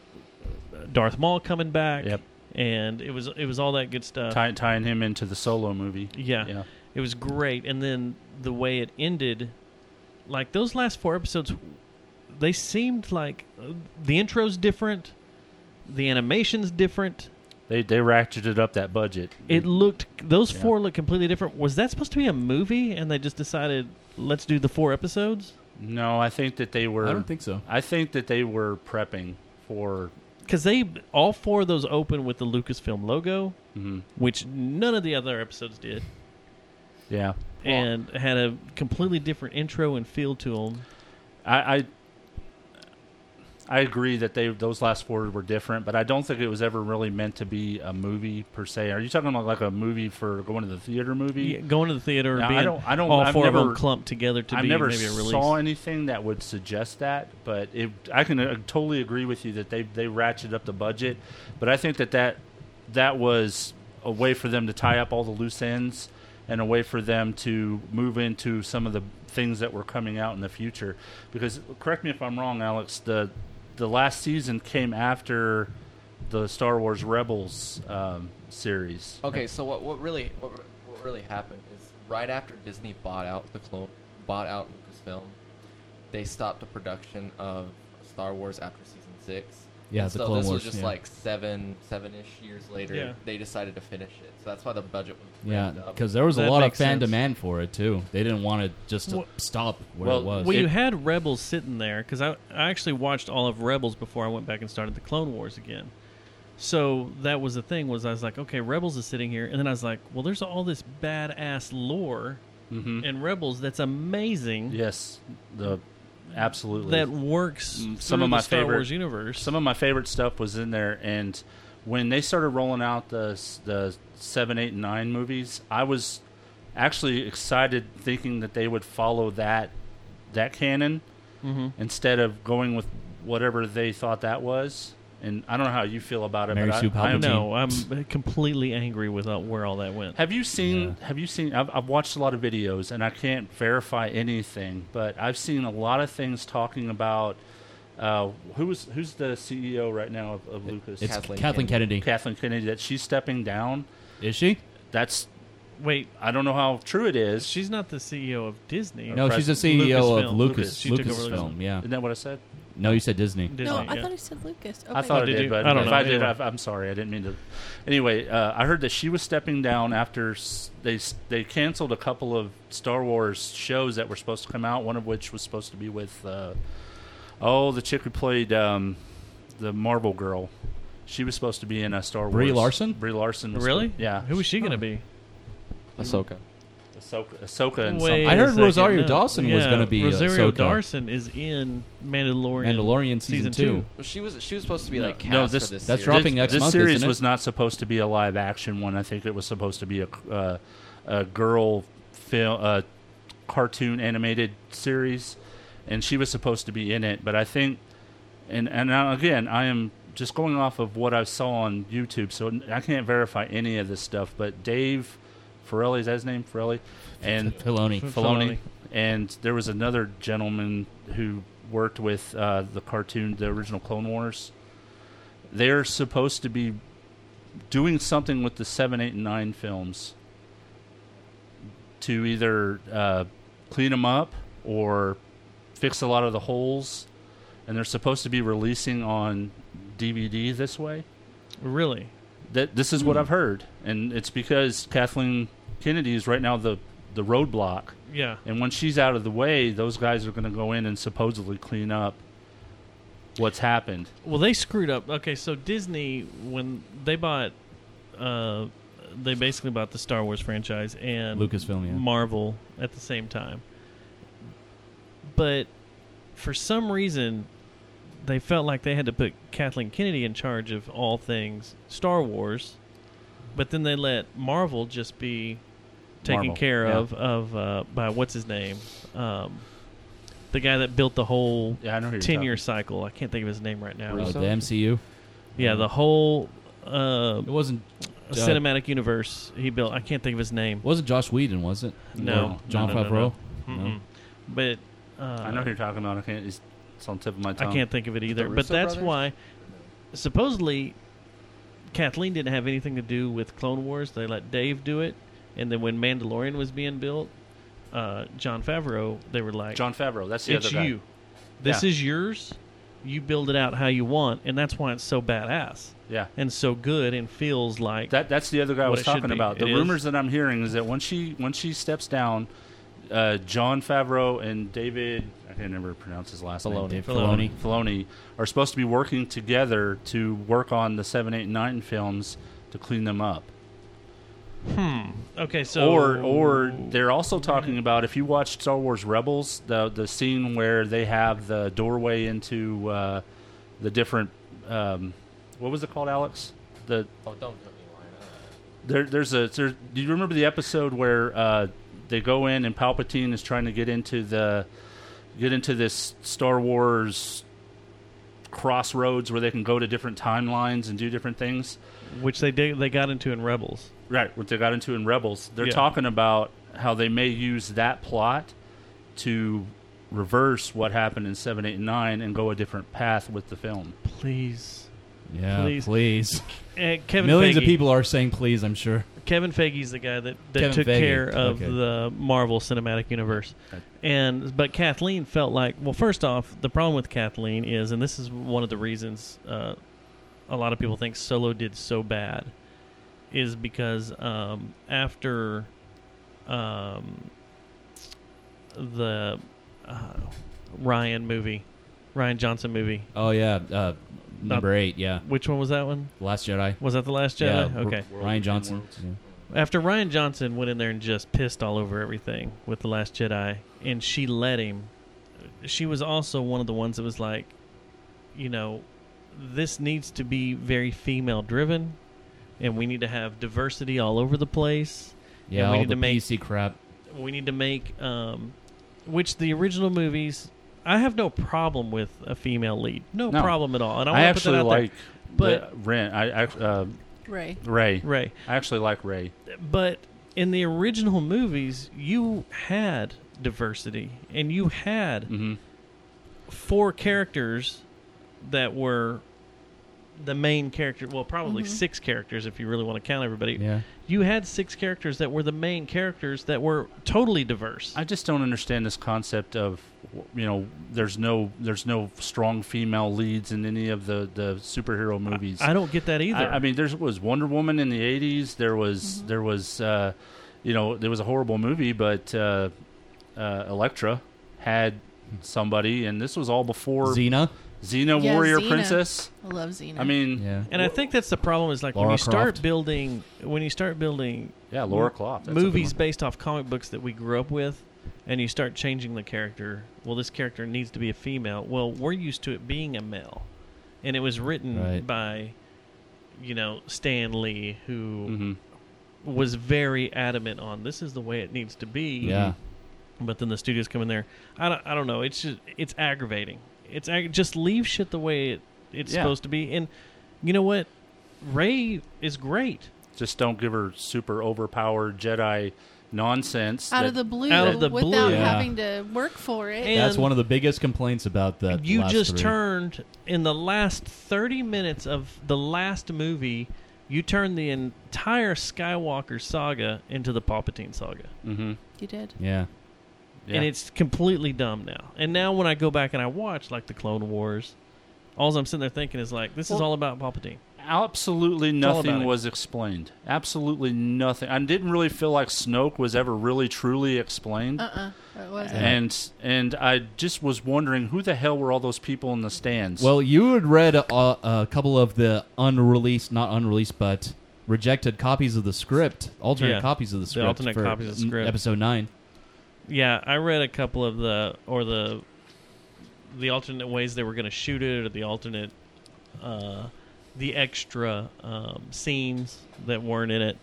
[SPEAKER 8] Darth Maul coming back.
[SPEAKER 7] Yep.
[SPEAKER 8] And it was it was all that good stuff.
[SPEAKER 7] Ty- tying him into the solo movie.
[SPEAKER 8] Uh, yeah,
[SPEAKER 7] Yeah.
[SPEAKER 8] it was great. And then the way it ended, like those last four episodes, they seemed like uh, the intro's different, the animation's different.
[SPEAKER 7] They they ratcheted up that budget.
[SPEAKER 8] It looked those
[SPEAKER 7] Mm-hmm. Yeah.
[SPEAKER 8] four looked completely different. Was that supposed to be a movie? And they just decided let's do the four episodes.
[SPEAKER 7] no, I think that they were
[SPEAKER 10] I don't think so.
[SPEAKER 7] I think that they were prepping for
[SPEAKER 8] because they all four of those open with the Lucasfilm logo,
[SPEAKER 7] mm-hmm.
[SPEAKER 8] which none of the other episodes did,
[SPEAKER 7] Yeah.
[SPEAKER 8] and had a completely different intro and feel to them.
[SPEAKER 7] I, I I agree that they those last four were different, but I don't think it was ever really meant to be a movie per se. Are you talking about like a movie for going to the theater movie?
[SPEAKER 8] Yeah, going to the theater,
[SPEAKER 7] Yeah,
[SPEAKER 8] being
[SPEAKER 7] I don't. I don't.
[SPEAKER 8] all
[SPEAKER 7] I've
[SPEAKER 8] four of
[SPEAKER 7] never,
[SPEAKER 8] them clumped together to
[SPEAKER 7] I've
[SPEAKER 8] be
[SPEAKER 7] never
[SPEAKER 8] maybe a release.
[SPEAKER 7] saw anything that would suggest that, but it, I can uh, totally agree with you that they they ratcheted up the budget, but I think that that that was a way for them to tie up all the loose ends and a way for them to move into some of the things that were coming out in the future. Because correct me if I'm wrong, Alex. The the last season came after the Star Wars Rebels um, series.
[SPEAKER 11] Okay, so what, what really what, re- what really happened is right after Disney bought out the clone bought out Lucasfilm, they stopped the production of Star Wars after season six.
[SPEAKER 10] Yeah,
[SPEAKER 11] And
[SPEAKER 10] the
[SPEAKER 11] so
[SPEAKER 10] Clone
[SPEAKER 11] this
[SPEAKER 10] Wars,
[SPEAKER 11] was just
[SPEAKER 10] yeah.
[SPEAKER 11] like seven seven ish years later.
[SPEAKER 8] Yeah.
[SPEAKER 11] They decided to finish it, so that's why the budget was
[SPEAKER 10] Yeah,
[SPEAKER 11] ramped up.
[SPEAKER 10] because there was a
[SPEAKER 8] That
[SPEAKER 10] lot of
[SPEAKER 8] makes
[SPEAKER 10] fan
[SPEAKER 8] sense.
[SPEAKER 10] demand for it too. They didn't want it just to
[SPEAKER 8] Well-
[SPEAKER 10] stop where
[SPEAKER 7] well,
[SPEAKER 10] it was.
[SPEAKER 8] Well, you had Rebels sitting there because I, I actually watched all of Rebels before I went back and started the Clone Wars again. So that was the thing was I was like, okay, Rebels is sitting here, and then I was like, well, there's all this badass lore
[SPEAKER 7] Mm-hmm.
[SPEAKER 8] in Rebels that's amazing
[SPEAKER 7] Yes, the absolutely
[SPEAKER 8] that works.
[SPEAKER 7] Mm,
[SPEAKER 8] through
[SPEAKER 7] some of
[SPEAKER 8] the
[SPEAKER 7] my
[SPEAKER 8] Star
[SPEAKER 7] favorite
[SPEAKER 8] Wars universe.
[SPEAKER 7] Some of my favorite stuff was in there, and when they started rolling out the s- the seven, eight, and nine movies, I was actually excited, thinking that they would follow that that canon
[SPEAKER 10] Mm-hmm.
[SPEAKER 7] instead of going with whatever they thought that was. And I don't know how you feel about it,
[SPEAKER 10] Mary
[SPEAKER 7] but
[SPEAKER 10] Sue
[SPEAKER 7] I, I am-
[SPEAKER 8] no, I'm completely angry with uh, where all that went.
[SPEAKER 7] have you seen? Have you seen? I've, I've watched a lot of videos, and I can't verify anything, but I've seen a lot of things talking about uh, who's who's the CEO right now of, of Lucas.
[SPEAKER 10] it's Kathleen,
[SPEAKER 11] Kathleen
[SPEAKER 10] Kennedy.
[SPEAKER 7] Kathleen Kennedy that she's stepping down.
[SPEAKER 10] Is she?
[SPEAKER 7] That's
[SPEAKER 8] Wait,
[SPEAKER 7] I don't know how true it is.
[SPEAKER 8] she's not the CEO of Disney.
[SPEAKER 10] No, she's the
[SPEAKER 7] President-
[SPEAKER 8] E
[SPEAKER 10] CEO of
[SPEAKER 7] Lucasfilm.
[SPEAKER 10] Lucas.
[SPEAKER 8] She took over
[SPEAKER 10] Lucasfilm.
[SPEAKER 8] Lucasfilm.
[SPEAKER 10] Yeah.
[SPEAKER 7] Isn't that what I said?
[SPEAKER 10] No, you said Disney.
[SPEAKER 8] Disney,
[SPEAKER 12] No, I
[SPEAKER 8] yeah.
[SPEAKER 12] thought he said Lucas. Okay.
[SPEAKER 7] I thought
[SPEAKER 8] Oh,
[SPEAKER 7] I
[SPEAKER 8] did
[SPEAKER 7] did,
[SPEAKER 8] you?
[SPEAKER 7] but
[SPEAKER 8] I don't
[SPEAKER 7] if
[SPEAKER 8] know.
[SPEAKER 7] I did,
[SPEAKER 8] Anyway.
[SPEAKER 7] I, I'm sorry. I didn't mean to. Anyway, uh, I heard that she was stepping down after s- they s- they canceled a couple of Star Wars shows that were supposed to come out. One of which was supposed to be with uh, oh the chick who played um, the Marvel girl. She was supposed to be in a Star Wars.
[SPEAKER 10] Brie Larson?
[SPEAKER 7] Brie Larson. Was
[SPEAKER 8] Really?
[SPEAKER 7] yeah.
[SPEAKER 8] Who was she going to be?
[SPEAKER 12] Oh.
[SPEAKER 11] Ahsoka.
[SPEAKER 7] Ahsoka, Ahsoka and
[SPEAKER 8] Wait
[SPEAKER 7] something.
[SPEAKER 10] I
[SPEAKER 8] a
[SPEAKER 10] heard Rosario
[SPEAKER 8] no.
[SPEAKER 10] Dawson was
[SPEAKER 8] Yeah,
[SPEAKER 10] gonna be
[SPEAKER 8] Rosario
[SPEAKER 10] Ahsoka.
[SPEAKER 8] Dawson is in uh, Mandalorian.
[SPEAKER 10] Mandalorian season two.
[SPEAKER 11] Well, she was she was supposed to be like cast
[SPEAKER 7] no,
[SPEAKER 11] for
[SPEAKER 7] this-
[SPEAKER 11] this.
[SPEAKER 10] that's
[SPEAKER 11] series.
[SPEAKER 10] dropping
[SPEAKER 7] this,
[SPEAKER 10] next
[SPEAKER 7] this
[SPEAKER 10] month,
[SPEAKER 7] series
[SPEAKER 10] isn't it?
[SPEAKER 7] was not supposed to be a live action one. I think it was supposed to be a uh, a girl film, uh, cartoon animated series, and she was supposed to be in it. But I think, and and now again, I am just going off of what I saw on YouTube, so I can't verify any of this stuff. But Dave Ferrelli is that his name? Ferrelli, and
[SPEAKER 10] Filoni.
[SPEAKER 7] Filoni.
[SPEAKER 8] Filoni.
[SPEAKER 7] And there was another gentleman who worked with uh, the cartoon, the original Clone Wars. They're supposed to be doing something with the 7, 8, and 9 films to either uh, clean them up or fix a lot of the holes. And they're supposed to be releasing on DVD this way.
[SPEAKER 8] Really?
[SPEAKER 7] That this is what I've heard, and it's because Kathleen Kennedy is right now the the roadblock.
[SPEAKER 8] Yeah.
[SPEAKER 7] And when she's out of the way, those guys are going to go in and supposedly clean up what's happened.
[SPEAKER 8] Well, they screwed up. Okay, so Disney when they bought, uh, they basically bought the Star Wars franchise and
[SPEAKER 10] Lucasfilm, yeah.
[SPEAKER 8] Marvel at the same time. But for some reason, they felt like they had to put Kathleen Kennedy in charge of all things Star Wars, but then they let Marvel just be taken
[SPEAKER 7] Marvel,
[SPEAKER 8] care
[SPEAKER 7] yeah.
[SPEAKER 8] of of uh, by what's his name, um, the guy that built the whole
[SPEAKER 7] Yeah, I know who you're
[SPEAKER 8] ten year
[SPEAKER 7] talking-
[SPEAKER 8] cycle. I can't think of his name right now.
[SPEAKER 10] Oh, the MCU.
[SPEAKER 8] Yeah, the whole uh,
[SPEAKER 10] It wasn't. Uh,
[SPEAKER 8] cinematic universe he built. I can't think of his name.
[SPEAKER 10] wasn't Josh Whedon, was it?
[SPEAKER 8] No.
[SPEAKER 10] Or John
[SPEAKER 8] No, no, no,
[SPEAKER 10] Favreau.
[SPEAKER 8] no. Mm-mm. But uh,
[SPEAKER 7] I know who you're talking about. I can't. It's, it's on the tip of my
[SPEAKER 8] I
[SPEAKER 7] tongue.
[SPEAKER 8] can't think of it either. But
[SPEAKER 11] Russo
[SPEAKER 8] that's
[SPEAKER 11] brothers?
[SPEAKER 8] why, supposedly, Kathleen didn't have anything to do with Clone Wars. They let Dave do it, and then when Mandalorian was being built, uh, John Favreau, they were like,
[SPEAKER 7] John Favreau. That's the
[SPEAKER 8] "It's
[SPEAKER 7] other guy.
[SPEAKER 8] you. This
[SPEAKER 7] Yeah.
[SPEAKER 8] is yours. You build it out how you want, and that's why it's so badass
[SPEAKER 7] Yeah.
[SPEAKER 8] and so good, and feels like
[SPEAKER 7] That that's the other guy I
[SPEAKER 8] What
[SPEAKER 7] was
[SPEAKER 8] it should
[SPEAKER 7] talking
[SPEAKER 8] be.
[SPEAKER 7] about.
[SPEAKER 8] It
[SPEAKER 7] The
[SPEAKER 8] is.
[SPEAKER 7] rumors that I'm hearing is that when she when she steps down, uh, John Favreau and David, I can't remember pronounce his last
[SPEAKER 11] Filoni.
[SPEAKER 7] name.
[SPEAKER 11] Filoni.
[SPEAKER 7] Filoni are supposed to be working together to work on the 789 films to clean them up.
[SPEAKER 8] Hmm. Okay, so
[SPEAKER 7] or or they're also talking about if you watched Star Wars Rebels, the the scene where they have the doorway into uh, the different um, what was it called, Alex? The
[SPEAKER 11] Oh, don't do
[SPEAKER 7] there, there's a there, do you remember the episode where uh, they go in and Palpatine is trying to get into the get into this Star Wars crossroads where they can go to different timelines and do different things?
[SPEAKER 8] which they did, they got into in Rebels.
[SPEAKER 7] Right, what they got into in Rebels. They're
[SPEAKER 8] Yeah.
[SPEAKER 7] talking about how they may use that plot to reverse what happened in 789 and go a different path with the film.
[SPEAKER 8] Please.
[SPEAKER 10] Yeah,
[SPEAKER 8] Please.
[SPEAKER 10] please.
[SPEAKER 8] Eh, Kevin
[SPEAKER 10] Millions
[SPEAKER 8] Feige.
[SPEAKER 10] of people are saying please, I'm sure.
[SPEAKER 8] Kevin Feige's the guy that, that
[SPEAKER 10] Kevin
[SPEAKER 8] took
[SPEAKER 10] Feige,
[SPEAKER 8] care of
[SPEAKER 10] okay.
[SPEAKER 8] the Marvel Cinematic Universe, and but Kathleen felt like well, first off, the problem with Kathleen is, and this is one of the reasons uh, a lot of people think Solo did so bad, is because um, after um, the uh, Ryan movie, Ryan Johnson movie,
[SPEAKER 10] Oh yeah, uh, number
[SPEAKER 8] Not-
[SPEAKER 10] eight. Yeah,
[SPEAKER 8] which one was that one?
[SPEAKER 10] Last Jedi.
[SPEAKER 8] Was that the Last
[SPEAKER 10] Yeah,
[SPEAKER 8] Jedi?
[SPEAKER 10] R-
[SPEAKER 8] okay.
[SPEAKER 10] Ryan Johnson. Yeah.
[SPEAKER 8] After Ryan Johnson went in there and just pissed all over everything with The Last Jedi, and she let him, she was also one of the ones that was like, you know, this needs to be very female driven, and we need to have diversity all over the place. and
[SPEAKER 10] Yeah,
[SPEAKER 8] we
[SPEAKER 10] all
[SPEAKER 8] need
[SPEAKER 10] the
[SPEAKER 8] to make
[SPEAKER 10] PC crap.
[SPEAKER 8] we need to make um which the original movies I have no problem with a female lead. No,
[SPEAKER 7] No.
[SPEAKER 8] problem at all. And
[SPEAKER 7] I
[SPEAKER 8] I, want to
[SPEAKER 7] actually
[SPEAKER 8] put that out
[SPEAKER 7] like
[SPEAKER 8] there.
[SPEAKER 7] the Ren. I, I uh,
[SPEAKER 12] Ray.
[SPEAKER 7] Ray.
[SPEAKER 8] Ray.
[SPEAKER 7] I actually like Ray.
[SPEAKER 8] But but in the original movies you had diversity and you had
[SPEAKER 7] Mm. Mm-hmm.
[SPEAKER 8] four characters that were the main character, well probably
[SPEAKER 10] Mhm.
[SPEAKER 8] six characters if you really want to count everybody.
[SPEAKER 10] Yeah.
[SPEAKER 8] You had six characters that were the main characters that were totally diverse.
[SPEAKER 7] I just don't understand this concept of you know there's no there's no strong female leads in any of the the superhero movies.
[SPEAKER 8] I don't get that either.
[SPEAKER 7] I, I mean, there was Wonder Woman in the '80s. There was
[SPEAKER 12] Mm-hmm.
[SPEAKER 7] there was uh, you know there was a horrible movie, but uh, uh, Elektra had somebody, and this was all before
[SPEAKER 10] Xena?
[SPEAKER 7] Xena
[SPEAKER 12] Yeah,
[SPEAKER 7] Warrior
[SPEAKER 12] Xena.
[SPEAKER 7] Princess.
[SPEAKER 12] I love Xena.
[SPEAKER 7] I mean,
[SPEAKER 8] and I think that's the problem is like when
[SPEAKER 7] Lara
[SPEAKER 8] you start
[SPEAKER 7] Croft.
[SPEAKER 8] building when you start building
[SPEAKER 7] Yeah, Lara Croft, that's a good
[SPEAKER 8] movies
[SPEAKER 7] one.
[SPEAKER 8] based off comic books that we grew up with, and you start changing the character. Well, this character needs to be a female. Well, we're used to it being a male, and it was written
[SPEAKER 10] Right.
[SPEAKER 8] by you know Stan Lee who.
[SPEAKER 7] Mm-hmm.
[SPEAKER 8] Was very adamant on this is the way it needs to be.
[SPEAKER 10] Yeah.
[SPEAKER 8] But then the studios come in there. I don't, I don't know. It's just it's aggravating. It's ag- just leave shit the way it, it's
[SPEAKER 7] Yeah.
[SPEAKER 8] supposed to be. And you know what? Ray is great.
[SPEAKER 7] Just don't give her super overpowered Jedi nonsense
[SPEAKER 12] out
[SPEAKER 7] that-
[SPEAKER 12] of the blue,
[SPEAKER 8] out of the
[SPEAKER 12] without
[SPEAKER 8] blue.
[SPEAKER 10] Yeah.
[SPEAKER 12] having to work for it.
[SPEAKER 10] That's one of the biggest complaints about that.
[SPEAKER 8] You
[SPEAKER 10] last
[SPEAKER 8] just
[SPEAKER 10] three.
[SPEAKER 8] turned in the last 30 minutes of the last movie, you turned the entire Skywalker saga into the Palpatine saga.
[SPEAKER 7] Mm-hmm.
[SPEAKER 12] You did.
[SPEAKER 10] Yeah.
[SPEAKER 8] And it's completely dumb now. And now when I go back and I watch like the Clone Wars, all I'm sitting there thinking is like this is
[SPEAKER 7] Well-
[SPEAKER 8] all about Palpatine.
[SPEAKER 7] Absolutely
[SPEAKER 8] It's all about
[SPEAKER 7] nothing
[SPEAKER 8] it.
[SPEAKER 7] was explained. Absolutely nothing. I didn't really feel like Snoke was ever really truly explained.
[SPEAKER 12] Uh-uh. It wasn't.
[SPEAKER 7] And and I just was wondering who the hell were all those people in the stands?
[SPEAKER 10] Well, you had read a, a couple of the unreleased, not unreleased, but rejected copies of the script, alternate
[SPEAKER 8] Yeah,
[SPEAKER 10] copies of the
[SPEAKER 8] the
[SPEAKER 10] script,
[SPEAKER 8] alternate
[SPEAKER 10] for
[SPEAKER 8] copies of the
[SPEAKER 10] n-
[SPEAKER 8] script.
[SPEAKER 10] episode nine.
[SPEAKER 8] Yeah, I read a couple of the or the the alternate ways they were going to shoot it, or the alternate uh, the extra um, scenes that weren't in it.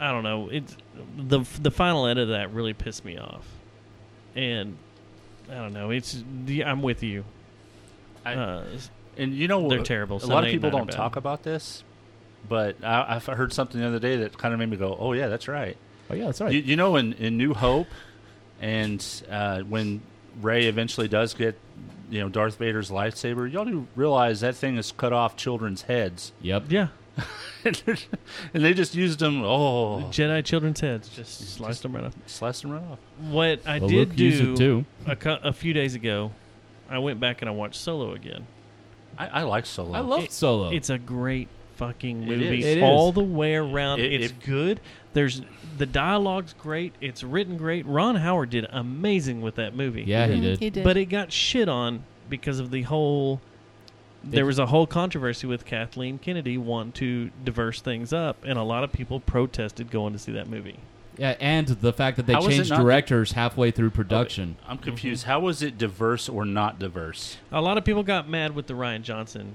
[SPEAKER 8] I don't know. It's the the final edit of that really pissed me off, and I don't know. It's the, I'm with you.
[SPEAKER 7] I-
[SPEAKER 8] uh,
[SPEAKER 7] and you know
[SPEAKER 8] they're terrible.
[SPEAKER 7] A lot of
[SPEAKER 8] 789
[SPEAKER 7] people
[SPEAKER 8] are
[SPEAKER 7] don't
[SPEAKER 8] bad.
[SPEAKER 7] talk about this, but I, I heard something the other day that kind of made me go, "Oh yeah, that's right."
[SPEAKER 10] Oh yeah, that's right.
[SPEAKER 7] You, you know, in, in New Hope, and uh, when Ray eventually does get, you know, Darth Vader's lightsaber, y'all do realize that thing has cut off children's heads.
[SPEAKER 10] Yep.
[SPEAKER 8] Yeah.
[SPEAKER 7] and they just used them. Oh,
[SPEAKER 8] Jedi children's heads just sliced them right off.
[SPEAKER 7] Sliced them right off.
[SPEAKER 8] What I
[SPEAKER 10] Well,
[SPEAKER 8] did
[SPEAKER 10] Luke used
[SPEAKER 8] do
[SPEAKER 10] it too.
[SPEAKER 8] A, cou- a few days ago, I went back and I watched Solo again.
[SPEAKER 7] I, I like Solo.
[SPEAKER 10] Oh.
[SPEAKER 8] It- It's a great fucking
[SPEAKER 7] It
[SPEAKER 8] movie
[SPEAKER 7] is. It
[SPEAKER 8] all
[SPEAKER 7] is.
[SPEAKER 8] the way around.
[SPEAKER 7] It-
[SPEAKER 8] it's
[SPEAKER 7] it-
[SPEAKER 8] good. There's the dialogue's great. It's written great. Ron Howard did amazing with that movie.
[SPEAKER 10] Yeah, he Mhm, did. he did.
[SPEAKER 8] But it got shit on because of the whole. There
[SPEAKER 10] It-
[SPEAKER 8] was a whole controversy with Kathleen Kennedy wanting to diverse things up, and a lot of people protested going to see that movie.
[SPEAKER 10] Yeah, and the fact that they
[SPEAKER 7] How is it
[SPEAKER 10] changed
[SPEAKER 7] not-
[SPEAKER 10] directors halfway through production.
[SPEAKER 7] I'm confused. How was it diverse or not diverse?
[SPEAKER 8] A lot of people got mad with the Ryan Johnson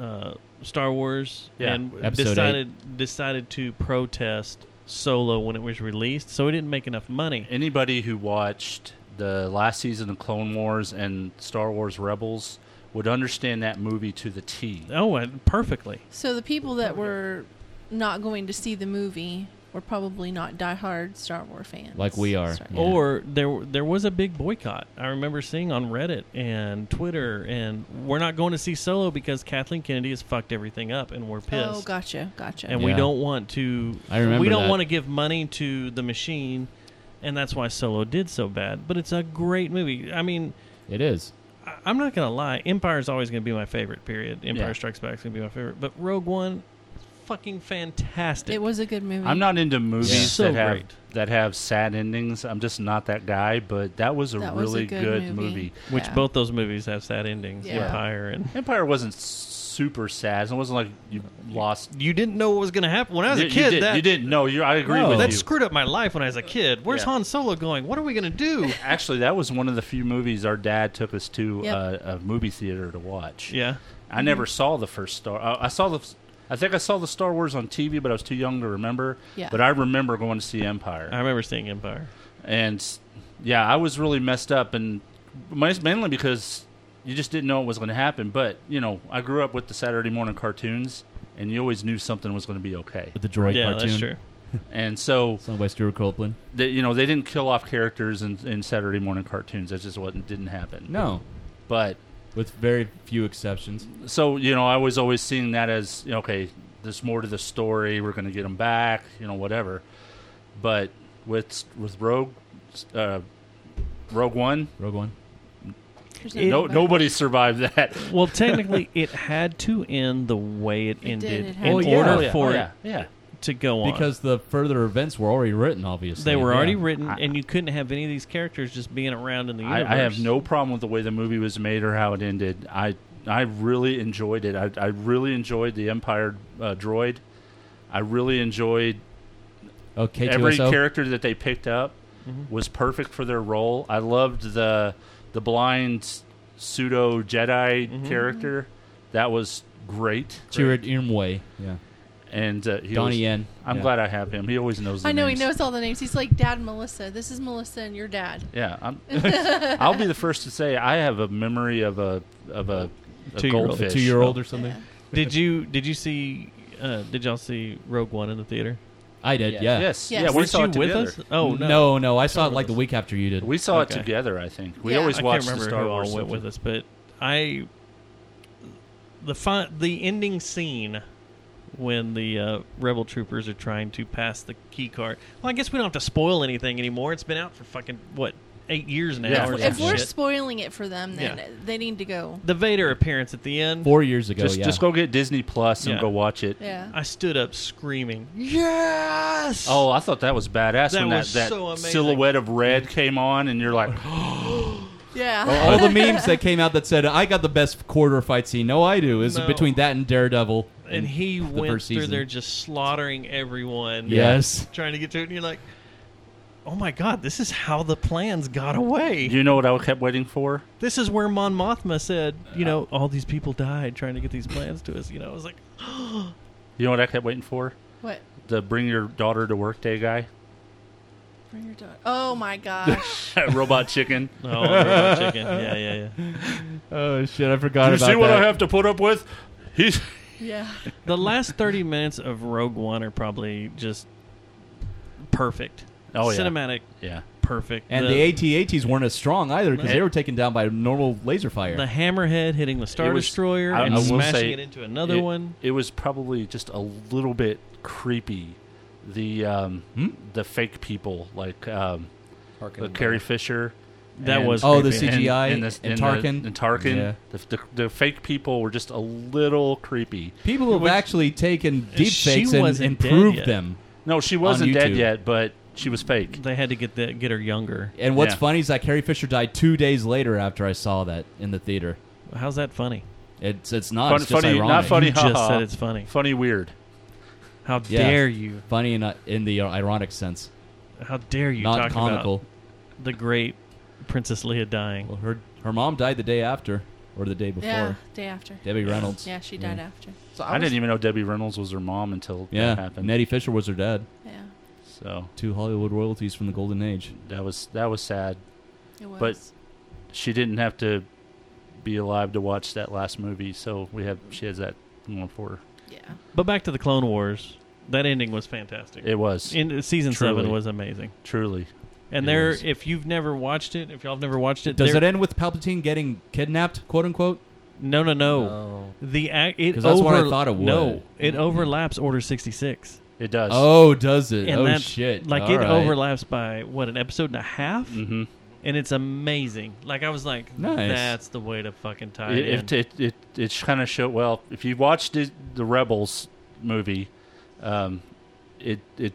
[SPEAKER 8] uh, Star Wars
[SPEAKER 7] Yeah.
[SPEAKER 8] and
[SPEAKER 7] Episode
[SPEAKER 8] decided decided to protest Solo when it was released, so it didn't make enough money.
[SPEAKER 7] Anybody who watched the last season of Clone Wars and Star Wars Rebels would understand that movie to the T.
[SPEAKER 8] Oh, and perfectly.
[SPEAKER 12] So the people that were not going to see the movie were probably not diehard Star Wars fans.
[SPEAKER 10] Like we are.
[SPEAKER 12] Sorry.
[SPEAKER 8] Or there there was a big boycott. I remember seeing on Reddit and Twitter, and we're not going to see Solo because Kathleen Kennedy has fucked everything up, and we're pissed.
[SPEAKER 12] Oh, gotcha, gotcha.
[SPEAKER 8] And we don't want to.
[SPEAKER 10] I remember
[SPEAKER 8] We don't
[SPEAKER 10] that.
[SPEAKER 8] want to give money to the machine, and that's why Solo did so bad. But it's a great movie. I mean,
[SPEAKER 10] It is.
[SPEAKER 8] I- I'm not gonna lie. Empire is always gonna be my favorite. Period. Empire
[SPEAKER 7] Yeah.
[SPEAKER 8] Strikes Back is gonna be my favorite. But Rogue One, fucking fantastic.
[SPEAKER 12] It was a good movie.
[SPEAKER 7] I'm not into movies
[SPEAKER 8] So
[SPEAKER 7] that have
[SPEAKER 8] great.
[SPEAKER 7] that have sad endings. I'm just not that guy. But that was a
[SPEAKER 12] That was a
[SPEAKER 7] really
[SPEAKER 12] good movie.
[SPEAKER 7] movie.
[SPEAKER 8] Which
[SPEAKER 12] Yeah.
[SPEAKER 8] both those movies have sad endings.
[SPEAKER 12] Yeah.
[SPEAKER 8] Empire and
[SPEAKER 7] Empire wasn't super sad. It wasn't like you lost.
[SPEAKER 8] you didn't know what was gonna happen when I was
[SPEAKER 7] You-
[SPEAKER 8] a
[SPEAKER 7] you
[SPEAKER 8] kid.
[SPEAKER 7] did-
[SPEAKER 8] that,
[SPEAKER 7] you didn't know. You, I agree
[SPEAKER 10] No.
[SPEAKER 7] with
[SPEAKER 8] that
[SPEAKER 7] you.
[SPEAKER 8] screwed up my life when I was a kid. Where's
[SPEAKER 7] Yeah.
[SPEAKER 8] Han Solo going? What are we gonna do?
[SPEAKER 7] Actually, that was one of the few movies our dad took us to
[SPEAKER 12] Yep.
[SPEAKER 7] uh, a movie theater to watch.
[SPEAKER 8] yeah,
[SPEAKER 7] I never saw the first Star. Uh, I saw the. I think I saw the Star Wars on TV, but I was too young to remember.
[SPEAKER 12] Yeah.
[SPEAKER 7] But I remember going to see Empire,
[SPEAKER 8] I remember seeing Empire.
[SPEAKER 7] and yeah, I was really messed up, and mi- mainly because you just didn't know it was going to happen. But you know, I grew up with the Saturday morning cartoons, and you always knew something was going to be okay.
[SPEAKER 10] With the droid
[SPEAKER 8] yeah,
[SPEAKER 10] cartoon.
[SPEAKER 8] that's true.
[SPEAKER 7] And so
[SPEAKER 10] Sung by Stuart Copeland.
[SPEAKER 7] they, you know they didn't kill off characters in, in Saturday morning cartoons. That just wasn't didn't happen.
[SPEAKER 10] No.
[SPEAKER 7] but
[SPEAKER 10] With very few exceptions.
[SPEAKER 7] so you know I was always seeing that as you know, okay, there's more to the story. We're going to get them back, you know, whatever. But with with Rogue, uh, Rogue One,
[SPEAKER 10] Rogue One.
[SPEAKER 12] There's
[SPEAKER 7] no
[SPEAKER 12] doubt about
[SPEAKER 7] nobody survived that.
[SPEAKER 8] Well, technically, it had to end the way it,
[SPEAKER 12] It did,
[SPEAKER 8] ended
[SPEAKER 12] it had
[SPEAKER 8] in
[SPEAKER 10] to. Oh, yeah.
[SPEAKER 8] order
[SPEAKER 10] Oh, yeah.
[SPEAKER 8] for
[SPEAKER 7] Oh, yeah,
[SPEAKER 8] it
[SPEAKER 7] yeah.
[SPEAKER 8] to go on.
[SPEAKER 10] Because the further events were already written, obviously.
[SPEAKER 8] they were already
[SPEAKER 10] Yeah.
[SPEAKER 8] written, and you couldn't have any of these characters just being around in the universe.
[SPEAKER 7] I, I have no problem with the way the movie was made or how it ended. I I really enjoyed it. I, I really enjoyed the Empire uh, droid. I really enjoyed
[SPEAKER 10] Oh, K2SO?
[SPEAKER 7] every character that they picked up
[SPEAKER 8] Mm-hmm.
[SPEAKER 7] was perfect for their role. I loved the the blind pseudo Jedi
[SPEAKER 8] Mm-hmm.
[SPEAKER 7] character. That was great.
[SPEAKER 10] Chirrut Irmwe. Yeah.
[SPEAKER 7] And uh, he
[SPEAKER 10] Donnie
[SPEAKER 7] was-
[SPEAKER 10] Yen.
[SPEAKER 7] I'm
[SPEAKER 10] Yeah.
[SPEAKER 7] glad I have him. He always knows. The
[SPEAKER 12] I know he
[SPEAKER 7] names.
[SPEAKER 12] knows all the names. He's like Dad Melissa. This is Melissa and your dad.
[SPEAKER 7] Yeah, I'm, I'll be the first to say I have a memory of a of a, a
[SPEAKER 8] Two-year-old.
[SPEAKER 7] goldfish.
[SPEAKER 10] Two year old or something.
[SPEAKER 12] Yeah.
[SPEAKER 8] Did you? Did you see? Uh, did y'all see Rogue One in the theater?
[SPEAKER 10] I did,
[SPEAKER 11] Yeah.
[SPEAKER 10] yeah.
[SPEAKER 7] Yes,
[SPEAKER 12] Yes.
[SPEAKER 7] yeah, we
[SPEAKER 12] Weren't
[SPEAKER 7] saw
[SPEAKER 8] you
[SPEAKER 7] it
[SPEAKER 8] with
[SPEAKER 7] together.
[SPEAKER 8] us? Oh no,
[SPEAKER 10] No, no. I saw it like the week after you did.
[SPEAKER 7] We saw
[SPEAKER 8] Okay.
[SPEAKER 7] it together. I think we
[SPEAKER 12] Yeah.
[SPEAKER 7] always
[SPEAKER 8] I
[SPEAKER 7] watched
[SPEAKER 8] can't remember
[SPEAKER 7] the Star
[SPEAKER 8] who
[SPEAKER 7] Wars
[SPEAKER 8] all went
[SPEAKER 7] stuff.
[SPEAKER 8] with us, but I the fi- the ending scene when the uh, rebel troopers are trying to pass the key card. Well, I guess we don't have to spoil anything anymore. It's been out for fucking what eight years now.
[SPEAKER 7] Yeah.
[SPEAKER 8] or
[SPEAKER 12] If
[SPEAKER 8] some
[SPEAKER 12] we're
[SPEAKER 8] shit.
[SPEAKER 12] spoiling it for them, then
[SPEAKER 8] Yeah.
[SPEAKER 12] they need to go.
[SPEAKER 8] the Vader appearance at the end,
[SPEAKER 10] Four years ago,
[SPEAKER 7] Just
[SPEAKER 10] yeah.
[SPEAKER 7] just go get Disney Plus and
[SPEAKER 8] Yeah.
[SPEAKER 7] go watch it.
[SPEAKER 12] Yeah.
[SPEAKER 8] I stood up screaming.
[SPEAKER 4] Yes.
[SPEAKER 7] Oh, I thought that was badass
[SPEAKER 8] That
[SPEAKER 7] when that,
[SPEAKER 8] was
[SPEAKER 7] that
[SPEAKER 8] so amazing.
[SPEAKER 7] silhouette of red came on, and you're like,
[SPEAKER 12] yeah.
[SPEAKER 10] All the memes that came out that said, I got the best quarter fight scene. No, I do. Is
[SPEAKER 8] No.
[SPEAKER 10] between that and Daredevil.
[SPEAKER 8] And he
[SPEAKER 10] the
[SPEAKER 8] went through
[SPEAKER 10] first season.
[SPEAKER 8] there just slaughtering everyone.
[SPEAKER 10] Yes.
[SPEAKER 8] Trying to get to it, and you're like, oh my god, this is how the plans got away.
[SPEAKER 7] you know what I kept waiting for?
[SPEAKER 8] this is where Mon Mothma said, you know, all these people died trying to get these plans to us. You know, I was like,
[SPEAKER 7] You know what I kept waiting for?
[SPEAKER 12] What?
[SPEAKER 7] The bring your daughter to work day guy,
[SPEAKER 12] Bring your dog. Oh my gosh.
[SPEAKER 7] robot chicken.
[SPEAKER 8] oh, robot chicken. Yeah, yeah, yeah.
[SPEAKER 10] Oh, shit. I forgot
[SPEAKER 7] You
[SPEAKER 10] about
[SPEAKER 7] see what
[SPEAKER 10] that.
[SPEAKER 7] I have to put up with? He's
[SPEAKER 12] yeah.
[SPEAKER 8] The last 30 minutes of Rogue One are probably just perfect.
[SPEAKER 7] Oh, yeah.
[SPEAKER 8] Cinematic,
[SPEAKER 7] yeah.
[SPEAKER 8] perfect.
[SPEAKER 10] And the, AT-ATs weren't as strong either because they were taken down by normal laser fire.
[SPEAKER 8] the hammerhead hitting the Star
[SPEAKER 7] It was-
[SPEAKER 8] Destroyer
[SPEAKER 7] I-
[SPEAKER 8] and
[SPEAKER 7] I will
[SPEAKER 8] smashing
[SPEAKER 7] say
[SPEAKER 8] it into another
[SPEAKER 7] it,
[SPEAKER 8] one.
[SPEAKER 7] It was probably just a little bit creepy. Hmm? The um, the fake people like um,
[SPEAKER 11] Tarkin
[SPEAKER 7] uh,
[SPEAKER 11] and
[SPEAKER 7] Carrie Fisher
[SPEAKER 8] That
[SPEAKER 7] and-
[SPEAKER 8] was Oh, the
[SPEAKER 10] creepy. CGI and
[SPEAKER 7] and, the-
[SPEAKER 10] Tarkin?
[SPEAKER 7] and Tarkin.
[SPEAKER 10] Yeah.
[SPEAKER 7] The, the, the fake people were just a little creepy.
[SPEAKER 10] People have actually taken deep
[SPEAKER 7] She
[SPEAKER 10] fakes and
[SPEAKER 7] wasn't dead
[SPEAKER 10] improved
[SPEAKER 7] yet.
[SPEAKER 10] them.
[SPEAKER 7] No, she
[SPEAKER 10] on
[SPEAKER 7] wasn't dead
[SPEAKER 10] YouTube.
[SPEAKER 7] yet, but she was fake.
[SPEAKER 8] They had to get that get her younger.
[SPEAKER 10] And what's
[SPEAKER 7] Yeah.
[SPEAKER 10] funny is that Carrie Fisher died two days later after I saw that in the theater.
[SPEAKER 8] How's that funny?
[SPEAKER 10] It's it's not
[SPEAKER 7] Fun-
[SPEAKER 10] it's just
[SPEAKER 7] funny-
[SPEAKER 10] ironic.
[SPEAKER 7] not funny, You just
[SPEAKER 8] haha. said it's funny.
[SPEAKER 7] Funny weird.
[SPEAKER 8] How
[SPEAKER 10] Yeah.
[SPEAKER 8] dare you?
[SPEAKER 10] Funny in, uh, in the ironic sense.
[SPEAKER 8] How dare you?
[SPEAKER 10] Not
[SPEAKER 8] talk
[SPEAKER 10] comical.
[SPEAKER 8] About the great Princess Leia dying.
[SPEAKER 10] Well, her her mom died the day after or the day before.
[SPEAKER 12] Yeah, day after.
[SPEAKER 10] Debbie Reynolds.
[SPEAKER 12] Yeah, she died after.
[SPEAKER 11] So
[SPEAKER 7] I, didn't even know Debbie Reynolds was her mom until
[SPEAKER 10] Yeah,
[SPEAKER 7] that happened.
[SPEAKER 10] Nettie Fisher was her dad.
[SPEAKER 12] Yeah.
[SPEAKER 7] So
[SPEAKER 10] two Hollywood royalties from the golden age.
[SPEAKER 7] That was that was sad.
[SPEAKER 12] It
[SPEAKER 7] But she didn't have to be alive to watch that last movie, so we have she has that going for her.
[SPEAKER 8] But back to the Clone Wars. That ending was fantastic.
[SPEAKER 7] It was.
[SPEAKER 8] In season
[SPEAKER 7] Truly.
[SPEAKER 8] seven was amazing.
[SPEAKER 7] Truly.
[SPEAKER 8] And
[SPEAKER 7] It
[SPEAKER 8] there,
[SPEAKER 7] was.
[SPEAKER 8] if you've never watched it, if y'all have never watched it,
[SPEAKER 10] Does
[SPEAKER 8] there-
[SPEAKER 10] it end with Palpatine getting kidnapped, quote unquote? Oh,
[SPEAKER 8] No, no, no. The act, it
[SPEAKER 10] 'Cause that's what I
[SPEAKER 8] overl-
[SPEAKER 10] thought it
[SPEAKER 8] No,
[SPEAKER 10] would.
[SPEAKER 8] it overlaps Order sixty six.
[SPEAKER 7] It does.
[SPEAKER 10] Oh, does it?
[SPEAKER 8] And
[SPEAKER 10] Oh,
[SPEAKER 8] that's-
[SPEAKER 10] shit.
[SPEAKER 8] Like
[SPEAKER 10] All
[SPEAKER 8] it
[SPEAKER 10] right. Mm.
[SPEAKER 8] overlaps by what an episode and a half,
[SPEAKER 7] mm-hmm.
[SPEAKER 8] and it's amazing. Like I was like,
[SPEAKER 10] Nice.
[SPEAKER 8] that's the way to fucking tie
[SPEAKER 7] It
[SPEAKER 8] it.
[SPEAKER 7] it, it, it, it kind of showed well. If you watched it, the Rebels movie, um, it it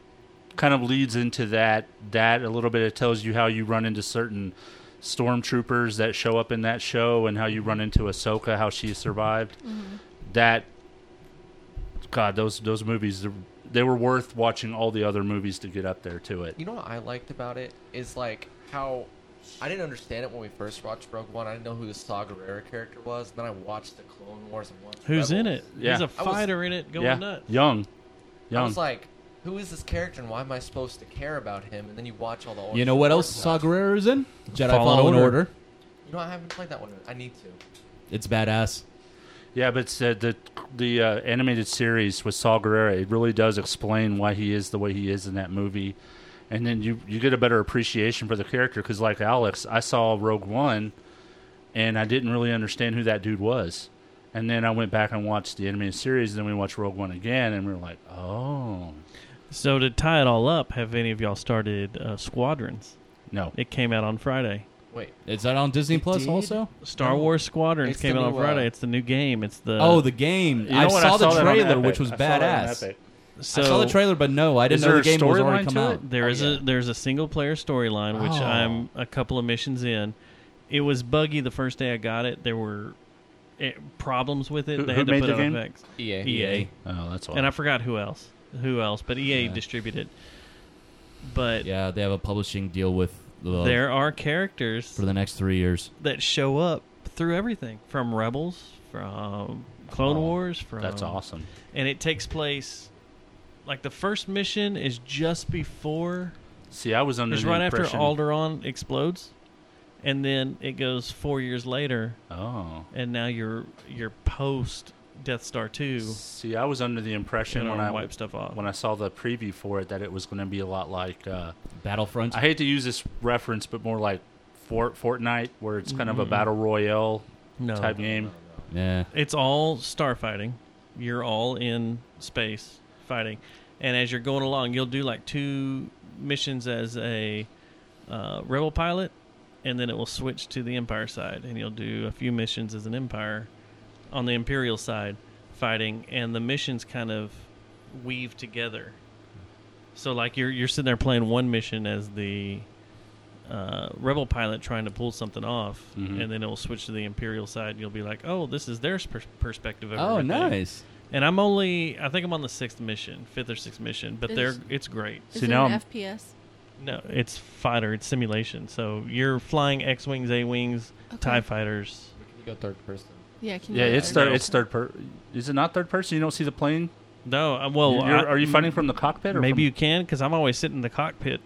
[SPEAKER 7] kind of leads into that that a little bit. It tells you how you run into certain stormtroopers that show up in that show, and how you run into Ahsoka, how she survived.
[SPEAKER 13] Mhm.
[SPEAKER 7] That God, those those movies they were worth watching all the other movies to get up there to it.
[SPEAKER 11] You know what I liked about it is like how I didn't understand it when we first watched Rogue One. I didn't know who the Saga Gerrera character was. Then I watched the Clone Wars and watched
[SPEAKER 8] Who's in
[SPEAKER 11] Rebels.
[SPEAKER 8] it? There's a fighter in it going
[SPEAKER 7] yeah,
[SPEAKER 8] nuts.
[SPEAKER 7] young, young.
[SPEAKER 11] I was like, who is this character and why am I supposed to care about him? And then you watch all the. old
[SPEAKER 10] You know what else Saw Gerrera is in? Jedi Fallen, Order.
[SPEAKER 11] You know I haven't played that one. I need to.
[SPEAKER 10] It's badass.
[SPEAKER 7] Yeah, but it's, uh, the the uh, animated series with Saul Guerrero, it really does explain why he is the way he is in that movie, and then you you get a better appreciation for the character because, like Alex, I saw Rogue One, and I didn't really understand who that dude was, and then I went back and watched the animated series, and then we watched Rogue One again, and we were like, oh,
[SPEAKER 8] So to tie it all up, have any of y'all started uh, Squadrons?
[SPEAKER 7] No.
[SPEAKER 8] It came out on Friday.
[SPEAKER 11] Wait.
[SPEAKER 10] Is that on Disney Plus
[SPEAKER 8] did?
[SPEAKER 10] also?
[SPEAKER 8] Star Wars Squadrons
[SPEAKER 10] Oh. It's
[SPEAKER 8] came
[SPEAKER 10] the
[SPEAKER 8] out on
[SPEAKER 10] new, uh,
[SPEAKER 8] Friday. It's the new game. It's the
[SPEAKER 10] oh, the game. I saw, the trailer, which was badass. I saw the trailer, but no, I didn't know the game was already come out.
[SPEAKER 8] There is a there's a single player storyline, which
[SPEAKER 10] Oh.
[SPEAKER 8] I'm a couple of missions in. It was buggy the first day I got it. There were eh, problems with it.
[SPEAKER 7] Who-
[SPEAKER 8] they
[SPEAKER 7] who
[SPEAKER 8] had to
[SPEAKER 7] made
[SPEAKER 8] put
[SPEAKER 7] the
[SPEAKER 8] out
[SPEAKER 7] game?
[SPEAKER 8] effects.
[SPEAKER 11] EA.
[SPEAKER 10] E
[SPEAKER 8] EA.
[SPEAKER 7] Oh, that's why.
[SPEAKER 8] And I forgot who else. Who else? But EA
[SPEAKER 10] Yeah.
[SPEAKER 8] distributed. But
[SPEAKER 10] yeah, they have a publishing deal with the,
[SPEAKER 8] There are characters
[SPEAKER 10] for the next three years.
[SPEAKER 8] that show up through everything from Rebels, from Clone Wars, from
[SPEAKER 7] Oh,
[SPEAKER 10] Oh.
[SPEAKER 7] that's awesome.
[SPEAKER 8] and it takes place like the first mission is just before.
[SPEAKER 7] See, I was under
[SPEAKER 8] It's
[SPEAKER 7] the
[SPEAKER 8] right
[SPEAKER 7] impression-
[SPEAKER 8] after Alderaan explodes, and then it goes four years later.
[SPEAKER 7] Oh,
[SPEAKER 8] and now you're you're post Death Star two.
[SPEAKER 7] See, I was under the impression
[SPEAKER 8] You know,
[SPEAKER 7] when I
[SPEAKER 8] wipe stuff off.
[SPEAKER 7] when I saw the preview for it that it was going to be a lot like uh,
[SPEAKER 10] Battlefront.
[SPEAKER 7] I hate to use this reference, but more like Fort Fortnite, where it's kind of a
[SPEAKER 8] Mm-mm.
[SPEAKER 7] battle royale
[SPEAKER 8] No.
[SPEAKER 7] type game.
[SPEAKER 10] Yeah.
[SPEAKER 8] It's all starfighting. You're all in space fighting, and as you're going along, you'll do like two missions as a uh, rebel pilot, and then it will switch to the Empire side, and you'll do a few missions as an Empire on the Imperial side fighting, and the missions kind of weave together. So like you're you're sitting there playing one mission as the uh, rebel pilot trying to pull something off,
[SPEAKER 10] Mhm.
[SPEAKER 8] and then it will switch to the imperial side, and you'll be like, "Oh, this is their pers- perspective of
[SPEAKER 10] Oh,
[SPEAKER 8] everything."
[SPEAKER 10] nice.
[SPEAKER 8] And I'm only I think I'm on the sixth mission, fifth or sixth mission, but
[SPEAKER 12] Is-
[SPEAKER 8] they're it's great.
[SPEAKER 12] Is it an FPS?
[SPEAKER 8] No, it's fighter, it's simulation. So you're flying X wings, A wings, Tie fighters.
[SPEAKER 11] You go third person.
[SPEAKER 12] Yeah, can
[SPEAKER 7] Yeah,
[SPEAKER 12] you
[SPEAKER 7] it's third. It's third per. Is it not third person? You don't see the plane.
[SPEAKER 8] No. uh, Well,
[SPEAKER 7] You're-
[SPEAKER 8] I-
[SPEAKER 7] are you fighting from the cockpit? Or
[SPEAKER 8] maybe
[SPEAKER 7] from-
[SPEAKER 8] you can because I'm always sitting in the cockpit,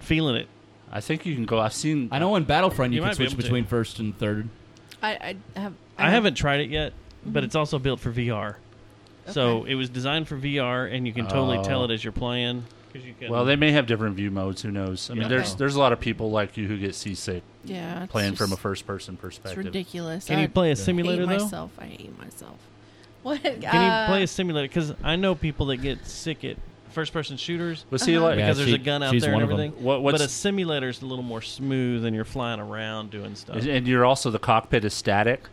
[SPEAKER 8] feeling it.
[SPEAKER 7] I think you can go. I've seen.
[SPEAKER 10] I know in Battlefront you,
[SPEAKER 8] You
[SPEAKER 10] can
[SPEAKER 8] might be
[SPEAKER 10] switch
[SPEAKER 8] able to.
[SPEAKER 10] between first and third.
[SPEAKER 12] I, I have.
[SPEAKER 8] I haven't tried it yet, but
[SPEAKER 12] Mhm.
[SPEAKER 8] it's also built for VR. So it was designed for VR, and you can totally tell it as you're playing. 'cause you can-
[SPEAKER 7] Oh. Well, they may have different view modes. Who knows? I mean,
[SPEAKER 8] Yeah.
[SPEAKER 7] there's
[SPEAKER 8] Okay.
[SPEAKER 7] there's a lot of people like you who get seasick.
[SPEAKER 12] Yeah, it's
[SPEAKER 7] playing from a
[SPEAKER 12] just-
[SPEAKER 7] first person perspective.
[SPEAKER 12] It's ridiculous.
[SPEAKER 8] Can you
[SPEAKER 12] I
[SPEAKER 8] play a
[SPEAKER 12] hate
[SPEAKER 8] simulator, though?
[SPEAKER 12] Myself, I hate myself. What?
[SPEAKER 8] Can you
[SPEAKER 12] uh,
[SPEAKER 8] play a simulator? Because I know people that get sick at first-person shooters.
[SPEAKER 7] But see, like-
[SPEAKER 8] because
[SPEAKER 7] Yeah,
[SPEAKER 8] there's
[SPEAKER 7] she-
[SPEAKER 8] a gun out
[SPEAKER 7] she's
[SPEAKER 8] there and
[SPEAKER 7] one of 'em.
[SPEAKER 8] everything.
[SPEAKER 7] What- what's-
[SPEAKER 8] but a simulator's a little more smooth, and you're flying around doing stuff.
[SPEAKER 7] And- And you're also the cockpit is static.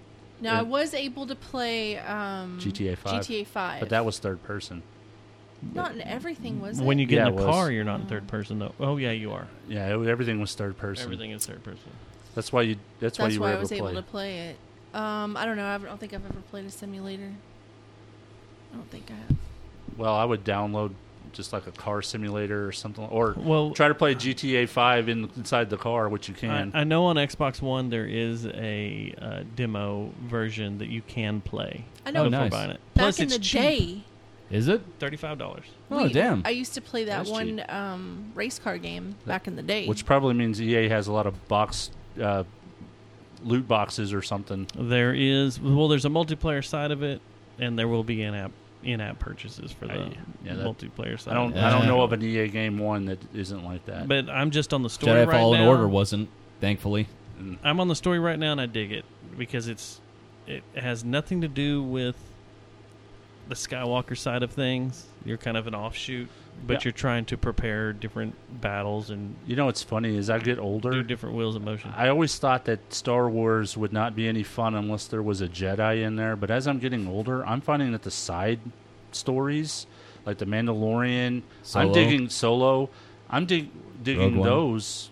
[SPEAKER 12] Now
[SPEAKER 7] uh,
[SPEAKER 12] I was able to play um,
[SPEAKER 7] GTA Five.
[SPEAKER 12] GTA Five,
[SPEAKER 7] But that was third person.
[SPEAKER 12] not in everything was
[SPEAKER 8] when
[SPEAKER 12] it?
[SPEAKER 8] you get
[SPEAKER 7] Yeah,
[SPEAKER 8] in
[SPEAKER 7] it
[SPEAKER 8] the
[SPEAKER 7] was.
[SPEAKER 8] car, you're not in third person though. Oh yeah, you are.
[SPEAKER 7] Yeah, it, everything was third person.
[SPEAKER 8] Everything is third person.
[SPEAKER 7] That's why you. That's, why you were
[SPEAKER 12] I was
[SPEAKER 7] able to play.
[SPEAKER 12] able to play it. Um, I don't know. I don't think I've ever played a simulator. I don't think I have.
[SPEAKER 7] Well, I would download just like a car simulator or something, or
[SPEAKER 8] Well-
[SPEAKER 7] try to play GTA Five in, inside the car, which you can.
[SPEAKER 8] I, I know on Xbox One there is a uh, demo version that you can play.
[SPEAKER 12] I know. Oh,
[SPEAKER 8] before
[SPEAKER 12] nice.
[SPEAKER 8] buying it.
[SPEAKER 12] Back
[SPEAKER 8] Plus,
[SPEAKER 12] in
[SPEAKER 8] it's
[SPEAKER 12] the
[SPEAKER 8] cheap. Oh,
[SPEAKER 12] day,
[SPEAKER 10] Is it?
[SPEAKER 8] Thirty-five dollars.
[SPEAKER 12] we- I used to play that
[SPEAKER 7] That's
[SPEAKER 12] one um, race car game back in the day.
[SPEAKER 7] which probably means EA has a lot of box uh, loot boxes or something.
[SPEAKER 8] There is well, there's a multiplayer side of it, and there will be in-app in-app purchases for the
[SPEAKER 7] Yeah, that-
[SPEAKER 8] multiplayer side.
[SPEAKER 7] I don't.
[SPEAKER 8] of it.
[SPEAKER 7] I don't know of an EA game one that isn't like that.
[SPEAKER 8] But I'm just on the story
[SPEAKER 10] Jedi
[SPEAKER 8] right
[SPEAKER 10] Fallen
[SPEAKER 8] now.
[SPEAKER 10] Order wasn't, thankfully.
[SPEAKER 8] I'm on the story right now, and I dig it because it's it has nothing to do with the Skywalker side of things. You're kind of an offshoot, but
[SPEAKER 7] Yeah.
[SPEAKER 8] you're trying to prepare different battles and
[SPEAKER 7] You know what's funny is I get older.
[SPEAKER 8] do different wheels of motion.
[SPEAKER 7] I always thought that Star Wars would not be any fun unless there was a Jedi in there. But as I'm getting older, I'm finding that the side stories, like the Mandalorian, I'm
[SPEAKER 10] Solo.
[SPEAKER 7] digging Solo. I'm dig- digging
[SPEAKER 10] Rogue One.
[SPEAKER 7] those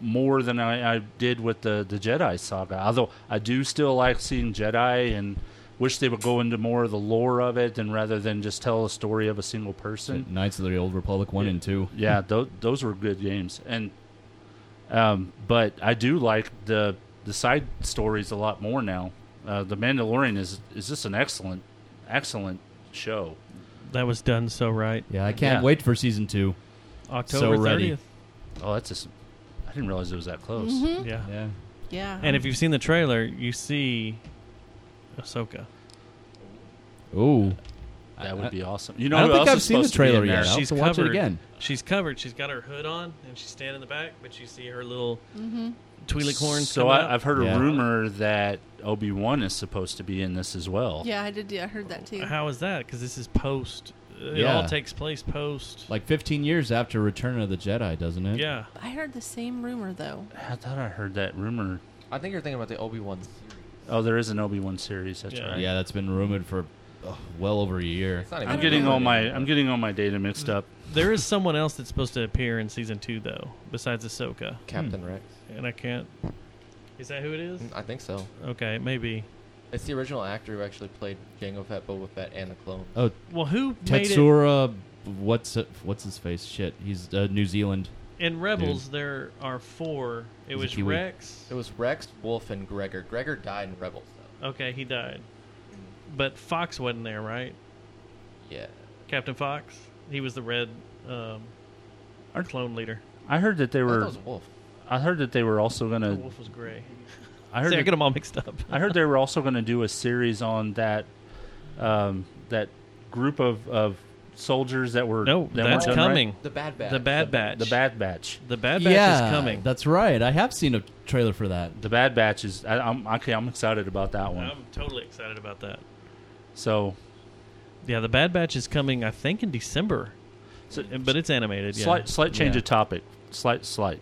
[SPEAKER 7] more than I, I did with the the Jedi saga. Although I do still like seeing Jedi and. Wish they would go into more of the lore of it, and rather than just tell a story of a single person.
[SPEAKER 10] Knights of the Old Republic 1 and 2.
[SPEAKER 7] Yeah, those those were good games, and um, but I do like the the side stories a lot more now. Uh, the Mandalorian is is just an excellent excellent show.
[SPEAKER 8] That was done so right.
[SPEAKER 10] Yeah, I can't wait for season 2.
[SPEAKER 8] October
[SPEAKER 10] so ready.
[SPEAKER 8] 30th.
[SPEAKER 7] Oh, that's just I didn't realize it was that close.
[SPEAKER 10] Mm-hmm.
[SPEAKER 12] Mhm.
[SPEAKER 8] Yeah.
[SPEAKER 10] Yeah.
[SPEAKER 12] yeah,
[SPEAKER 8] And if you've seen the trailer, you see Ahsoka.
[SPEAKER 10] Ooh.
[SPEAKER 7] That would be awesome. You know,
[SPEAKER 10] I don't
[SPEAKER 7] who
[SPEAKER 10] think
[SPEAKER 7] else
[SPEAKER 10] I've
[SPEAKER 7] is
[SPEAKER 10] seen the
[SPEAKER 7] supposed to be in
[SPEAKER 10] trailer
[SPEAKER 7] there?
[SPEAKER 10] yet. I'll have to watch it again.
[SPEAKER 8] She's covered. She's got her hood on, and she's standing in the back. But you see her little Twi'lek horns.
[SPEAKER 7] So
[SPEAKER 8] coming
[SPEAKER 7] I,
[SPEAKER 8] out.
[SPEAKER 7] I've heard
[SPEAKER 10] Yeah.
[SPEAKER 7] a rumor that Obi Wan is supposed to be in this as well.
[SPEAKER 12] yeah, I did. I heard that too.
[SPEAKER 8] How is that? Because this is post. It
[SPEAKER 10] Yeah.
[SPEAKER 8] all takes place post.
[SPEAKER 10] Like 15 years after Return of the Jedi, doesn't it?
[SPEAKER 8] Yeah.
[SPEAKER 12] I heard the same rumor though.
[SPEAKER 7] I thought I heard that rumor.
[SPEAKER 11] I think you're thinking about the Obi Wan series.
[SPEAKER 7] Oh, there is an Obi Wan series. That's
[SPEAKER 8] Yeah.
[SPEAKER 7] right.
[SPEAKER 10] Yeah, that's been rumored for oh, well over a year.
[SPEAKER 11] It's not even
[SPEAKER 7] I'm getting
[SPEAKER 11] rumored
[SPEAKER 7] all my
[SPEAKER 11] anymore.
[SPEAKER 7] I'm getting all my data
[SPEAKER 10] Mm.
[SPEAKER 7] mixed up.
[SPEAKER 8] There is someone else that's supposed to appear in season two, though, besides Ahsoka,
[SPEAKER 11] Captain
[SPEAKER 10] Hmm.
[SPEAKER 11] Rex.
[SPEAKER 8] and I can't. Is that who it
[SPEAKER 10] Mm,
[SPEAKER 8] is?
[SPEAKER 11] I think so.
[SPEAKER 8] Okay, maybe.
[SPEAKER 11] It's the original actor who actually played Jango Fett, Boba Fett, and the clone.
[SPEAKER 10] Oh,
[SPEAKER 8] Well, who made it
[SPEAKER 10] Tetsura, what's it, what's his face? Shit, he's uh, New Zealand.
[SPEAKER 8] in Rebels? There are four. It
[SPEAKER 10] He's a
[SPEAKER 8] was
[SPEAKER 10] Kiwi.
[SPEAKER 8] Rex.
[SPEAKER 11] It was Rex, Wolf, and Gregor. Gregor died in Rebels, though.
[SPEAKER 8] Okay, he died, but Fox wasn't there, right?
[SPEAKER 11] Yeah.
[SPEAKER 8] Captain Fox. He was the red um, our clone leader.
[SPEAKER 7] I heard that they
[SPEAKER 11] I thought it
[SPEAKER 7] were
[SPEAKER 11] was Wolf.
[SPEAKER 7] I heard that they were also
[SPEAKER 8] The
[SPEAKER 7] gonna.
[SPEAKER 8] wolf was gray.
[SPEAKER 7] I
[SPEAKER 8] See,
[SPEAKER 7] heard.
[SPEAKER 8] I get
[SPEAKER 7] that-
[SPEAKER 8] them all mixed up.
[SPEAKER 7] I heard they were also gonna do a series on that. Um, that group of, of soldiers that were
[SPEAKER 8] no,
[SPEAKER 7] that weren't
[SPEAKER 8] that's
[SPEAKER 7] done right.
[SPEAKER 8] coming.
[SPEAKER 11] The Bad Batch.
[SPEAKER 8] The Bad Batch.
[SPEAKER 7] The Bad Batch.
[SPEAKER 8] The Bad Batch is coming.
[SPEAKER 10] That's right. I have seen a trailer for that.
[SPEAKER 7] The Bad Batch is. I, I'm okay. I'm excited about that one.
[SPEAKER 8] I'm totally excited about that.
[SPEAKER 7] So,
[SPEAKER 8] Yeah, the Bad Batch is coming. I think in December,
[SPEAKER 7] so
[SPEAKER 8] but it's animated. Yeah.
[SPEAKER 7] slight slight change
[SPEAKER 10] Yeah.
[SPEAKER 7] of topic. Slight slight.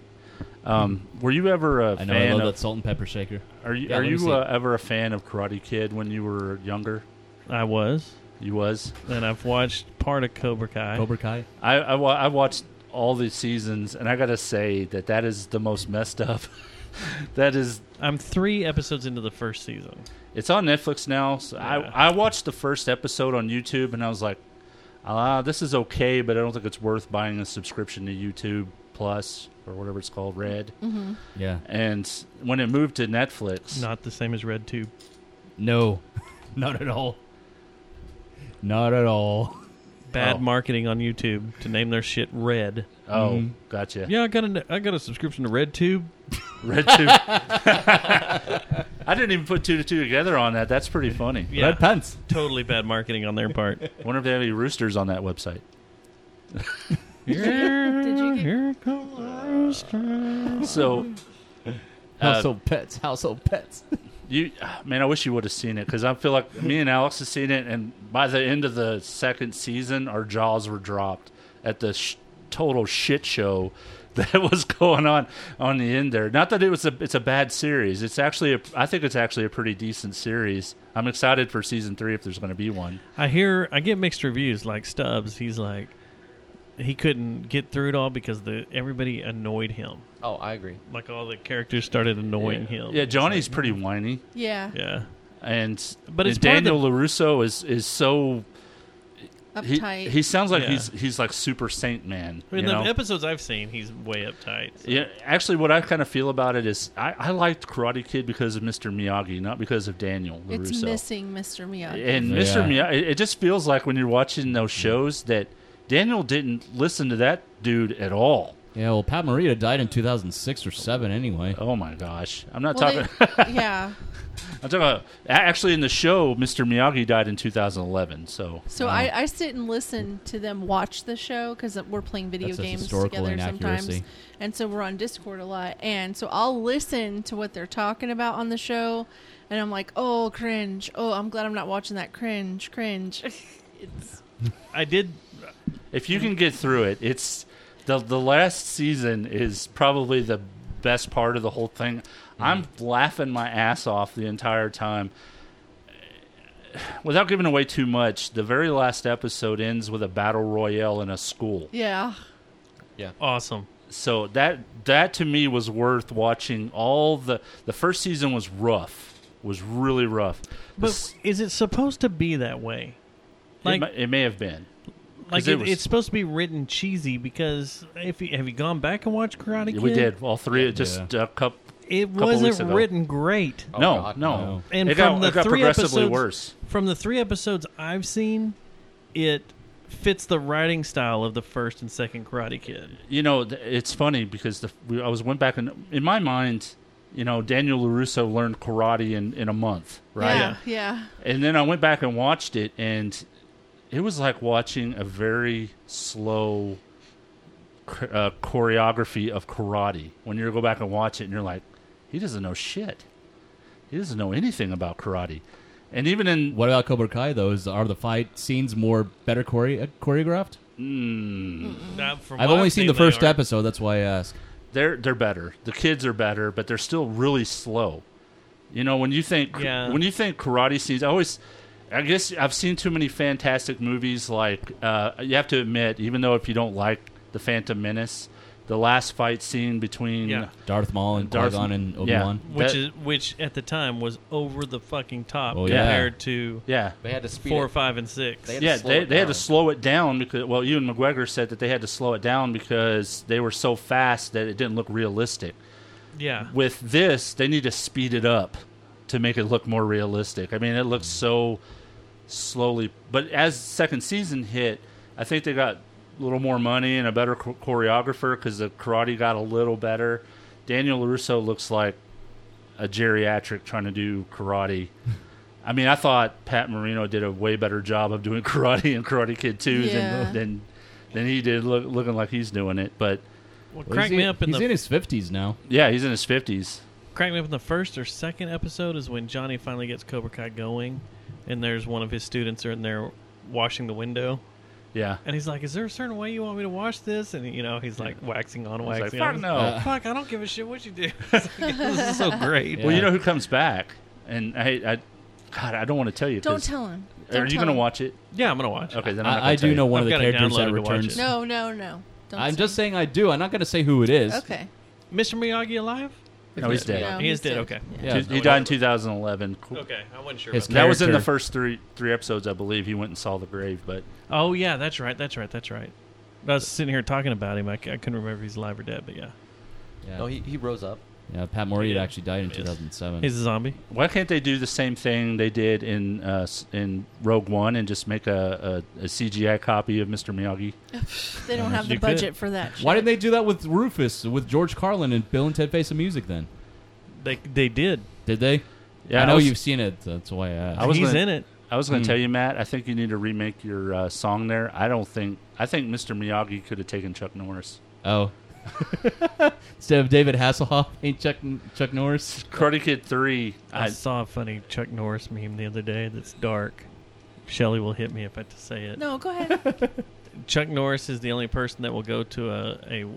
[SPEAKER 7] Um, were you ever a
[SPEAKER 10] I know. I
[SPEAKER 7] fan
[SPEAKER 10] love
[SPEAKER 7] of?
[SPEAKER 10] that salt and pepper shaker.
[SPEAKER 7] Are you
[SPEAKER 10] Yeah,
[SPEAKER 7] are
[SPEAKER 10] let me see.
[SPEAKER 7] you uh, ever a fan of Karate Kid when you were younger?
[SPEAKER 8] I was,
[SPEAKER 7] You was.
[SPEAKER 8] and I've watched part of Cobra Kai.
[SPEAKER 10] Cobra Kai.
[SPEAKER 7] I, I, wa- I watched all the seasons, and I gotta say that that is the most messed up. that is,
[SPEAKER 8] I'm three episodes into the first season.
[SPEAKER 7] it's on Netflix now. So
[SPEAKER 8] Yeah.
[SPEAKER 7] I I watched the first episode on YouTube, and I was like, ah, this is okay, but I don't think it's worth buying a subscription to YouTube Plus or whatever it's called, Red.
[SPEAKER 8] Mm-hmm.
[SPEAKER 10] Yeah.
[SPEAKER 7] And when it moved to Netflix,
[SPEAKER 8] Not the same as Red Tube.
[SPEAKER 10] No, not at all. Not at all.
[SPEAKER 8] Bad
[SPEAKER 7] Oh.
[SPEAKER 8] marketing on YouTube to name their shit Red.
[SPEAKER 7] oh, gotcha.
[SPEAKER 8] Mm-hmm. Yeah, I got a I got a subscription to Red Tube.
[SPEAKER 7] Red two. I didn't even put two to two together on that. That's pretty funny.
[SPEAKER 8] Yeah,
[SPEAKER 10] Red pants.
[SPEAKER 8] totally bad marketing on their part.
[SPEAKER 7] Wonder if they have any roosters on that website.
[SPEAKER 8] here,
[SPEAKER 12] Did you get-
[SPEAKER 8] here come the
[SPEAKER 7] So. uh,
[SPEAKER 10] Household pets. Household pets.
[SPEAKER 7] You ah, man, I wish you would have seen it because I feel like me and Alex have seen it, and by the end of the second season, our jaws were dropped. at the sh- total shit show that was going on on the end there. Not that it was a it's a bad series. It's actually a, I think it's actually a pretty decent series. I'm excited for season three if there's going to be one.
[SPEAKER 8] I hear I get mixed reviews. Like Stubbs, he's like he couldn't get through it all because the everybody annoyed him.
[SPEAKER 11] Oh, I agree.
[SPEAKER 8] Like all the characters started annoying him.
[SPEAKER 7] Yeah,
[SPEAKER 8] It's
[SPEAKER 7] Johnny's
[SPEAKER 8] like-
[SPEAKER 7] pretty whiny.
[SPEAKER 12] Yeah.
[SPEAKER 8] Yeah,
[SPEAKER 7] and
[SPEAKER 8] But
[SPEAKER 7] but
[SPEAKER 8] it's part of the-
[SPEAKER 7] Daniel Larusso is is so he-
[SPEAKER 12] Uptight.
[SPEAKER 7] He, sounds like
[SPEAKER 8] Yeah.
[SPEAKER 7] he's he's like super saint man.
[SPEAKER 8] I mean,
[SPEAKER 7] you
[SPEAKER 8] the
[SPEAKER 7] know?
[SPEAKER 8] episodes I've seen, he's way uptight.
[SPEAKER 7] Yeah, actually, what I kind of feel about it is I, I liked Karate Kid because of Mr. Miyagi, not because of Daniel Larusso.
[SPEAKER 12] It's missing Mr. Miyagi.
[SPEAKER 7] And Mr. Miyagi, it- it just feels like when you're watching those shows that Daniel didn't listen to that dude at all.
[SPEAKER 13] Yeah, well, Pat Morita died in 2006 or 7 anyway.
[SPEAKER 7] Oh my gosh. I'm not
[SPEAKER 12] Well,
[SPEAKER 7] talking.
[SPEAKER 12] they- yeah.
[SPEAKER 7] I'm talking about, a- actually in the show, Mr. Miyagi died in 2011. So
[SPEAKER 12] So
[SPEAKER 7] uh,
[SPEAKER 12] I, I sit and listen to them watch the show because we're playing video
[SPEAKER 7] That's a
[SPEAKER 12] games
[SPEAKER 7] historical
[SPEAKER 12] together sometimes,
[SPEAKER 7] inaccuracy.
[SPEAKER 12] and so we're on Discord a lot. And so I'll listen to what they're talking about on the show, and I'm like, oh, cringe. Oh, I'm glad I'm not watching that cringe, cringe. it's
[SPEAKER 8] I did.
[SPEAKER 7] If you can get through it, it's the the last season is probably the best part of the whole thing. I'm laughing my ass off the entire time. Without giving away too much, the very last episode ends with a battle royale in a school.
[SPEAKER 12] yeah.
[SPEAKER 11] Yeah.
[SPEAKER 8] Awesome.
[SPEAKER 7] So that that to me was worth watching. All the the first season was rough, was really rough.
[SPEAKER 8] But is it supposed to be that way?
[SPEAKER 7] it, mi- it may have been. 'Cause
[SPEAKER 8] Like
[SPEAKER 7] it
[SPEAKER 8] it
[SPEAKER 7] was-
[SPEAKER 8] it's supposed to be written cheesy because if you, have you gone back and watched Karate Kid?
[SPEAKER 7] we did all three. Just a couple.
[SPEAKER 8] It
[SPEAKER 7] couple weeks
[SPEAKER 8] wasn't
[SPEAKER 7] ago.
[SPEAKER 8] written great.
[SPEAKER 7] No, Oh, God, no. no.
[SPEAKER 8] And
[SPEAKER 7] It
[SPEAKER 8] from
[SPEAKER 7] got-
[SPEAKER 8] the
[SPEAKER 7] it got
[SPEAKER 8] three
[SPEAKER 7] progressively
[SPEAKER 8] episodes,
[SPEAKER 7] worse.
[SPEAKER 8] From the three episodes I've seen, it fits the writing style of the first and second Karate Kid.
[SPEAKER 7] you know, th- it's funny because the, we, I was went back and in my mind, you know, Daniel Larusso learned karate in, in a month, right?
[SPEAKER 12] Yeah, yeah.
[SPEAKER 7] And then I went back and watched it, and it was like watching a very slow ch- uh, choreography of karate. When you go back and watch it, and you're like, he doesn't know shit. He doesn't know anything about karate. And even in
[SPEAKER 13] What about Cobra Kai though? Is are the fight scenes more better chore- uh, choreographed?
[SPEAKER 8] Not from
[SPEAKER 13] I've
[SPEAKER 8] what
[SPEAKER 13] only
[SPEAKER 8] I've
[SPEAKER 13] seen
[SPEAKER 8] seen,
[SPEAKER 13] the
[SPEAKER 8] they
[SPEAKER 13] first
[SPEAKER 8] are.
[SPEAKER 13] episode. That's why I ask.
[SPEAKER 7] they're they're better. The kids are better, but they're still really slow. You know, when you think
[SPEAKER 8] Yeah.
[SPEAKER 7] when you think karate scenes, I always I guess I've seen too many fantastic movies like uh, you have to admit, even though if you don't like The Phantom Menace, the last fight scene between
[SPEAKER 8] Yeah.
[SPEAKER 13] Darth Maul and
[SPEAKER 7] Darth-
[SPEAKER 13] Qui-Gon and
[SPEAKER 7] yeah.
[SPEAKER 13] Obi-Wan.
[SPEAKER 8] Which
[SPEAKER 7] That-
[SPEAKER 8] is which at the time was over the fucking top
[SPEAKER 13] Oh, yeah.
[SPEAKER 8] compared to
[SPEAKER 7] Yeah.
[SPEAKER 11] They had to speed
[SPEAKER 8] four,
[SPEAKER 11] it.
[SPEAKER 8] five, and six.
[SPEAKER 7] yeah, they, they had to slow it down because well, Ewan McGregor said that they had to slow it down because they were so fast that it didn't look realistic.
[SPEAKER 8] Yeah.
[SPEAKER 7] With this, they need to speed it up to make it look more realistic. I mean, it looks so slowly, but as second season hit, I think they got a little more money and a better cho- choreographer because the karate got a little better. Daniel Larusso looks like a geriatric trying to do karate. I mean, I thought Pat Marino did a way better job of doing karate in Karate Kid 2
[SPEAKER 8] Yeah.
[SPEAKER 7] than, than than he did look, looking like he's doing it. But
[SPEAKER 8] Well, crack me up in
[SPEAKER 13] He's
[SPEAKER 8] the
[SPEAKER 13] in his fifties now.
[SPEAKER 7] yeah, he's in his fifties.
[SPEAKER 8] Crack me up in the first or second episode is when Johnny finally gets Cobra Kai going, and there's one of his students are in there washing the window.
[SPEAKER 7] Yeah.
[SPEAKER 8] And he's like, "Is there a certain way you want me to wash this?" And you know, he's like waxing on,
[SPEAKER 7] He's like,
[SPEAKER 8] waxing
[SPEAKER 7] "Fuck
[SPEAKER 8] on.
[SPEAKER 7] no." Uh,
[SPEAKER 8] fuck! I don't give a shit what you do. this is so great.
[SPEAKER 7] Well, you know who comes back, and I, I God, I don't want to tell you. 'cause-
[SPEAKER 12] Don't tell him.
[SPEAKER 7] Are
[SPEAKER 12] Don't
[SPEAKER 7] you
[SPEAKER 12] tell
[SPEAKER 7] going to
[SPEAKER 12] him.
[SPEAKER 7] watch it?
[SPEAKER 8] Yeah, I'm going to watch.
[SPEAKER 7] Okay, then I'm not
[SPEAKER 13] I, I
[SPEAKER 7] gonna tell
[SPEAKER 13] do know
[SPEAKER 7] you.
[SPEAKER 13] one
[SPEAKER 8] I've
[SPEAKER 13] of
[SPEAKER 8] got
[SPEAKER 13] the
[SPEAKER 8] it
[SPEAKER 13] characters that
[SPEAKER 8] downloaded to watch
[SPEAKER 13] returns.
[SPEAKER 12] No, no, no. Don't
[SPEAKER 13] I'm
[SPEAKER 12] say.
[SPEAKER 13] just saying I do. I'm not going to say who it is.
[SPEAKER 12] Okay.
[SPEAKER 8] Mr. Miyagi alive?
[SPEAKER 7] No, he's dead.
[SPEAKER 8] he is dead. Okay.
[SPEAKER 13] Yeah.
[SPEAKER 7] He died in 2011. Cool.
[SPEAKER 8] Okay, I wasn't sure
[SPEAKER 13] His
[SPEAKER 8] about
[SPEAKER 7] That was in the
[SPEAKER 13] character-
[SPEAKER 7] first three three episodes, I believe. He went and saw the grave, but
[SPEAKER 8] Oh yeah, that's right. That's right. That's right. I was sitting here talking about him. I, c- I couldn't remember if he's alive or dead, but yeah.
[SPEAKER 13] Yeah.
[SPEAKER 11] No, he, he rose up.
[SPEAKER 13] Yeah, Pat Morita actually died in 2007.
[SPEAKER 8] He's a zombie.
[SPEAKER 7] Why can't they do the same thing they did in uh, s- in Rogue One and just make a, a, a CGI copy of Mr. Miyagi?
[SPEAKER 12] They
[SPEAKER 7] Uh,
[SPEAKER 12] don't have the
[SPEAKER 13] You could.
[SPEAKER 12] budget for that.
[SPEAKER 13] Why didn't they do that with Rufus, with George Carlin and Bill and Ted Face the Music then?
[SPEAKER 8] They they did.
[SPEAKER 13] Did they?
[SPEAKER 7] Yeah,
[SPEAKER 13] I
[SPEAKER 7] I
[SPEAKER 13] know
[SPEAKER 7] was-
[SPEAKER 13] you've Hmm. seen it. That's why I asked.
[SPEAKER 7] gonna- I was going to tell you, Matt. I think you need to remake your uh, song there. I don't think. I think Mr. Miyagi could have taken Chuck Norris.
[SPEAKER 13] Oh. Instead of David Hasselhoff, ain't Chuck Chuck Norris.
[SPEAKER 7] Karate Kid Three.
[SPEAKER 8] I, saw a funny Chuck Norris meme the other day that's dark. Shelly will hit me if I have to say it.
[SPEAKER 12] No, go ahead.
[SPEAKER 8] Chuck Norris is the only person that will go to a, a,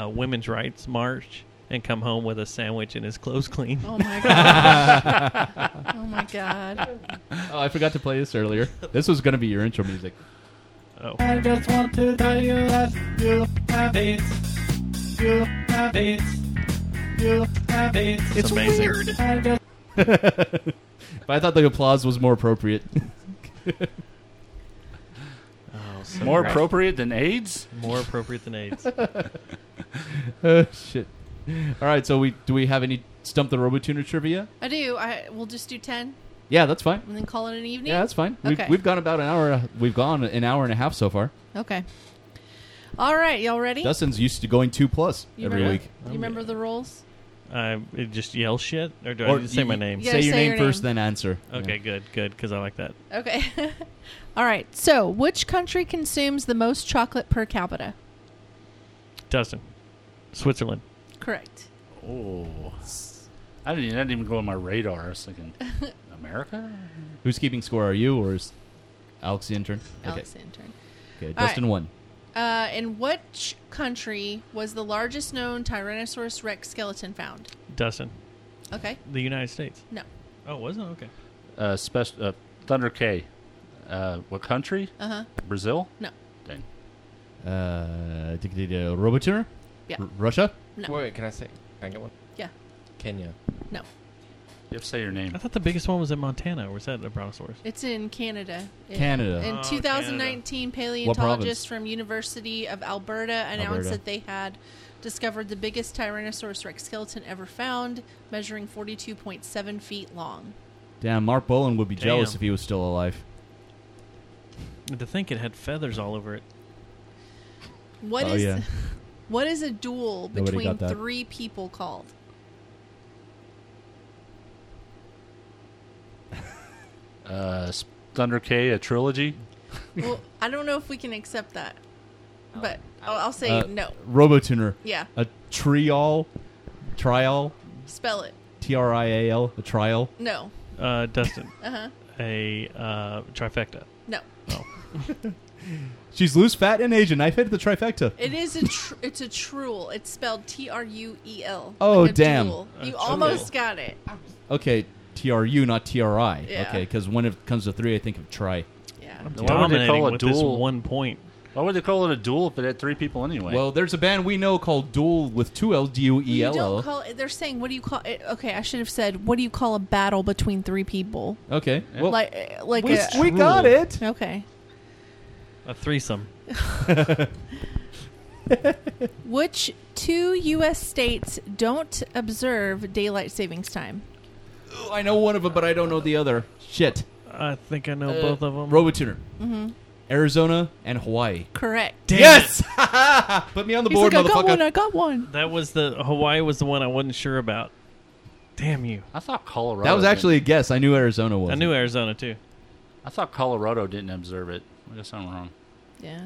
[SPEAKER 8] a women's rights march and come home with a sandwich and his clothes clean.
[SPEAKER 12] Oh my god. oh my god.
[SPEAKER 10] Oh, I forgot to play this earlier. This was going to be your intro music.
[SPEAKER 8] Oh.
[SPEAKER 14] I just want to tell you that you have AIDS. You have AIDS. You have AIDS.
[SPEAKER 10] It's amazing.
[SPEAKER 14] I just-
[SPEAKER 10] but I thought the applause was more appropriate.
[SPEAKER 7] More appropriate than AIDS?
[SPEAKER 8] More appropriate than AIDS.
[SPEAKER 10] oh shit! All right, so we do we have any stump the RoboTuner trivia?
[SPEAKER 12] I do. I we'll just do ten
[SPEAKER 10] Yeah, that's fine.
[SPEAKER 12] and then call it an evening.
[SPEAKER 10] Yeah, that's fine.
[SPEAKER 12] Okay.
[SPEAKER 10] We've, we've gone about an hour. We've gone an hour and a half so far.
[SPEAKER 12] okay. All right, y'all ready?
[SPEAKER 10] Dustin's used to going two plus
[SPEAKER 12] you
[SPEAKER 10] every
[SPEAKER 12] remember,
[SPEAKER 10] week.
[SPEAKER 12] You remember the rules?
[SPEAKER 8] I it just yell shit, or do I
[SPEAKER 10] Or
[SPEAKER 8] just say
[SPEAKER 10] you-
[SPEAKER 8] my name?
[SPEAKER 12] you gotta Say your say name your first,
[SPEAKER 10] name. then answer.
[SPEAKER 8] Okay, good, good, because I like that.
[SPEAKER 12] Okay. All right. So, which country consumes the most chocolate per capita?
[SPEAKER 8] Dustin, Switzerland.
[SPEAKER 12] Correct.
[SPEAKER 7] Oh. I didn't, e, that didn't even go on my radar. I was thinking, America?
[SPEAKER 10] Who's keeping score? Are you or is Alex the intern?
[SPEAKER 12] Alex
[SPEAKER 10] okay.
[SPEAKER 12] intern.
[SPEAKER 10] Okay,
[SPEAKER 12] All
[SPEAKER 10] Dustin
[SPEAKER 12] right.
[SPEAKER 10] won.
[SPEAKER 12] Uh, in which country was the largest known Tyrannosaurus Rex skeleton found?
[SPEAKER 8] Dustin,
[SPEAKER 12] Okay.
[SPEAKER 8] the United States.
[SPEAKER 12] No.
[SPEAKER 8] Oh, was it okay?
[SPEAKER 7] Uh, special, uh, Thunder K. Uh, what country?
[SPEAKER 12] Uh-huh.
[SPEAKER 7] Brazil?
[SPEAKER 12] No.
[SPEAKER 7] Dang.
[SPEAKER 10] Uh, d- d- d- RoboTuner.
[SPEAKER 12] Yeah.
[SPEAKER 10] R- Russia.
[SPEAKER 12] No.
[SPEAKER 11] Wait, wait, can I say? Can I get one?
[SPEAKER 12] Yeah.
[SPEAKER 11] Kenya.
[SPEAKER 12] No.
[SPEAKER 7] You have to say your name.
[SPEAKER 8] I thought the biggest one was in Montana. Or was that a brontosaurus?
[SPEAKER 12] It's in Canada. In-
[SPEAKER 10] Canada.
[SPEAKER 12] In
[SPEAKER 10] Oh,
[SPEAKER 12] 2019,
[SPEAKER 10] What
[SPEAKER 12] paleontologists
[SPEAKER 10] province?
[SPEAKER 12] from University of Alberta announced
[SPEAKER 10] Alberta.
[SPEAKER 12] that they had discovered the biggest Tyrannosaurus Rex skeleton ever found, measuring 42.7 feet long.
[SPEAKER 10] Damn, Mark Bolan would be jealous
[SPEAKER 8] Damn.
[SPEAKER 10] if he was still alive.
[SPEAKER 8] To think it had feathers all over it.
[SPEAKER 12] What is
[SPEAKER 10] Oh, yeah.
[SPEAKER 12] what is a duel
[SPEAKER 10] Nobody
[SPEAKER 12] between
[SPEAKER 10] got that.
[SPEAKER 12] three people called?
[SPEAKER 7] Uh, s- Thunder K, a trilogy?
[SPEAKER 12] well, I don't know if we can accept that,
[SPEAKER 10] Oh.
[SPEAKER 12] but I'll, I'll say
[SPEAKER 10] Uh,
[SPEAKER 12] no.
[SPEAKER 10] RoboTuner.
[SPEAKER 12] Yeah.
[SPEAKER 10] A trial, trial,
[SPEAKER 12] Spell it.
[SPEAKER 10] T R I A L, a trial.
[SPEAKER 12] No.
[SPEAKER 8] Uh, Dustin,
[SPEAKER 12] Uh huh.
[SPEAKER 8] a uh, trifecta.
[SPEAKER 12] No.
[SPEAKER 10] She's loose, fat, and Asian. I've hit the trifecta.
[SPEAKER 12] It is a tr- it's a truel. It's spelled T R U E L.
[SPEAKER 10] Oh,
[SPEAKER 12] like a
[SPEAKER 10] damn.
[SPEAKER 12] duel.
[SPEAKER 10] A
[SPEAKER 12] You
[SPEAKER 10] truel.
[SPEAKER 12] almost got it.
[SPEAKER 10] Okay, T R U, not T R I.
[SPEAKER 12] Yeah.
[SPEAKER 10] Okay, because when it comes to three, I think of try.
[SPEAKER 12] Yeah.
[SPEAKER 7] Why would they call
[SPEAKER 8] Dominating
[SPEAKER 7] it
[SPEAKER 8] with
[SPEAKER 7] duel?
[SPEAKER 8] this one point.
[SPEAKER 7] Why would they call it a duel if it had three people anyway?
[SPEAKER 10] Well, there's a band we know called Duel with two L D U E
[SPEAKER 12] You
[SPEAKER 10] L
[SPEAKER 12] don't
[SPEAKER 10] L.
[SPEAKER 12] call it. They're saying, "What do you call it?" Okay, I should have said, "What do you call a battle between three people?"
[SPEAKER 10] Okay. Well,
[SPEAKER 12] like, uh, like
[SPEAKER 10] we-
[SPEAKER 12] a,
[SPEAKER 10] we got Truel. it.
[SPEAKER 12] Okay.
[SPEAKER 8] A threesome.
[SPEAKER 12] Which two U.S. states don't observe daylight savings time?
[SPEAKER 10] I know one of them, but I don't know the other. Shit.
[SPEAKER 8] I think I know both of them.
[SPEAKER 10] RoboTuner.
[SPEAKER 12] Mhm.
[SPEAKER 10] Arizona and Hawaii.
[SPEAKER 12] Correct.
[SPEAKER 10] yes! Put me on the
[SPEAKER 12] He's
[SPEAKER 10] board,
[SPEAKER 12] like, I got
[SPEAKER 10] motherfucker.
[SPEAKER 12] one. I got one.
[SPEAKER 8] That was the Hawaii was the one I wasn't sure about. Damn you!
[SPEAKER 7] I thought Colorado.
[SPEAKER 10] that was
[SPEAKER 7] didn't.
[SPEAKER 10] actually a guess. I knew Arizona was.
[SPEAKER 8] I knew Arizona too.
[SPEAKER 7] I thought Colorado didn't observe it. I guess I'm wrong.
[SPEAKER 12] Yeah,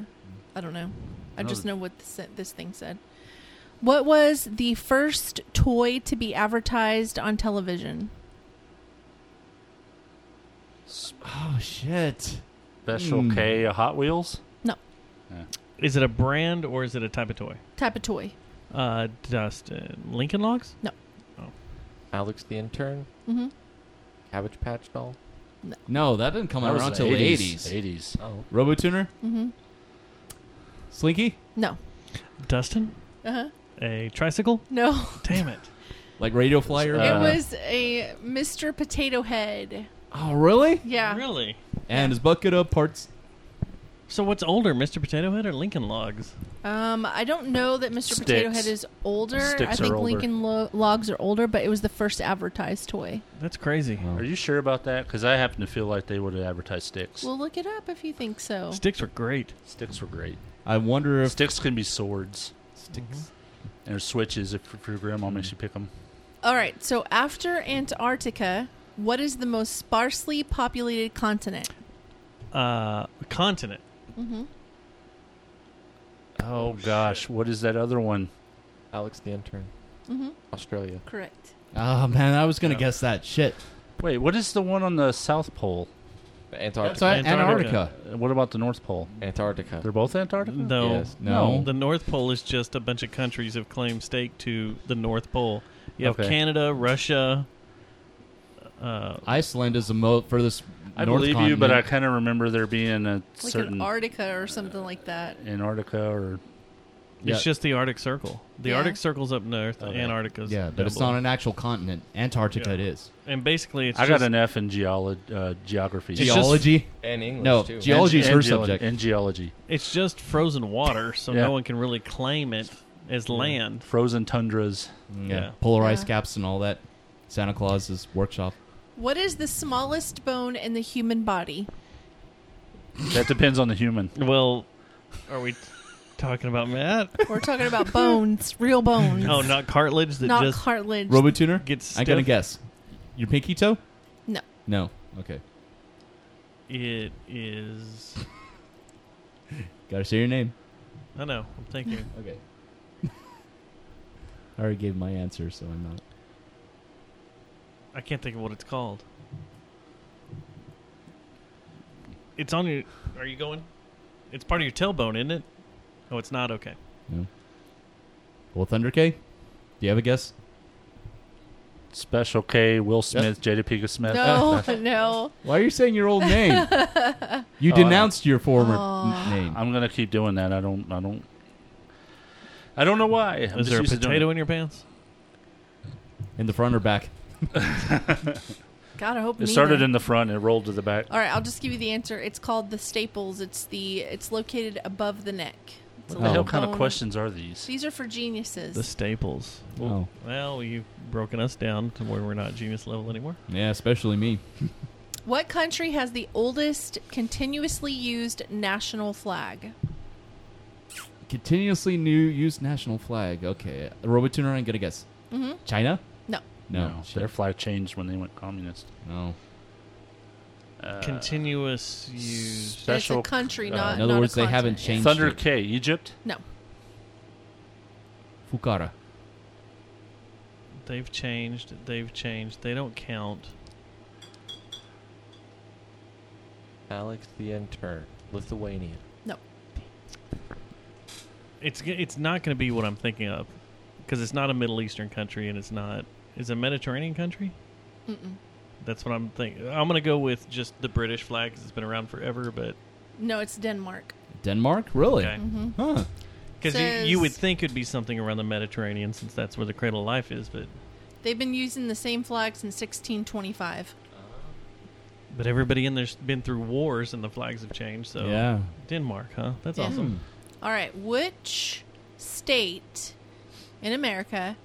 [SPEAKER 12] I don't know. I
[SPEAKER 7] No.
[SPEAKER 12] just know what this, this thing said. What was the first toy to be advertised on television?
[SPEAKER 10] Oh shit!
[SPEAKER 7] Special
[SPEAKER 10] Hmm.
[SPEAKER 7] K, a Hot Wheels.
[SPEAKER 12] No.
[SPEAKER 7] Yeah.
[SPEAKER 8] Is it a brand or is it a type of toy?
[SPEAKER 12] Type of toy.
[SPEAKER 8] Uh, Dustin Lincoln Logs.
[SPEAKER 12] No.
[SPEAKER 11] Alex the intern.
[SPEAKER 12] Mhm.
[SPEAKER 11] Cabbage Patch doll.
[SPEAKER 10] No, that didn't come
[SPEAKER 7] That
[SPEAKER 10] out
[SPEAKER 7] was
[SPEAKER 10] around
[SPEAKER 7] the
[SPEAKER 10] till the
[SPEAKER 7] 80s.
[SPEAKER 10] 80s.
[SPEAKER 7] 80s.
[SPEAKER 11] Oh.
[SPEAKER 10] RoboTuner,
[SPEAKER 12] Mm-hmm.
[SPEAKER 10] Slinky,
[SPEAKER 12] No.
[SPEAKER 8] Dustin,
[SPEAKER 12] Uh huh.
[SPEAKER 8] a tricycle.
[SPEAKER 12] No.
[SPEAKER 8] Damn it!
[SPEAKER 10] like Radio Flyer.
[SPEAKER 12] it was a Mr. Potato Head.
[SPEAKER 10] Oh really?
[SPEAKER 12] Yeah.
[SPEAKER 8] Really?
[SPEAKER 10] And his bucket of parts.
[SPEAKER 8] So what's older, Mr. Potato Head or Lincoln Logs?
[SPEAKER 12] Um, I don't know that Mr. Potato
[SPEAKER 8] Sticks.
[SPEAKER 12] Head is older. I
[SPEAKER 7] Sticks are
[SPEAKER 12] think
[SPEAKER 7] older.
[SPEAKER 12] Lincoln lo- Logs are older, but it was the first advertised toy.
[SPEAKER 8] That's crazy.
[SPEAKER 7] Are you sure about that? Because I happen to feel like they would have advertised sticks.
[SPEAKER 12] We'll look it up if you think so.
[SPEAKER 8] Sticks were great.
[SPEAKER 7] Sticks were great.
[SPEAKER 10] I wonder if
[SPEAKER 7] Sticks can be swords Mm-hmm.
[SPEAKER 10] sticks.
[SPEAKER 7] and switches if, if your grandma makes you pick them.
[SPEAKER 12] All right. So after Antarctica, what is the most sparsely populated continent?
[SPEAKER 8] Uh, continent.
[SPEAKER 12] Mm-hmm.
[SPEAKER 7] Oh, gosh, what is that other one?
[SPEAKER 11] Alex the intern.
[SPEAKER 12] Mm-hmm.
[SPEAKER 11] Australia.
[SPEAKER 12] Correct.
[SPEAKER 10] Oh man, I was gonna
[SPEAKER 7] Yeah.
[SPEAKER 10] guess that shit.
[SPEAKER 7] Wait, what is the one on the South Pole?
[SPEAKER 11] Antarctica.
[SPEAKER 7] Uh, What about the North Pole?
[SPEAKER 11] Antarctica.
[SPEAKER 7] They're both Antarctica.
[SPEAKER 8] Mm,
[SPEAKER 10] Mm.
[SPEAKER 8] No,
[SPEAKER 11] Yes. No.
[SPEAKER 8] The North Pole is just a bunch of countries have claimed stake to the North Pole. You have
[SPEAKER 7] Okay.
[SPEAKER 8] Canada, Russia. Uh,
[SPEAKER 10] Iceland is the mo- furthest.
[SPEAKER 7] I
[SPEAKER 10] north
[SPEAKER 7] believe you, but I
[SPEAKER 10] continent.
[SPEAKER 7] kind of remember there being a
[SPEAKER 12] Like
[SPEAKER 7] certain
[SPEAKER 12] an Arctica or something like that.
[SPEAKER 7] Antarctica or
[SPEAKER 8] It's just the Arctic Circle. The
[SPEAKER 12] Yeah.
[SPEAKER 8] Arctic Circle's up north.
[SPEAKER 7] Okay.
[SPEAKER 8] Antarctica's
[SPEAKER 10] Yeah, but it's
[SPEAKER 8] down
[SPEAKER 10] not
[SPEAKER 8] below.
[SPEAKER 10] an actual continent. Antarctica, it is.
[SPEAKER 8] And basically, it's
[SPEAKER 7] I got
[SPEAKER 8] just-
[SPEAKER 7] an F in geolo- uh, geography.
[SPEAKER 10] It's just- Geology?
[SPEAKER 11] And English,
[SPEAKER 10] No,
[SPEAKER 11] too.
[SPEAKER 10] geology is
[SPEAKER 7] And
[SPEAKER 10] her
[SPEAKER 7] geolo-
[SPEAKER 10] subject.
[SPEAKER 7] And geology.
[SPEAKER 8] It's just frozen water, so
[SPEAKER 7] Yeah.
[SPEAKER 8] no one can really claim it as land.
[SPEAKER 7] Frozen tundras.
[SPEAKER 8] Yeah. Yeah.
[SPEAKER 10] Mm, Polar ice
[SPEAKER 12] Yeah.
[SPEAKER 10] caps and all that. Santa Claus's workshop.
[SPEAKER 12] What is the smallest bone in the human body?
[SPEAKER 7] That depends on the human.
[SPEAKER 8] Well, are we talking about Matt?
[SPEAKER 12] We're talking about bones, real bones.
[SPEAKER 8] No, not cartilage. That
[SPEAKER 12] Not
[SPEAKER 8] just
[SPEAKER 12] cartilage.
[SPEAKER 10] Robotuner?
[SPEAKER 8] Gets
[SPEAKER 10] I gotta
[SPEAKER 8] stiff.
[SPEAKER 10] guess. Your pinky toe?
[SPEAKER 12] No.
[SPEAKER 10] No. Okay.
[SPEAKER 8] It is.
[SPEAKER 10] Gotta say your name.
[SPEAKER 8] I know. I'm thinking.
[SPEAKER 10] okay. I already gave my answer, so I'm not.
[SPEAKER 8] I can't think of what it's called. It's on your. Are you going? It's part of your tailbone, isn't it? Oh, it's not. Okay.
[SPEAKER 10] Well, Thunder K, do you have a guess?
[SPEAKER 7] Special K, Will Smith, Jada Pinkett Smith.
[SPEAKER 12] No, no.
[SPEAKER 10] Why are you saying your old name? You
[SPEAKER 7] Oh, I-
[SPEAKER 10] denounced your former
[SPEAKER 12] Aw.
[SPEAKER 10] n- name.
[SPEAKER 7] I'm gonna keep doing that. I don't. I don't. I don't know why. I'm
[SPEAKER 8] is
[SPEAKER 7] just
[SPEAKER 8] there a
[SPEAKER 7] used to doing
[SPEAKER 8] potato
[SPEAKER 7] it.
[SPEAKER 8] in your pants?
[SPEAKER 10] In the front or back?
[SPEAKER 12] God, I hope
[SPEAKER 7] It started
[SPEAKER 12] neither.
[SPEAKER 7] in the front and rolled to the back.
[SPEAKER 12] All right, I'll just give you the answer. It's called the staples. It's the it's located above the neck. It's
[SPEAKER 7] What
[SPEAKER 12] a
[SPEAKER 7] the
[SPEAKER 12] little
[SPEAKER 7] hell kind of
[SPEAKER 12] bone.
[SPEAKER 7] questions are these?
[SPEAKER 12] These are for geniuses.
[SPEAKER 8] The staples.
[SPEAKER 10] Oh.
[SPEAKER 8] Well, you've broken us down to where we're not genius level anymore.
[SPEAKER 10] Yeah, especially me.
[SPEAKER 12] What country has the oldest continuously used national flag?
[SPEAKER 10] Continuously new used national flag. Okay. uh, Robotuner, I'm gonna guess.
[SPEAKER 12] Mhm.
[SPEAKER 10] China?
[SPEAKER 12] No.
[SPEAKER 10] No. shit.
[SPEAKER 7] their flag changed when they went communist.
[SPEAKER 10] No.
[SPEAKER 7] Uh,
[SPEAKER 8] Continuous use.
[SPEAKER 12] That's a country, not
[SPEAKER 10] uh, in other
[SPEAKER 12] not a
[SPEAKER 10] words, they haven't
[SPEAKER 12] continent.
[SPEAKER 10] changed
[SPEAKER 7] Thunder
[SPEAKER 10] it.
[SPEAKER 7] K, Egypt.
[SPEAKER 12] No,
[SPEAKER 10] Fukara.
[SPEAKER 8] They've changed. They've changed. They don't count.
[SPEAKER 11] Alex the intern, Lithuania.
[SPEAKER 12] no.
[SPEAKER 8] It's g- it's not going to be what I'm thinking of, because it's not a Middle Eastern country, and it's not. Is a Mediterranean country?
[SPEAKER 12] Mm-mm.
[SPEAKER 8] That's what I'm thinking. I'm going to go with just the British flag 'cause it's been around forever, but
[SPEAKER 12] No, it's Denmark.
[SPEAKER 10] Denmark? Really?
[SPEAKER 8] Okay.
[SPEAKER 12] Mhm.
[SPEAKER 10] Huh.
[SPEAKER 8] because you,
[SPEAKER 12] Says-
[SPEAKER 8] you would think it'd be something around the Mediterranean since that's where the cradle of life is, but
[SPEAKER 12] They've been using the same flag since 1625.
[SPEAKER 8] but everybody in there's been through wars and the flags have changed. So
[SPEAKER 10] Yeah. Hmm.
[SPEAKER 8] Denmark, huh? That's
[SPEAKER 12] Yeah.
[SPEAKER 8] awesome.
[SPEAKER 12] All right, which state in America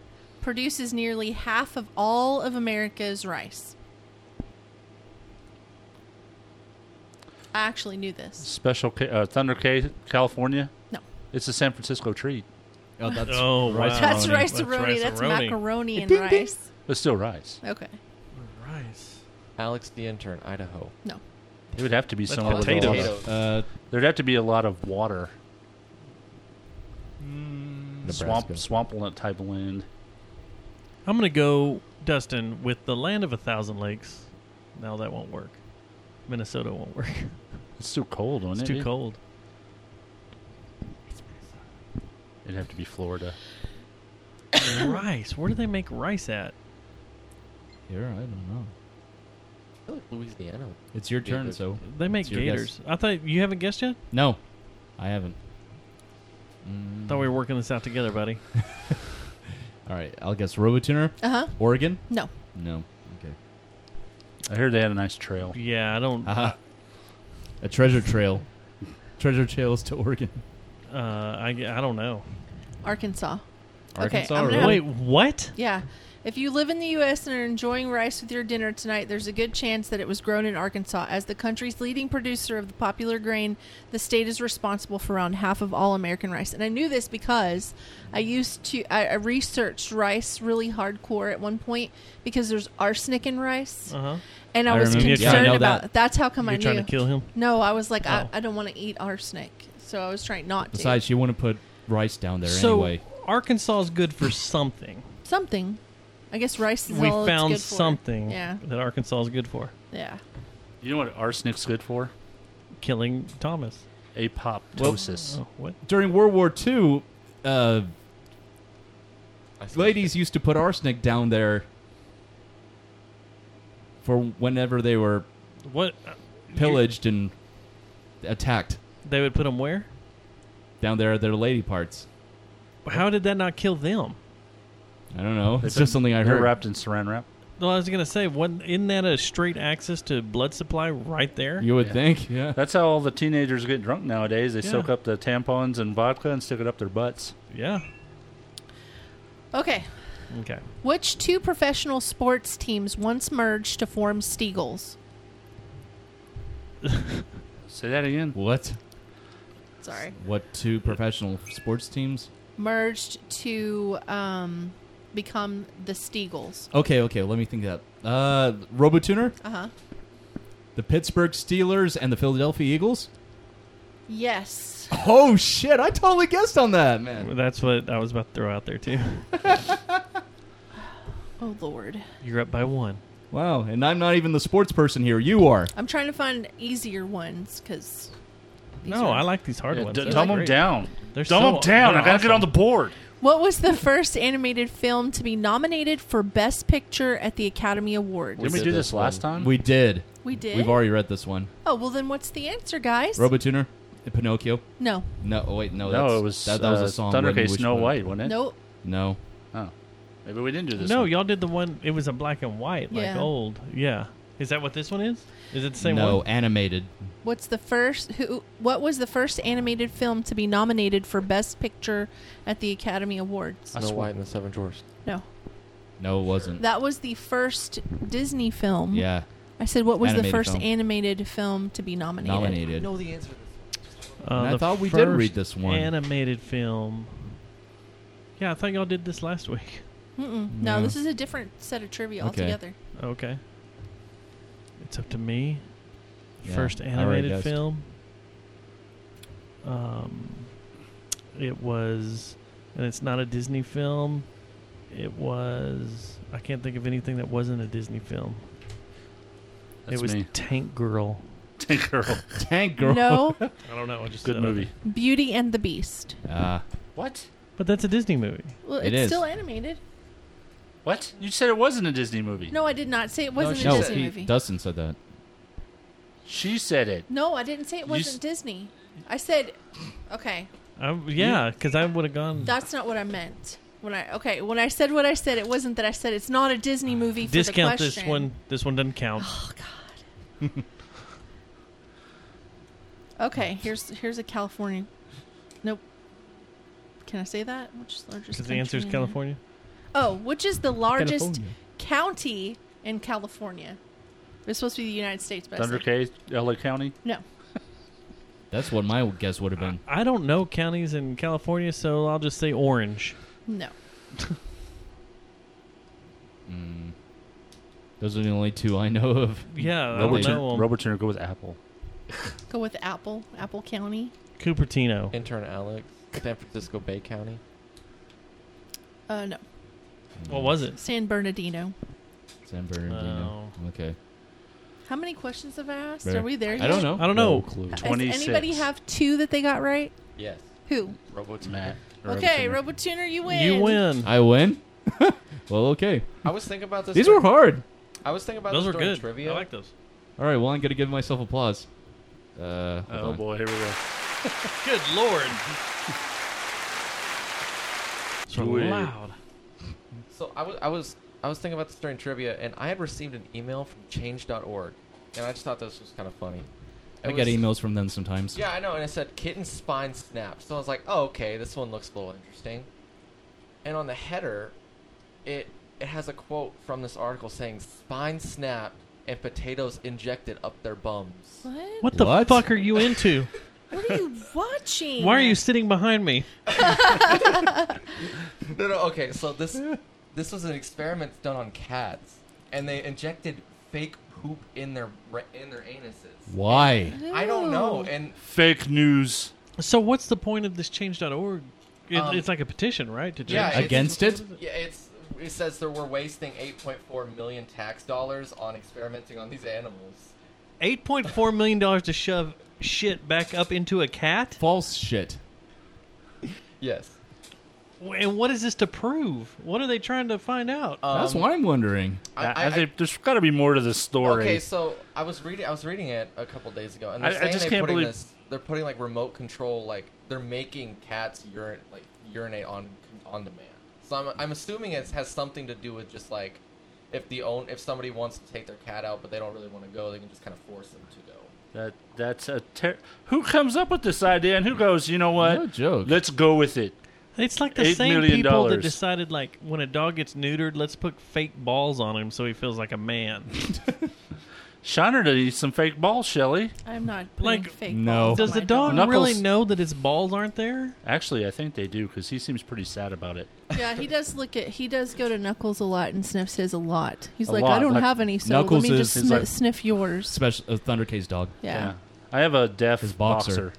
[SPEAKER 12] produces nearly half of all of America's rice? I actually knew this.
[SPEAKER 7] Special K, uh, Thunder K, California.
[SPEAKER 12] No.
[SPEAKER 7] It's a San Francisco treat.
[SPEAKER 10] Oh, that's
[SPEAKER 8] Oh, wow.
[SPEAKER 10] rice
[SPEAKER 12] That's
[SPEAKER 10] Macaroni.
[SPEAKER 12] rice
[SPEAKER 8] That's rice-a-roni.
[SPEAKER 12] roni. That's macaroni and
[SPEAKER 10] Ding, ding.
[SPEAKER 12] rice.
[SPEAKER 7] It's still rice.
[SPEAKER 12] Okay.
[SPEAKER 8] Rice.
[SPEAKER 11] Alex the intern, Idaho.
[SPEAKER 12] No.
[SPEAKER 7] It would have to be
[SPEAKER 8] That's
[SPEAKER 7] somewhere with a
[SPEAKER 8] potatoes.
[SPEAKER 7] lot of-
[SPEAKER 10] Uh,
[SPEAKER 7] There'd have to be a lot of water,
[SPEAKER 10] Nebraska.
[SPEAKER 7] swamp, swampland type land.
[SPEAKER 8] I'm gonna go Dustin with the land of a thousand lakes. No, that won't work. Minnesota won't work.
[SPEAKER 7] It's too cold, on
[SPEAKER 8] it's
[SPEAKER 7] it?
[SPEAKER 8] too cold.
[SPEAKER 7] It'd have to be Florida.
[SPEAKER 8] rice. Where do they make rice at?
[SPEAKER 10] Here, I don't know.
[SPEAKER 11] I feel like Louisiana.
[SPEAKER 10] It's your
[SPEAKER 11] would be a
[SPEAKER 10] turn,
[SPEAKER 11] good-
[SPEAKER 10] so
[SPEAKER 8] They make
[SPEAKER 10] it's your guess.
[SPEAKER 8] gators. I thought you haven't guessed yet.
[SPEAKER 10] No, I haven't. Mm,
[SPEAKER 8] Thought we were working this out together, buddy.
[SPEAKER 10] all right, I'll guess Robotuner.
[SPEAKER 12] Uh huh.
[SPEAKER 10] Oregon.
[SPEAKER 12] No.
[SPEAKER 10] No. Okay.
[SPEAKER 7] I heard they had a nice trail.
[SPEAKER 8] Yeah, I don't.
[SPEAKER 10] Aha. A treasure trail. treasure trails to Oregon.
[SPEAKER 8] Uh, I I don't know.
[SPEAKER 12] Arkansas.
[SPEAKER 10] Arkansas,
[SPEAKER 12] I'm gonna
[SPEAKER 10] really?
[SPEAKER 8] Wait, what?
[SPEAKER 12] Yeah. If you live in the U.S. and are enjoying rice with your dinner tonight, there's a good chance that it was grown in Arkansas. As the country's leading producer of the popular grain, the state is responsible for around half of all American rice. And I knew this because I used to, I, I researched rice really hardcore at one point because there's arsenic in rice.
[SPEAKER 8] Uh huh.
[SPEAKER 12] And I,
[SPEAKER 10] I
[SPEAKER 12] was
[SPEAKER 10] remember you
[SPEAKER 12] concerned
[SPEAKER 10] trying to know
[SPEAKER 12] about
[SPEAKER 10] that.
[SPEAKER 12] That's how come
[SPEAKER 8] You're
[SPEAKER 12] I knew.
[SPEAKER 8] trying to kill him.
[SPEAKER 12] No, I was like, I,
[SPEAKER 8] Oh.
[SPEAKER 12] I don't want to eat arsenic. So I was trying not to.
[SPEAKER 10] Besides, you want to put rice down there
[SPEAKER 8] so
[SPEAKER 10] anyway.
[SPEAKER 8] Arkansas is good for something.
[SPEAKER 12] something. I guess rice is
[SPEAKER 8] we
[SPEAKER 12] all it's
[SPEAKER 8] found
[SPEAKER 12] good for.
[SPEAKER 8] something
[SPEAKER 12] Yeah.
[SPEAKER 8] that Arkansas is good for.
[SPEAKER 12] Yeah.
[SPEAKER 7] You know what arsenic's good for?
[SPEAKER 8] Killing Thomas.
[SPEAKER 7] Apoptosis.
[SPEAKER 8] Well- oh, what?
[SPEAKER 10] During World War II, uh, ladies used to put arsenic down there for whenever they were
[SPEAKER 8] What?
[SPEAKER 10] pillaged and attacked
[SPEAKER 8] They would put them where?
[SPEAKER 10] down there at their lady parts.
[SPEAKER 8] How did that not kill them?
[SPEAKER 10] I don't know.
[SPEAKER 7] They
[SPEAKER 10] It's
[SPEAKER 7] put-
[SPEAKER 10] just something I
[SPEAKER 7] they're
[SPEAKER 10] heard.
[SPEAKER 7] wrapped in saran wrap.
[SPEAKER 8] Well, I was gonna say, wasn't isn't that a straight access to blood supply right there?
[SPEAKER 10] yeah.
[SPEAKER 7] That's how all the teenagers get drunk nowadays. They
[SPEAKER 8] Yeah.
[SPEAKER 7] soak up the tampons and vodka and stick it up their butts.
[SPEAKER 8] Yeah.
[SPEAKER 12] Okay.
[SPEAKER 8] Okay.
[SPEAKER 12] Which two professional sports teams once merged to form Steagles?
[SPEAKER 7] Say that again.
[SPEAKER 10] What?
[SPEAKER 12] Sorry.
[SPEAKER 10] What two professional sports teams?
[SPEAKER 12] Merged to um, become the Steagles.
[SPEAKER 10] Okay, okay. Let me think that. Uh, Robotuner,
[SPEAKER 12] Uh huh.
[SPEAKER 10] the Pittsburgh Steelers, and the Philadelphia Eagles.
[SPEAKER 12] Yes.
[SPEAKER 10] Oh shit! I totally guessed on that, man.
[SPEAKER 8] Well, that's what I was about to throw out there too.
[SPEAKER 12] Oh lord.
[SPEAKER 8] You're up by one.
[SPEAKER 10] Wow, and I'm not even the sports person here. You are.
[SPEAKER 12] I'm trying to find easier ones because.
[SPEAKER 8] No, I like these hard
[SPEAKER 7] Yeah,
[SPEAKER 8] ones.
[SPEAKER 7] d-
[SPEAKER 8] They're
[SPEAKER 7] dumb 'em
[SPEAKER 8] great.
[SPEAKER 7] down.
[SPEAKER 8] They're
[SPEAKER 7] Dumb 'em down.
[SPEAKER 8] they're
[SPEAKER 7] I gotta get on the board.
[SPEAKER 12] What was the first animated film to be nominated for Best Picture at the Academy Awards?
[SPEAKER 7] Didn't we do this last time?
[SPEAKER 10] We did.
[SPEAKER 12] We did?
[SPEAKER 10] We've already read this one.
[SPEAKER 12] Oh well, then what's the answer, guys?
[SPEAKER 10] Robotuner, Pinocchio.
[SPEAKER 12] No.
[SPEAKER 10] No. oh, wait. No.
[SPEAKER 7] No,
[SPEAKER 10] that's,
[SPEAKER 7] it was,
[SPEAKER 10] that, that was
[SPEAKER 7] uh,
[SPEAKER 10] a song.
[SPEAKER 7] Thunder
[SPEAKER 10] written
[SPEAKER 7] Case
[SPEAKER 10] which
[SPEAKER 7] Snow
[SPEAKER 10] one?
[SPEAKER 7] White, wasn't it?
[SPEAKER 12] Nope.
[SPEAKER 10] No.
[SPEAKER 7] Oh, maybe we didn't do this.
[SPEAKER 8] no,
[SPEAKER 7] one.
[SPEAKER 8] y'all did the one. It was a black and white, like
[SPEAKER 12] Yeah.
[SPEAKER 8] old. Yeah. Is that what this one is? Is it the same
[SPEAKER 10] no.
[SPEAKER 8] one?
[SPEAKER 10] Animated.
[SPEAKER 12] What's the first? Who? What was the first animated film to be nominated for Best Picture at the Academy Awards?
[SPEAKER 11] Snow White and the Seven Dwarfs.
[SPEAKER 12] No,
[SPEAKER 10] No, it wasn't.
[SPEAKER 12] that was the first Disney film.
[SPEAKER 10] yeah.
[SPEAKER 12] I said, what was the
[SPEAKER 10] Animated
[SPEAKER 12] first
[SPEAKER 10] film.
[SPEAKER 12] animated film to be nominated?
[SPEAKER 10] Nominated.
[SPEAKER 11] know the answer.
[SPEAKER 8] Uh,
[SPEAKER 10] I
[SPEAKER 8] the
[SPEAKER 10] thought we did
[SPEAKER 8] first
[SPEAKER 10] read this one.
[SPEAKER 8] animated film. Yeah, I thought y'all did this last week.
[SPEAKER 12] Mm-mm. No,
[SPEAKER 8] No.
[SPEAKER 12] this is a different set of trivia
[SPEAKER 10] Okay.
[SPEAKER 12] altogether.
[SPEAKER 8] Okay. It's up to me.
[SPEAKER 10] Yeah,
[SPEAKER 8] First
[SPEAKER 10] I already
[SPEAKER 8] animated
[SPEAKER 10] guessed.
[SPEAKER 8] film. Um, it was, and it's not a Disney film. It was. I can't think of anything that wasn't a Disney film.
[SPEAKER 7] That's
[SPEAKER 8] it was
[SPEAKER 7] me.
[SPEAKER 8] Tank Girl.
[SPEAKER 7] Tank Girl.
[SPEAKER 10] Tank
[SPEAKER 12] Girl. No.
[SPEAKER 8] I don't know. I just
[SPEAKER 7] Good
[SPEAKER 8] said it.
[SPEAKER 7] movie.
[SPEAKER 12] Beauty and the Beast.
[SPEAKER 10] Ah.
[SPEAKER 7] What?
[SPEAKER 8] But that's a Disney movie.
[SPEAKER 12] Well,
[SPEAKER 10] It
[SPEAKER 12] it's
[SPEAKER 10] is.
[SPEAKER 12] still animated.
[SPEAKER 7] What? You said it wasn't a Disney movie.
[SPEAKER 12] No, I did not say it wasn't
[SPEAKER 10] no,
[SPEAKER 12] a Disney
[SPEAKER 10] he-
[SPEAKER 12] movie.
[SPEAKER 10] Dustin said that.
[SPEAKER 7] She said it.
[SPEAKER 12] No, I didn't say it
[SPEAKER 7] You
[SPEAKER 12] wasn't
[SPEAKER 7] s-
[SPEAKER 12] Disney. I said, okay,
[SPEAKER 8] I, yeah, because I would have gone.
[SPEAKER 12] that's not what I meant. When I okay, when I said what I said, it wasn't that I said it's not a Disney movie. For
[SPEAKER 8] Discount
[SPEAKER 12] the
[SPEAKER 8] this
[SPEAKER 12] question. Oh,
[SPEAKER 8] one. This one doesn't count.
[SPEAKER 12] Okay, here's here's a California. Nope. Can I say that? Which is the largest?
[SPEAKER 8] Because the answer is
[SPEAKER 12] country in-
[SPEAKER 8] California.
[SPEAKER 12] Oh, which is the largest
[SPEAKER 10] California.
[SPEAKER 12] county in California? It's supposed to be the United States, but I
[SPEAKER 7] Thunder
[SPEAKER 12] said-
[SPEAKER 7] Case, LA County.
[SPEAKER 12] no.
[SPEAKER 10] That's what my guess would have been.
[SPEAKER 8] I don't know counties in California, so I'll just say Orange.
[SPEAKER 12] No.
[SPEAKER 10] Mm. Those are the only two I know of.
[SPEAKER 8] Yeah, I
[SPEAKER 7] Robert
[SPEAKER 8] don't know.
[SPEAKER 7] Turner,
[SPEAKER 8] 'em.
[SPEAKER 7] Robert Turner, go with Apple.
[SPEAKER 12] Go with Apple, Apple County.
[SPEAKER 8] Cupertino.
[SPEAKER 11] Intern Alex, San Francisco Bay County.
[SPEAKER 12] Uh, no.
[SPEAKER 8] What was it? Oh.
[SPEAKER 12] San Bernardino.
[SPEAKER 10] San Bernardino. Okay.
[SPEAKER 12] How many questions have I asked?
[SPEAKER 10] Fair.
[SPEAKER 12] Are we there?
[SPEAKER 10] I don't
[SPEAKER 12] yet?
[SPEAKER 10] know.
[SPEAKER 8] I don't know.
[SPEAKER 10] No clue.
[SPEAKER 12] Does anybody have two that they got right?
[SPEAKER 11] Yes.
[SPEAKER 12] Who?
[SPEAKER 11] Robots.
[SPEAKER 7] Matt.
[SPEAKER 12] Okay, Robotuner, you win.
[SPEAKER 8] You win.
[SPEAKER 10] I win. well, okay.
[SPEAKER 11] I was thinking about this.
[SPEAKER 10] These were
[SPEAKER 11] during-
[SPEAKER 10] hard.
[SPEAKER 11] I was thinking about
[SPEAKER 8] Those
[SPEAKER 11] this
[SPEAKER 8] were
[SPEAKER 11] during
[SPEAKER 8] good.
[SPEAKER 11] trivia.
[SPEAKER 8] I like those.
[SPEAKER 10] All right. Well, I'm gonna give myself applause. Uh, hold
[SPEAKER 7] Oh
[SPEAKER 10] on.
[SPEAKER 7] boy, here we go.
[SPEAKER 8] Good lord. so
[SPEAKER 7] Wait.
[SPEAKER 8] loud.
[SPEAKER 11] So I was I was I was thinking about this during trivia, and I had received an email from Change.org, and I just thought this was kind of funny. It
[SPEAKER 10] I get
[SPEAKER 11] was-
[SPEAKER 10] emails from them sometimes.
[SPEAKER 11] Yeah, I know, and it said kitten spine snap. So I was like, oh okay, this one looks a little interesting. And on the header, it it has a quote from this article saying spine snapped and potatoes injected up their bums.
[SPEAKER 12] What?
[SPEAKER 8] What the
[SPEAKER 10] What?
[SPEAKER 8] fuck are you into?
[SPEAKER 12] What are you watching?
[SPEAKER 8] Why are you sitting behind me?
[SPEAKER 11] No, no, okay. So this this was an experiment done on cats, and they injected fake poop in their ra- in their anuses.
[SPEAKER 10] Why?
[SPEAKER 11] I don't know, and
[SPEAKER 7] Fake news.
[SPEAKER 8] So what's the point of this change.org? It,
[SPEAKER 11] Um,
[SPEAKER 8] it's like a petition, right? To
[SPEAKER 11] yeah,
[SPEAKER 8] change-
[SPEAKER 11] it's-
[SPEAKER 10] Against it?
[SPEAKER 11] Yeah, it's it says that we're wasting 8.4 million tax dollars on experimenting on these animals.
[SPEAKER 8] Eight point four million dollars to shove shit back up into a cat.
[SPEAKER 13] False shit.
[SPEAKER 11] Yes.
[SPEAKER 8] And what is this to prove? What are they trying to find out?
[SPEAKER 10] That's what I'm wondering.
[SPEAKER 11] Um, I- I- I-
[SPEAKER 7] there's got to be more to the story.
[SPEAKER 11] Okay, so I was reading I was reading it a couple days ago, and
[SPEAKER 7] I-
[SPEAKER 11] they're
[SPEAKER 7] I
[SPEAKER 11] saying
[SPEAKER 7] just
[SPEAKER 11] they're
[SPEAKER 7] can't
[SPEAKER 11] putting
[SPEAKER 7] believe-
[SPEAKER 11] this. They're putting like remote control, like they're making cats urinate, like urinate on on demand. So I'm I'm assuming it has something to do with just like if the own if somebody wants to take their cat out, but they don't really want to go, they can just kind of force them to go.
[SPEAKER 7] That that's a ter- who comes up with this idea and who goes, you know what?
[SPEAKER 11] No
[SPEAKER 13] joke.
[SPEAKER 7] Let's go with it.
[SPEAKER 8] It's like the
[SPEAKER 7] Eight
[SPEAKER 8] same
[SPEAKER 7] million
[SPEAKER 8] people that
[SPEAKER 7] dollars.
[SPEAKER 8] decided like when a dog gets neutered, let's put fake balls on him so he feels like a man.
[SPEAKER 7] Shiner to eat some fake balls, Shelly.
[SPEAKER 12] I'm not putting
[SPEAKER 8] like
[SPEAKER 12] fake balls on
[SPEAKER 8] Does
[SPEAKER 12] my
[SPEAKER 8] the dog really
[SPEAKER 7] Oh Knuckles-
[SPEAKER 8] know that his balls aren't there?
[SPEAKER 7] Actually, I think they do because he seems pretty sad about it.
[SPEAKER 12] Yeah, he does look at. He does go to Knuckles a lot and sniffs his a lot. He's
[SPEAKER 7] A
[SPEAKER 12] like,
[SPEAKER 7] lot,
[SPEAKER 12] I don't
[SPEAKER 7] like-
[SPEAKER 12] have any, so
[SPEAKER 7] Knuckles
[SPEAKER 12] let me
[SPEAKER 7] is-
[SPEAKER 12] just
[SPEAKER 7] is
[SPEAKER 12] sni
[SPEAKER 7] like-
[SPEAKER 12] sniff yours.
[SPEAKER 10] Special uh, Thunder K's dog.
[SPEAKER 12] Yeah.
[SPEAKER 7] I have a deaf
[SPEAKER 10] boxer.
[SPEAKER 7] boxer.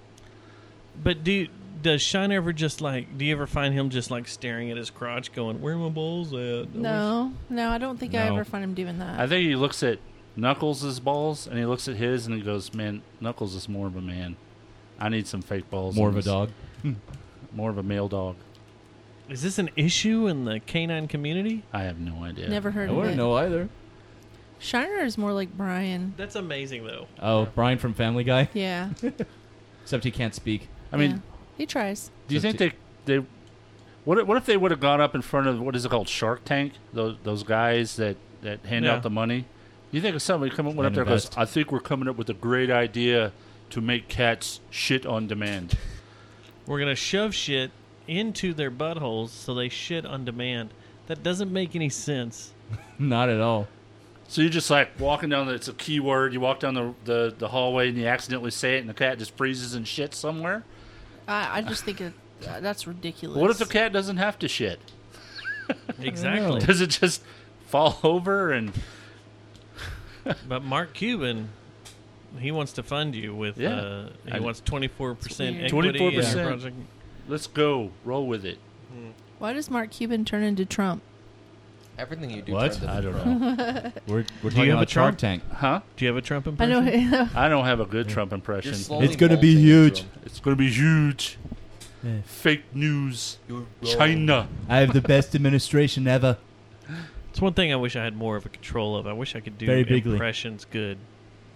[SPEAKER 8] But do does Shine ever just like? Do you ever find him just like staring at his crotch, going, "Where are my balls at?"
[SPEAKER 12] No, no, I don't think I
[SPEAKER 7] No.
[SPEAKER 12] ever find him doing that.
[SPEAKER 7] I think he looks at Knuckles' balls and he looks at his and he goes, "Man, Knuckles is more of a man. I need some fake balls.
[SPEAKER 10] More
[SPEAKER 7] in
[SPEAKER 10] of a
[SPEAKER 7] this."
[SPEAKER 10] dog.
[SPEAKER 7] More of a male dog.
[SPEAKER 8] Is this an issue in the canine community?
[SPEAKER 7] I have no idea.
[SPEAKER 12] Never heard I of wouldn't it. know
[SPEAKER 13] either.
[SPEAKER 12] Shiner is more like Brian.
[SPEAKER 8] That's amazing, though.
[SPEAKER 10] Oh, Brian from Family Guy.
[SPEAKER 12] Yeah.
[SPEAKER 10] Except he can't speak.
[SPEAKER 7] I mean,
[SPEAKER 12] Yeah. he tries.
[SPEAKER 7] do you
[SPEAKER 10] Just
[SPEAKER 7] think they they what if- what if they would have gone up in front of what is it called Shark Tank? Those those guys that that hand
[SPEAKER 5] Yeah.
[SPEAKER 7] out the money. You think if somebody come up,
[SPEAKER 5] And
[SPEAKER 7] went up there and
[SPEAKER 5] invest.
[SPEAKER 7] goes, "I think we're coming up with a great idea to make cats shit on demand."
[SPEAKER 8] We're gonna shove shit into their buttholes so they shit on demand. That doesn't make any sense.
[SPEAKER 10] Not at all.
[SPEAKER 7] So you're just like walking down. The, it's a keyword. You walk down the, the the hallway and you accidentally say it, and the cat just freezes and shits somewhere.
[SPEAKER 12] I, I just think it, uh, that's ridiculous.
[SPEAKER 7] What if the cat doesn't have to shit?
[SPEAKER 8] Exactly.
[SPEAKER 7] Does it just fall over and?
[SPEAKER 8] But Mark Cuban, he wants to fund you with.
[SPEAKER 7] Yeah.
[SPEAKER 8] Uh, he
[SPEAKER 7] I-
[SPEAKER 8] wants twenty four percent equity.
[SPEAKER 7] Twenty four
[SPEAKER 8] in your project.
[SPEAKER 7] percent. Let's go. Roll with it.
[SPEAKER 12] Why does Mark Cuban turn into Trump?
[SPEAKER 11] Everything you do.
[SPEAKER 7] What?
[SPEAKER 11] turns
[SPEAKER 7] I
[SPEAKER 11] into
[SPEAKER 7] don't
[SPEAKER 11] Trump.
[SPEAKER 7] know.
[SPEAKER 10] We're, we're
[SPEAKER 7] Do
[SPEAKER 10] talking
[SPEAKER 7] you have
[SPEAKER 10] about
[SPEAKER 7] a Trump?
[SPEAKER 10] Shark Tank.
[SPEAKER 7] Huh?
[SPEAKER 8] Do you have a Trump
[SPEAKER 12] I know.
[SPEAKER 7] I don't have a good Trump impression.
[SPEAKER 10] It's gonna be huge.
[SPEAKER 7] It's gonna be huge. Fake news. China.
[SPEAKER 10] I have the best administration ever.
[SPEAKER 8] It's one thing I wish I had more of a control of. I wish I could do
[SPEAKER 10] Very bigly.
[SPEAKER 8] impressions good.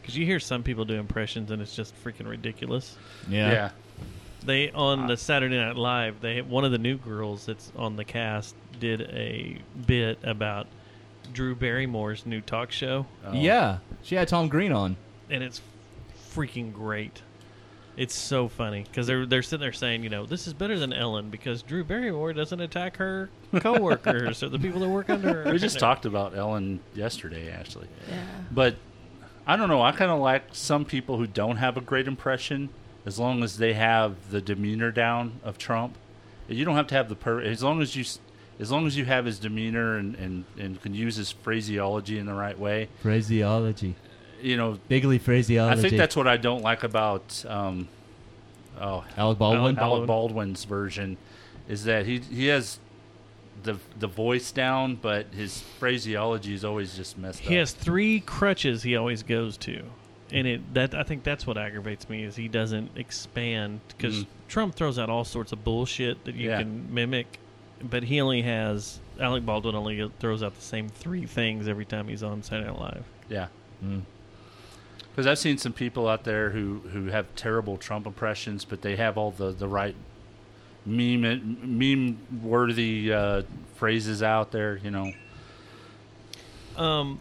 [SPEAKER 8] Because you hear some people do impressions and it's just freaking ridiculous.
[SPEAKER 10] Yeah. Yeah.
[SPEAKER 8] They
[SPEAKER 7] Uh,
[SPEAKER 8] on the Saturday Night Live, they one of the new girls that's on the cast did a bit about Drew Barrymore's new talk show.
[SPEAKER 10] Yeah. She had Tom Green on.
[SPEAKER 8] and it's freaking great. It's so funny because they're they're sitting there saying, you know, this is better than Ellen because Drew Barrymore doesn't attack her coworkers or the people that work under her.
[SPEAKER 7] We just talked about Ellen yesterday, actually. But I don't know. I kind of like some people who don't have a great impression, as long as they have the demeanor down of Trump. You don't have to have the per. As long as you, s- as long as you have his demeanor and and and can use his phraseology in the right way.
[SPEAKER 10] Phraseology.
[SPEAKER 7] You know,
[SPEAKER 10] Bigly phraseology.
[SPEAKER 7] I think that's what I don't like about um, oh
[SPEAKER 10] Alec Baldwin?
[SPEAKER 7] Alec, Baldwin's version is that he he has the the voice down, but his phraseology is always just messed
[SPEAKER 8] He
[SPEAKER 7] up.
[SPEAKER 8] has three crutches he always goes to, and it that I think that's what aggravates me is he doesn't expand because
[SPEAKER 7] Mm.
[SPEAKER 8] Trump throws out all sorts of bullshit that you
[SPEAKER 7] Yeah.
[SPEAKER 8] can mimic, but he only has Alec Baldwin only throws out the same three things every time he's on Saturday Night Live.
[SPEAKER 7] Yeah.
[SPEAKER 10] Mm.
[SPEAKER 7] Because I've seen some people out there who, who have terrible Trump impressions, but they have all the, the right meme meme worthy uh, phrases out there. You know,
[SPEAKER 10] Mm-hmm.
[SPEAKER 8] Um,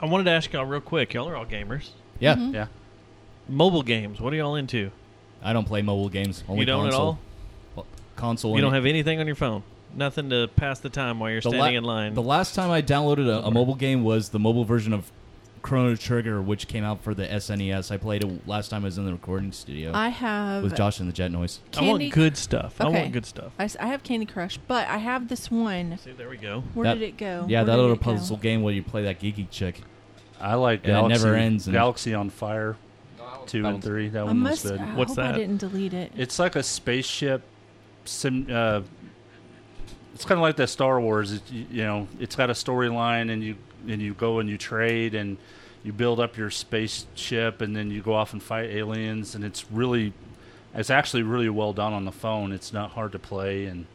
[SPEAKER 8] I wanted to ask y'all real quick. Y'all are all gamers.
[SPEAKER 10] Yeah. Mhm.
[SPEAKER 7] Yeah.
[SPEAKER 8] Mobile games. What are y'all into?
[SPEAKER 10] I don't play mobile games. Only
[SPEAKER 8] you don't
[SPEAKER 10] console.
[SPEAKER 8] at all.
[SPEAKER 10] Well, console.
[SPEAKER 8] You
[SPEAKER 10] and-
[SPEAKER 8] don't have anything on your phone. Nothing to pass the time while you're
[SPEAKER 10] The
[SPEAKER 8] standing
[SPEAKER 10] la-
[SPEAKER 8] in line.
[SPEAKER 10] The last time I downloaded a, a mobile game was the mobile version of Chrono Trigger, which came out for the SNES. I played it last time I was in the recording studio.
[SPEAKER 12] I have
[SPEAKER 10] with Josh and the Jet Noise.
[SPEAKER 12] Candy- Okay. I, s- I have Candy Crush, but I have this one.
[SPEAKER 8] See, there we go.
[SPEAKER 12] Where
[SPEAKER 10] That-
[SPEAKER 12] did it go?
[SPEAKER 10] Yeah,
[SPEAKER 12] Where
[SPEAKER 10] that
[SPEAKER 12] did
[SPEAKER 10] little
[SPEAKER 12] it go?
[SPEAKER 10] puzzle game where you play that geeky chick.
[SPEAKER 7] I like
[SPEAKER 10] and it
[SPEAKER 7] Galaxy,
[SPEAKER 10] never ends. And
[SPEAKER 7] Galaxy on Fire, two and three. That
[SPEAKER 12] I
[SPEAKER 7] one
[SPEAKER 12] must.
[SPEAKER 7] was good.
[SPEAKER 12] I hope I didn't delete it.
[SPEAKER 7] It's like a spaceship. Sim. Uh, it's kind of like that Star Wars. It, you you know, it's got a storyline, and you and you go and you trade, and you build up your spaceship and then you go off and fight aliens and it's really it's actually really well done on the phone it's not hard to play and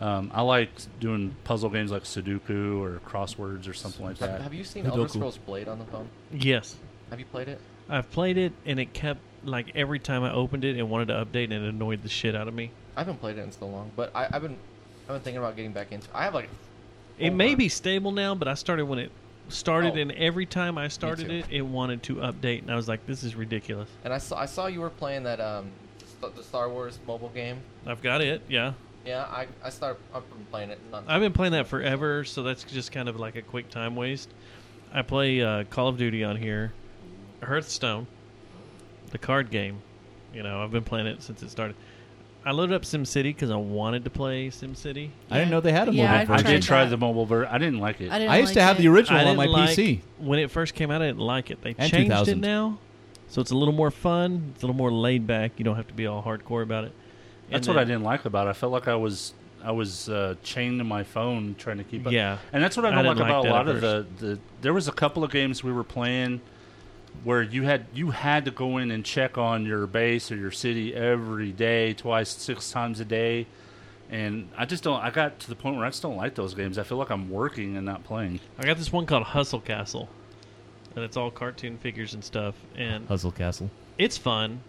[SPEAKER 7] um, i like doing puzzle games like sudoku or crosswords or something like that
[SPEAKER 11] Have you seen Elder Scrolls Blade on the phone?
[SPEAKER 8] Yes.
[SPEAKER 11] Have you played it?
[SPEAKER 8] I've played it, and it kept like every time I opened it and wanted to update, and it annoyed the shit out of me.
[SPEAKER 11] I haven't played it in so long, but I, I've been I've been thinking about getting back into. I have like
[SPEAKER 8] It may be stable now, but I started when it started, and every time I started
[SPEAKER 11] Oh. too.
[SPEAKER 8] it, it wanted to update, and I was like, "This is ridiculous."
[SPEAKER 11] And I saw I saw you were playing that um st- the Star Wars mobile game.
[SPEAKER 8] I've got it, yeah.
[SPEAKER 11] Yeah, I I started I've been playing it. Not,
[SPEAKER 8] I've been playing that forever, so that's just kind of like a quick time waste. I play uh, Call of Duty on here, Hearthstone, the card game. You know, I've been playing it since it started. I loaded up SimCity because I wanted to play SimCity.
[SPEAKER 13] I didn't know they had a mobile version.
[SPEAKER 7] i did try the mobile version i didn't like it
[SPEAKER 8] I didn't
[SPEAKER 13] I used to
[SPEAKER 8] like
[SPEAKER 13] have
[SPEAKER 8] it.
[SPEAKER 13] the original
[SPEAKER 8] I
[SPEAKER 13] on my
[SPEAKER 8] didn't like-
[SPEAKER 13] PC.
[SPEAKER 8] When it first came out, I didn't like it. They
[SPEAKER 13] And
[SPEAKER 8] changed
[SPEAKER 13] 2000.
[SPEAKER 8] it now, so it's a little more fun. It's a little more laid back. You don't have to be all hardcore about it.
[SPEAKER 7] That's what I didn't like about it. I felt like I was I was uh, chained to my phone trying to keep up.
[SPEAKER 8] Yeah.
[SPEAKER 7] and that's what I
[SPEAKER 8] I
[SPEAKER 7] don't
[SPEAKER 8] didn't
[SPEAKER 7] like
[SPEAKER 8] like
[SPEAKER 7] about
[SPEAKER 8] that
[SPEAKER 7] a lot
[SPEAKER 8] at
[SPEAKER 7] of the, the. There was a couple of games we were playing where you had you had to go in and check on your base or your city every day, twice, six times a day. And I just don't. I got to the point where I just don't like those games. I feel like I'm working and not playing.
[SPEAKER 8] I got this one called Hustle Castle, and it's all cartoon figures and stuff. And
[SPEAKER 13] Hustle Castle.
[SPEAKER 8] It's fun.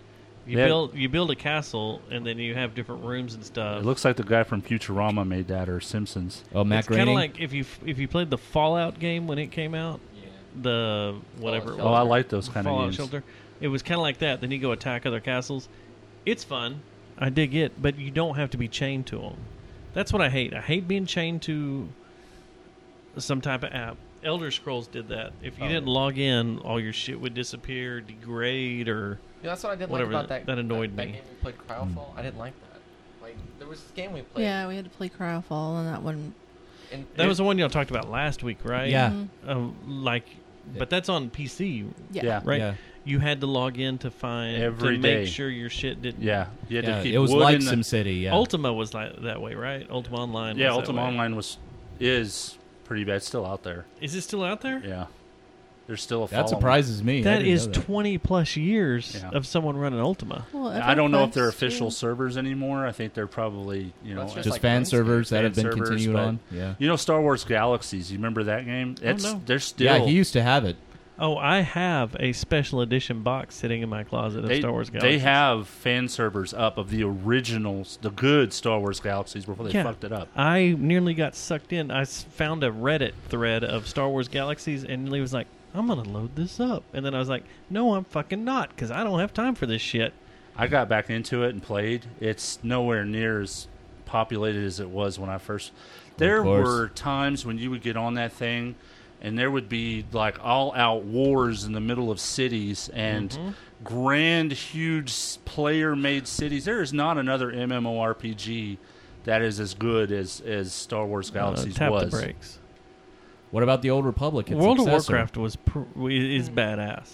[SPEAKER 8] You
[SPEAKER 7] They have-
[SPEAKER 8] build you build a castle, and then you have different rooms and stuff.
[SPEAKER 7] It looks like the guy from Futurama made that or Simpsons.
[SPEAKER 13] Oh,
[SPEAKER 8] it's kind of like if you if you played the Fallout game when it came out, the whatever. it
[SPEAKER 7] Shelter. Oh,
[SPEAKER 8] was.
[SPEAKER 7] I like those kinda
[SPEAKER 8] Fallout
[SPEAKER 7] games.
[SPEAKER 8] Shelter. It was kind of like that. Then you go attack other castles. It's fun. I dig it, but you don't have to be chained to them. That's what I hate. I hate being chained to some type of app. Elder Scrolls did that. If you
[SPEAKER 11] Oh,
[SPEAKER 8] didn't log in, all your shit would disappear, degrade, or
[SPEAKER 11] Yeah, that's what I didn't
[SPEAKER 8] whatever
[SPEAKER 11] like about that.
[SPEAKER 8] that annoyed
[SPEAKER 11] that
[SPEAKER 8] me.
[SPEAKER 11] game we played Crowfall. I didn't like that. Like there was this game we played.
[SPEAKER 12] Yeah, we had to play Cryofall, and that one.
[SPEAKER 11] And
[SPEAKER 8] That was the one y'all talked about last week, right?
[SPEAKER 12] Yeah. Mhm.
[SPEAKER 11] Mm-hmm.
[SPEAKER 8] Um, like, but that's on PC.
[SPEAKER 12] Yeah. Yeah.
[SPEAKER 8] Right.
[SPEAKER 13] Yeah.
[SPEAKER 8] You had to log in to find
[SPEAKER 7] Every
[SPEAKER 8] to
[SPEAKER 7] day.
[SPEAKER 8] make sure your shit didn't.
[SPEAKER 7] Yeah. You had to Yeah, keep
[SPEAKER 13] it was wood like in the-
[SPEAKER 7] SimCity, yeah.
[SPEAKER 8] Ultima was like that way, right? Ultima Online.
[SPEAKER 7] yeah,
[SPEAKER 8] was that
[SPEAKER 7] Ultima
[SPEAKER 8] way.
[SPEAKER 7] Online was is pretty bad. It's still out there.
[SPEAKER 8] Is it still out there?
[SPEAKER 7] Yeah, there's still a.
[SPEAKER 13] That
[SPEAKER 7] following.
[SPEAKER 13] surprises me.
[SPEAKER 8] That is twenty plus years
[SPEAKER 7] Yeah.
[SPEAKER 8] of someone running Ultima.
[SPEAKER 12] Well,
[SPEAKER 7] I don't know if they're official servers anymore. I think they're probably you know
[SPEAKER 13] That's just Just like fan RuneScape. servers that
[SPEAKER 7] fan
[SPEAKER 13] have been
[SPEAKER 7] servers,
[SPEAKER 13] continued
[SPEAKER 7] but,
[SPEAKER 13] on. Yeah.
[SPEAKER 7] you know Star Wars Galaxies. You remember that game? It's
[SPEAKER 8] no.
[SPEAKER 7] they're still
[SPEAKER 13] Yeah, he used to have it.
[SPEAKER 8] Oh, I have a special edition box sitting in my closet of
[SPEAKER 7] they,
[SPEAKER 8] Star Wars
[SPEAKER 7] they
[SPEAKER 8] Galaxy.
[SPEAKER 7] have fan servers up of the originals, the good Star Wars Galaxies before they
[SPEAKER 8] Yeah.
[SPEAKER 7] fucked it up.
[SPEAKER 8] I nearly got sucked in. I s- found a Reddit thread of Star Wars Galaxies, and Lee was like, "I'm gonna load this up," and then I was like, "No, I'm fucking not, because I don't have time for this shit."
[SPEAKER 7] I got back into it and played. It's nowhere near as populated as it was when I first. There
[SPEAKER 13] course.
[SPEAKER 7] were times when you would get on that thing, and there would be like all-out wars in the middle of cities and
[SPEAKER 8] Mm-hmm.
[SPEAKER 5] Mhm.
[SPEAKER 7] grand, huge s- player-made cities. There is not another MMORPG that is as good as as Star Wars Galaxies
[SPEAKER 8] Uh, tap the
[SPEAKER 7] was.
[SPEAKER 8] brakes.
[SPEAKER 13] What about the old Republic? Its
[SPEAKER 8] World of
[SPEAKER 13] successor?
[SPEAKER 8] Warcraft was pr- is badass.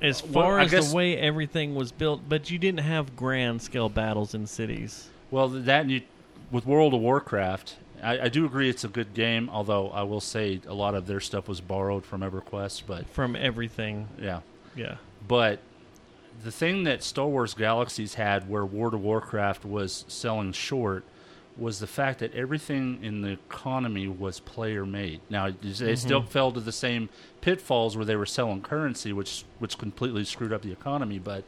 [SPEAKER 8] As
[SPEAKER 7] Mm. Uh, Well,
[SPEAKER 8] far
[SPEAKER 7] I
[SPEAKER 8] as
[SPEAKER 7] guess-
[SPEAKER 8] the way everything was built, but you didn't have grand scale battles in cities.
[SPEAKER 7] Well, th- that and you, with World of Warcraft, I, I do agree it's a good game. Although I will say a lot of their stuff was borrowed from EverQuest, but
[SPEAKER 8] from everything.
[SPEAKER 7] Yeah,
[SPEAKER 8] Yeah.
[SPEAKER 7] But the thing that Star Wars Galaxies had, where World of Warcraft was selling short, was the fact that everything in the economy was player made. Now it is- it still
[SPEAKER 8] Mm-hmm.
[SPEAKER 5] Mhm.
[SPEAKER 7] fell to the same pitfalls where they were selling currency, which which completely screwed up the economy. But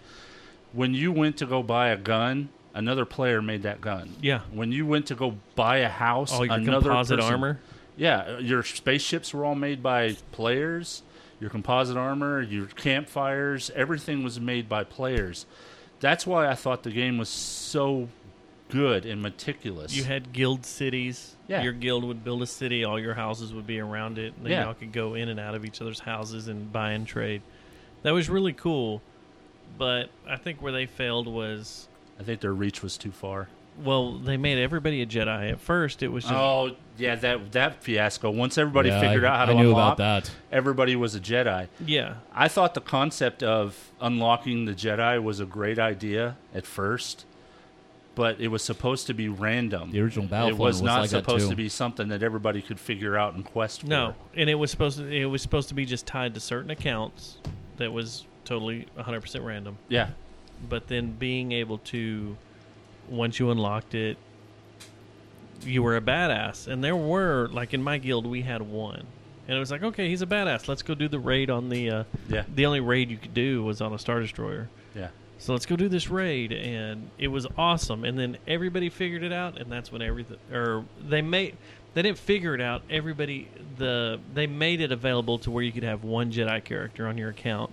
[SPEAKER 7] when you went to go buy a gun, another player made that gun.
[SPEAKER 8] Yeah.
[SPEAKER 7] When you went to go buy a house,
[SPEAKER 8] All your
[SPEAKER 7] another
[SPEAKER 8] composite
[SPEAKER 7] person-
[SPEAKER 8] armor?
[SPEAKER 7] Yeah, uh, your spaceships were all made by players. Your composite armor, your campfires, everything was made by players. That's why I thought the game was so good and meticulous.
[SPEAKER 8] You had guild cities.
[SPEAKER 7] Yeah.
[SPEAKER 8] Your guild would build a city, all your houses would be around it, and then
[SPEAKER 7] Yeah.
[SPEAKER 8] y'all could go in and out of each other's houses and buy and trade. That was really cool. But I think where they failed was
[SPEAKER 7] I think their reach was too far.
[SPEAKER 8] well, they made everybody a Jedi. At first it was just
[SPEAKER 7] Oh yeah, that that fiasco. Once everybody
[SPEAKER 8] Yeah,
[SPEAKER 7] figured
[SPEAKER 8] I-
[SPEAKER 7] out how to
[SPEAKER 8] I knew
[SPEAKER 7] unlock,
[SPEAKER 8] about that.
[SPEAKER 7] everybody was a Jedi.
[SPEAKER 8] Yeah.
[SPEAKER 7] I thought the concept of unlocking the Jedi was a great idea at first, but it was supposed to be random.
[SPEAKER 10] The original Battlefront
[SPEAKER 7] It was
[SPEAKER 10] was
[SPEAKER 7] not
[SPEAKER 10] like that,
[SPEAKER 7] supposed
[SPEAKER 10] too.
[SPEAKER 7] to be something that everybody could figure out and quest for.
[SPEAKER 8] No, and it was supposed to it was supposed to be just tied to certain accounts that was totally 100% random.
[SPEAKER 7] Yeah.
[SPEAKER 8] But then being able to once you unlocked it you were a badass and there were like in my guild we had one. And it was like, okay, he's a badass. Let's go do the raid on the uh
[SPEAKER 7] Yeah.
[SPEAKER 8] the only raid you could do was on a star destroyer.
[SPEAKER 7] Yeah.
[SPEAKER 8] So let's go do this raid, and it was awesome. And then everybody figured it out, and that's when everything, or they made, they didn't figure it out. Everybody, the they made it available to where you could have one Jedi character on your account.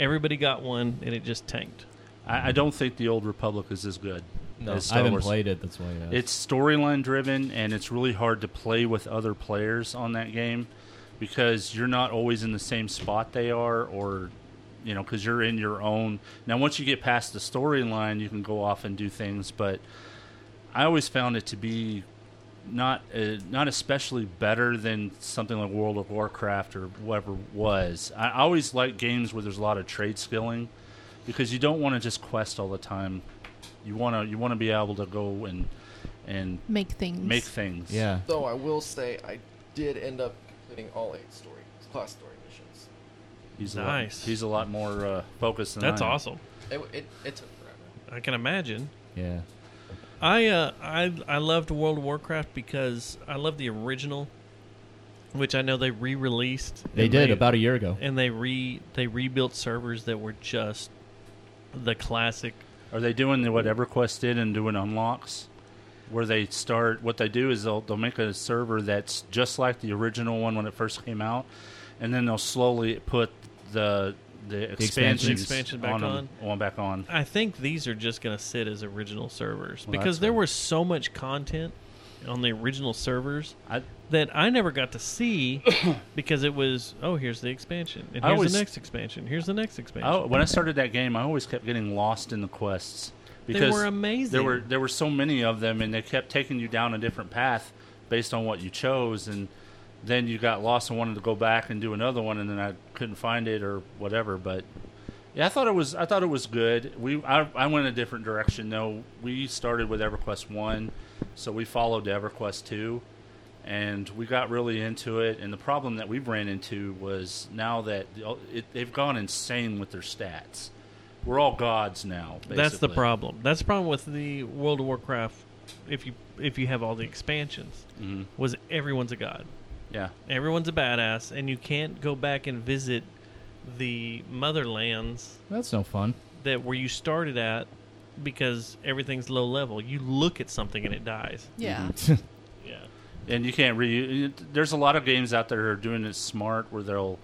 [SPEAKER 8] Everybody got one, and it just tanked.
[SPEAKER 7] I, I don't think the old Republic is as good.
[SPEAKER 8] No.
[SPEAKER 7] as
[SPEAKER 10] I haven't played it, that's why I asked.
[SPEAKER 7] It's storyline driven, and it's really hard to play with other players on that game because you're not always in the same spot they are, or you know, because you're in your own. Now, once you get past the storyline, you can go off and do things, but I always found it to be not uh, not especially better than something like World of Warcraft or whatever it was. I I always like games where there's a lot of trade skilling because you don't want to just quest all the time. You want to you want to be able to go and and
[SPEAKER 12] Make things.
[SPEAKER 7] Make things.
[SPEAKER 11] Though I will say I did end up completing all eight story class story missions.
[SPEAKER 7] He's A
[SPEAKER 8] Nice.
[SPEAKER 7] lot, he's a lot more uh, focused than
[SPEAKER 8] That's
[SPEAKER 7] I am.
[SPEAKER 8] awesome.
[SPEAKER 11] It it, it took forever.
[SPEAKER 8] I can imagine.
[SPEAKER 10] Yeah.
[SPEAKER 8] I uh, I I loved World of Warcraft because I love the original, which I know they re-released.
[SPEAKER 10] They
[SPEAKER 8] and
[SPEAKER 10] did, about a year ago.
[SPEAKER 8] and they re they rebuilt servers that were just the classic.
[SPEAKER 7] Are they doing the what EverQuest did and doing unlocks? Where they start, what they do is they'll, they'll make a server that's just like the original one when it first came out, and then they'll slowly put the the expansions,
[SPEAKER 8] expansions. Expansion back
[SPEAKER 7] 'em- on back on.
[SPEAKER 8] I think these are just going to sit as original servers
[SPEAKER 7] Well,
[SPEAKER 8] because
[SPEAKER 7] that's
[SPEAKER 8] there was so much content on the original servers
[SPEAKER 7] I,
[SPEAKER 8] that I never got to see because it was oh here's the expansion and
[SPEAKER 7] I
[SPEAKER 8] here's
[SPEAKER 7] always-
[SPEAKER 8] the next expansion here's the next expansion.
[SPEAKER 7] Oh, when I started that game, I always kept getting lost in the quests
[SPEAKER 8] They
[SPEAKER 7] because
[SPEAKER 8] were amazing.
[SPEAKER 7] There were there were so many of them, and they kept taking you down a different path based on what you chose, and then you got lost and wanted to go back and do another one, and then I couldn't find it or whatever. But yeah, I thought it was I thought it was good. We I, I went a different direction though. We started with EverQuest one, so we followed to EverQuest two, and we got really into it. And the problem that we ran into was now that the- it, they've gone insane with their stats. We're all gods now. Basically.
[SPEAKER 8] That's the problem. That's the problem with the World of Warcraft. If you if you have all the expansions,
[SPEAKER 7] Mhm.
[SPEAKER 8] was everyone's a god.
[SPEAKER 7] Yeah.
[SPEAKER 8] everyone's a badass, and you can't go back and visit the motherlands
[SPEAKER 10] That's no fun.
[SPEAKER 8] that where you started at because everything's low level. You look at something and it dies.
[SPEAKER 12] Yeah.
[SPEAKER 8] yeah.
[SPEAKER 7] and you can't re. There's a lot of games out there that are doing it smart, where they'll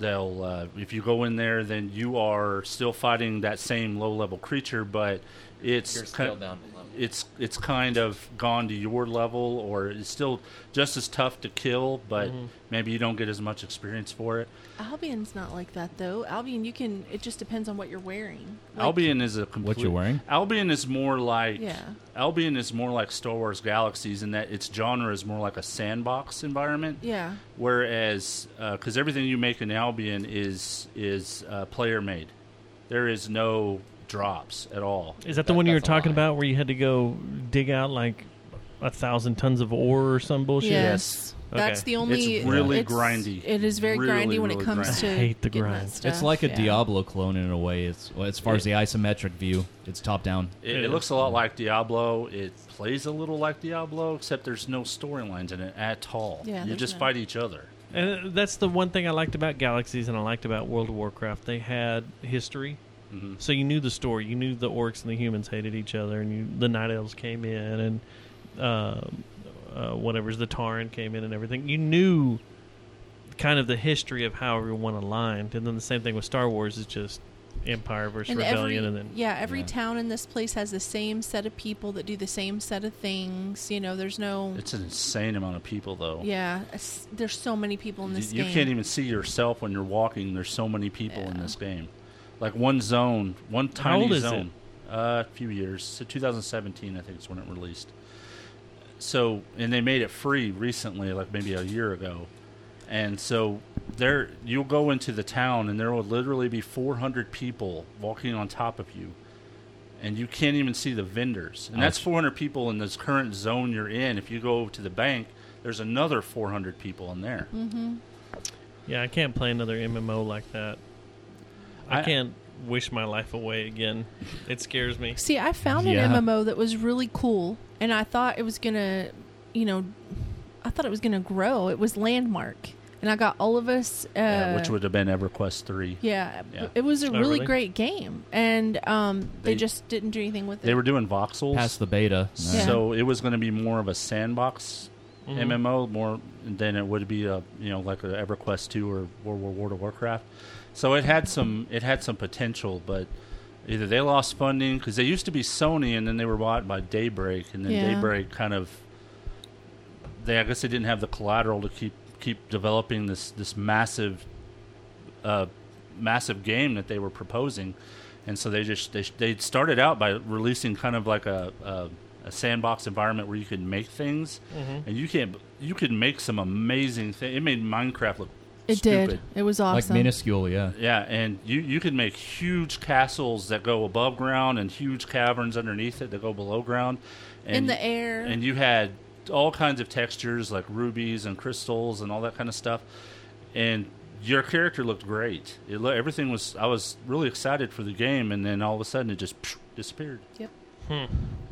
[SPEAKER 7] they'll uh, if you go in there, then you are still fighting that same low level creature, but it's
[SPEAKER 11] You're
[SPEAKER 7] ki-
[SPEAKER 11] still down a level.
[SPEAKER 7] It's it's kind of gone to your level, or it's still just as tough to kill, but
[SPEAKER 12] Mhm.
[SPEAKER 7] maybe you don't get as much experience for it.
[SPEAKER 12] Albion's not like that though. Albion, you can. It just depends on what you're wearing.
[SPEAKER 7] Albion is a complete.
[SPEAKER 10] you're wearing?
[SPEAKER 7] Albion is more like.
[SPEAKER 12] Yeah.
[SPEAKER 7] Albion is more like Star Wars Galaxies in that its genre is more like a sandbox environment.
[SPEAKER 12] Yeah.
[SPEAKER 7] Whereas, because everything you make in Albion is is uh, player made, there is no drops at all.
[SPEAKER 8] Is that the one you were talking about where you had to go dig out like a thousand tons of ore or some bullshit?
[SPEAKER 12] Yes. That's the only.
[SPEAKER 7] It's really
[SPEAKER 12] it's-
[SPEAKER 7] grindy.
[SPEAKER 12] It is very
[SPEAKER 7] Really,
[SPEAKER 12] grindy when
[SPEAKER 7] really
[SPEAKER 12] it comes
[SPEAKER 7] grindy.
[SPEAKER 12] to.
[SPEAKER 7] I
[SPEAKER 10] hate
[SPEAKER 7] the
[SPEAKER 12] getting that
[SPEAKER 7] grind. It's
[SPEAKER 12] stuff,
[SPEAKER 10] it's like a
[SPEAKER 12] yeah.
[SPEAKER 10] Diablo clone in a way. It's well, as far as the isometric view, it's top down.
[SPEAKER 7] It, it looks a lot like Diablo. It plays a little like Diablo, except there's no storylines in it at all.
[SPEAKER 12] Yeah,
[SPEAKER 7] you
[SPEAKER 12] there's
[SPEAKER 7] just
[SPEAKER 12] none.
[SPEAKER 7] fight each other.
[SPEAKER 8] And uh, that's the one thing I liked about Galaxies and I liked about World of Warcraft. They had history. So you knew the story. You knew the orcs and the humans hated each other, and you, the night elves came in, and uh, uh, whatever's the Taran came in, and everything. You knew kind of the history of how everyone aligned. And then the same thing with Star Wars is just Empire versus Rebellion,
[SPEAKER 12] every,
[SPEAKER 8] and then
[SPEAKER 12] yeah, every town in this place has the same set of people that do the same set of things. You know, there's no.
[SPEAKER 7] It's an insane amount of people, though.
[SPEAKER 12] yeah, it's- there's so many people in
[SPEAKER 7] Y-
[SPEAKER 12] this
[SPEAKER 7] you
[SPEAKER 12] game.
[SPEAKER 7] can't even see yourself when you're walking. There's so many people in this game. Like one zone, one tiny
[SPEAKER 8] old is
[SPEAKER 7] zone. Uh, a few years. So 2017, I think, is when it released. So and they made it free recently, like maybe a year ago. And so there, you'll go into the town, and there will literally be 400 people walking on top of you, and you can't even see the vendors. And that's
[SPEAKER 10] Ouch.
[SPEAKER 7] 400 people in this current zone you're in. If you go to the bank, there's another 400 people in there.
[SPEAKER 12] Mm-hmm.
[SPEAKER 8] Yeah, I can't play another MMO like that. I,
[SPEAKER 7] I-
[SPEAKER 8] can't wish my life away again. It scares me.
[SPEAKER 12] See, I found
[SPEAKER 8] Yeah.
[SPEAKER 12] an MMO that was really cool, and I thought it was gonna, you know, I thought it was gonna grow. It was Landmark, and I got all of us. Uh,
[SPEAKER 7] Yeah, which would have been EverQuest 3.
[SPEAKER 12] yeah, it was a
[SPEAKER 7] Oh,
[SPEAKER 12] really,
[SPEAKER 7] really?
[SPEAKER 12] great game, and um, they,
[SPEAKER 7] They-
[SPEAKER 12] just didn't do anything with it.
[SPEAKER 7] They were doing voxels.
[SPEAKER 10] Past the beta.
[SPEAKER 12] Yeah.
[SPEAKER 7] So it was going to be more of a sandbox
[SPEAKER 8] Mm-hmm.
[SPEAKER 12] Mhm.
[SPEAKER 7] MMO more than it would be a, you know, like a EverQuest 2 or World War War to Warcraft. So it had some it had some potential, but either they lost funding cuz they used to be Sony and then they were bought by Daybreak and then
[SPEAKER 5] Yeah.
[SPEAKER 7] Daybreak kind of they I guess they didn't have the collateral to keep keep developing this this massive uh, massive game that they were proposing, and so they just they they started out by releasing kind of like a a, a sandbox environment where you could make things,
[SPEAKER 12] Mhm.
[SPEAKER 7] and you can you could make some amazing things. It made Minecraft look
[SPEAKER 12] It
[SPEAKER 7] stupid.
[SPEAKER 12] did. It was Like awesome.
[SPEAKER 10] minuscule, yeah.
[SPEAKER 7] Yeah, and you you could make huge castles that go above ground and huge caverns underneath it that go below ground. And,
[SPEAKER 12] In the air.
[SPEAKER 7] And you had all kinds of textures like rubies and crystals and all that kind of stuff. And your character looked great. It lo- everything was. I was really excited for the game, and then all of a sudden it just psh, disappeared.
[SPEAKER 12] Yep.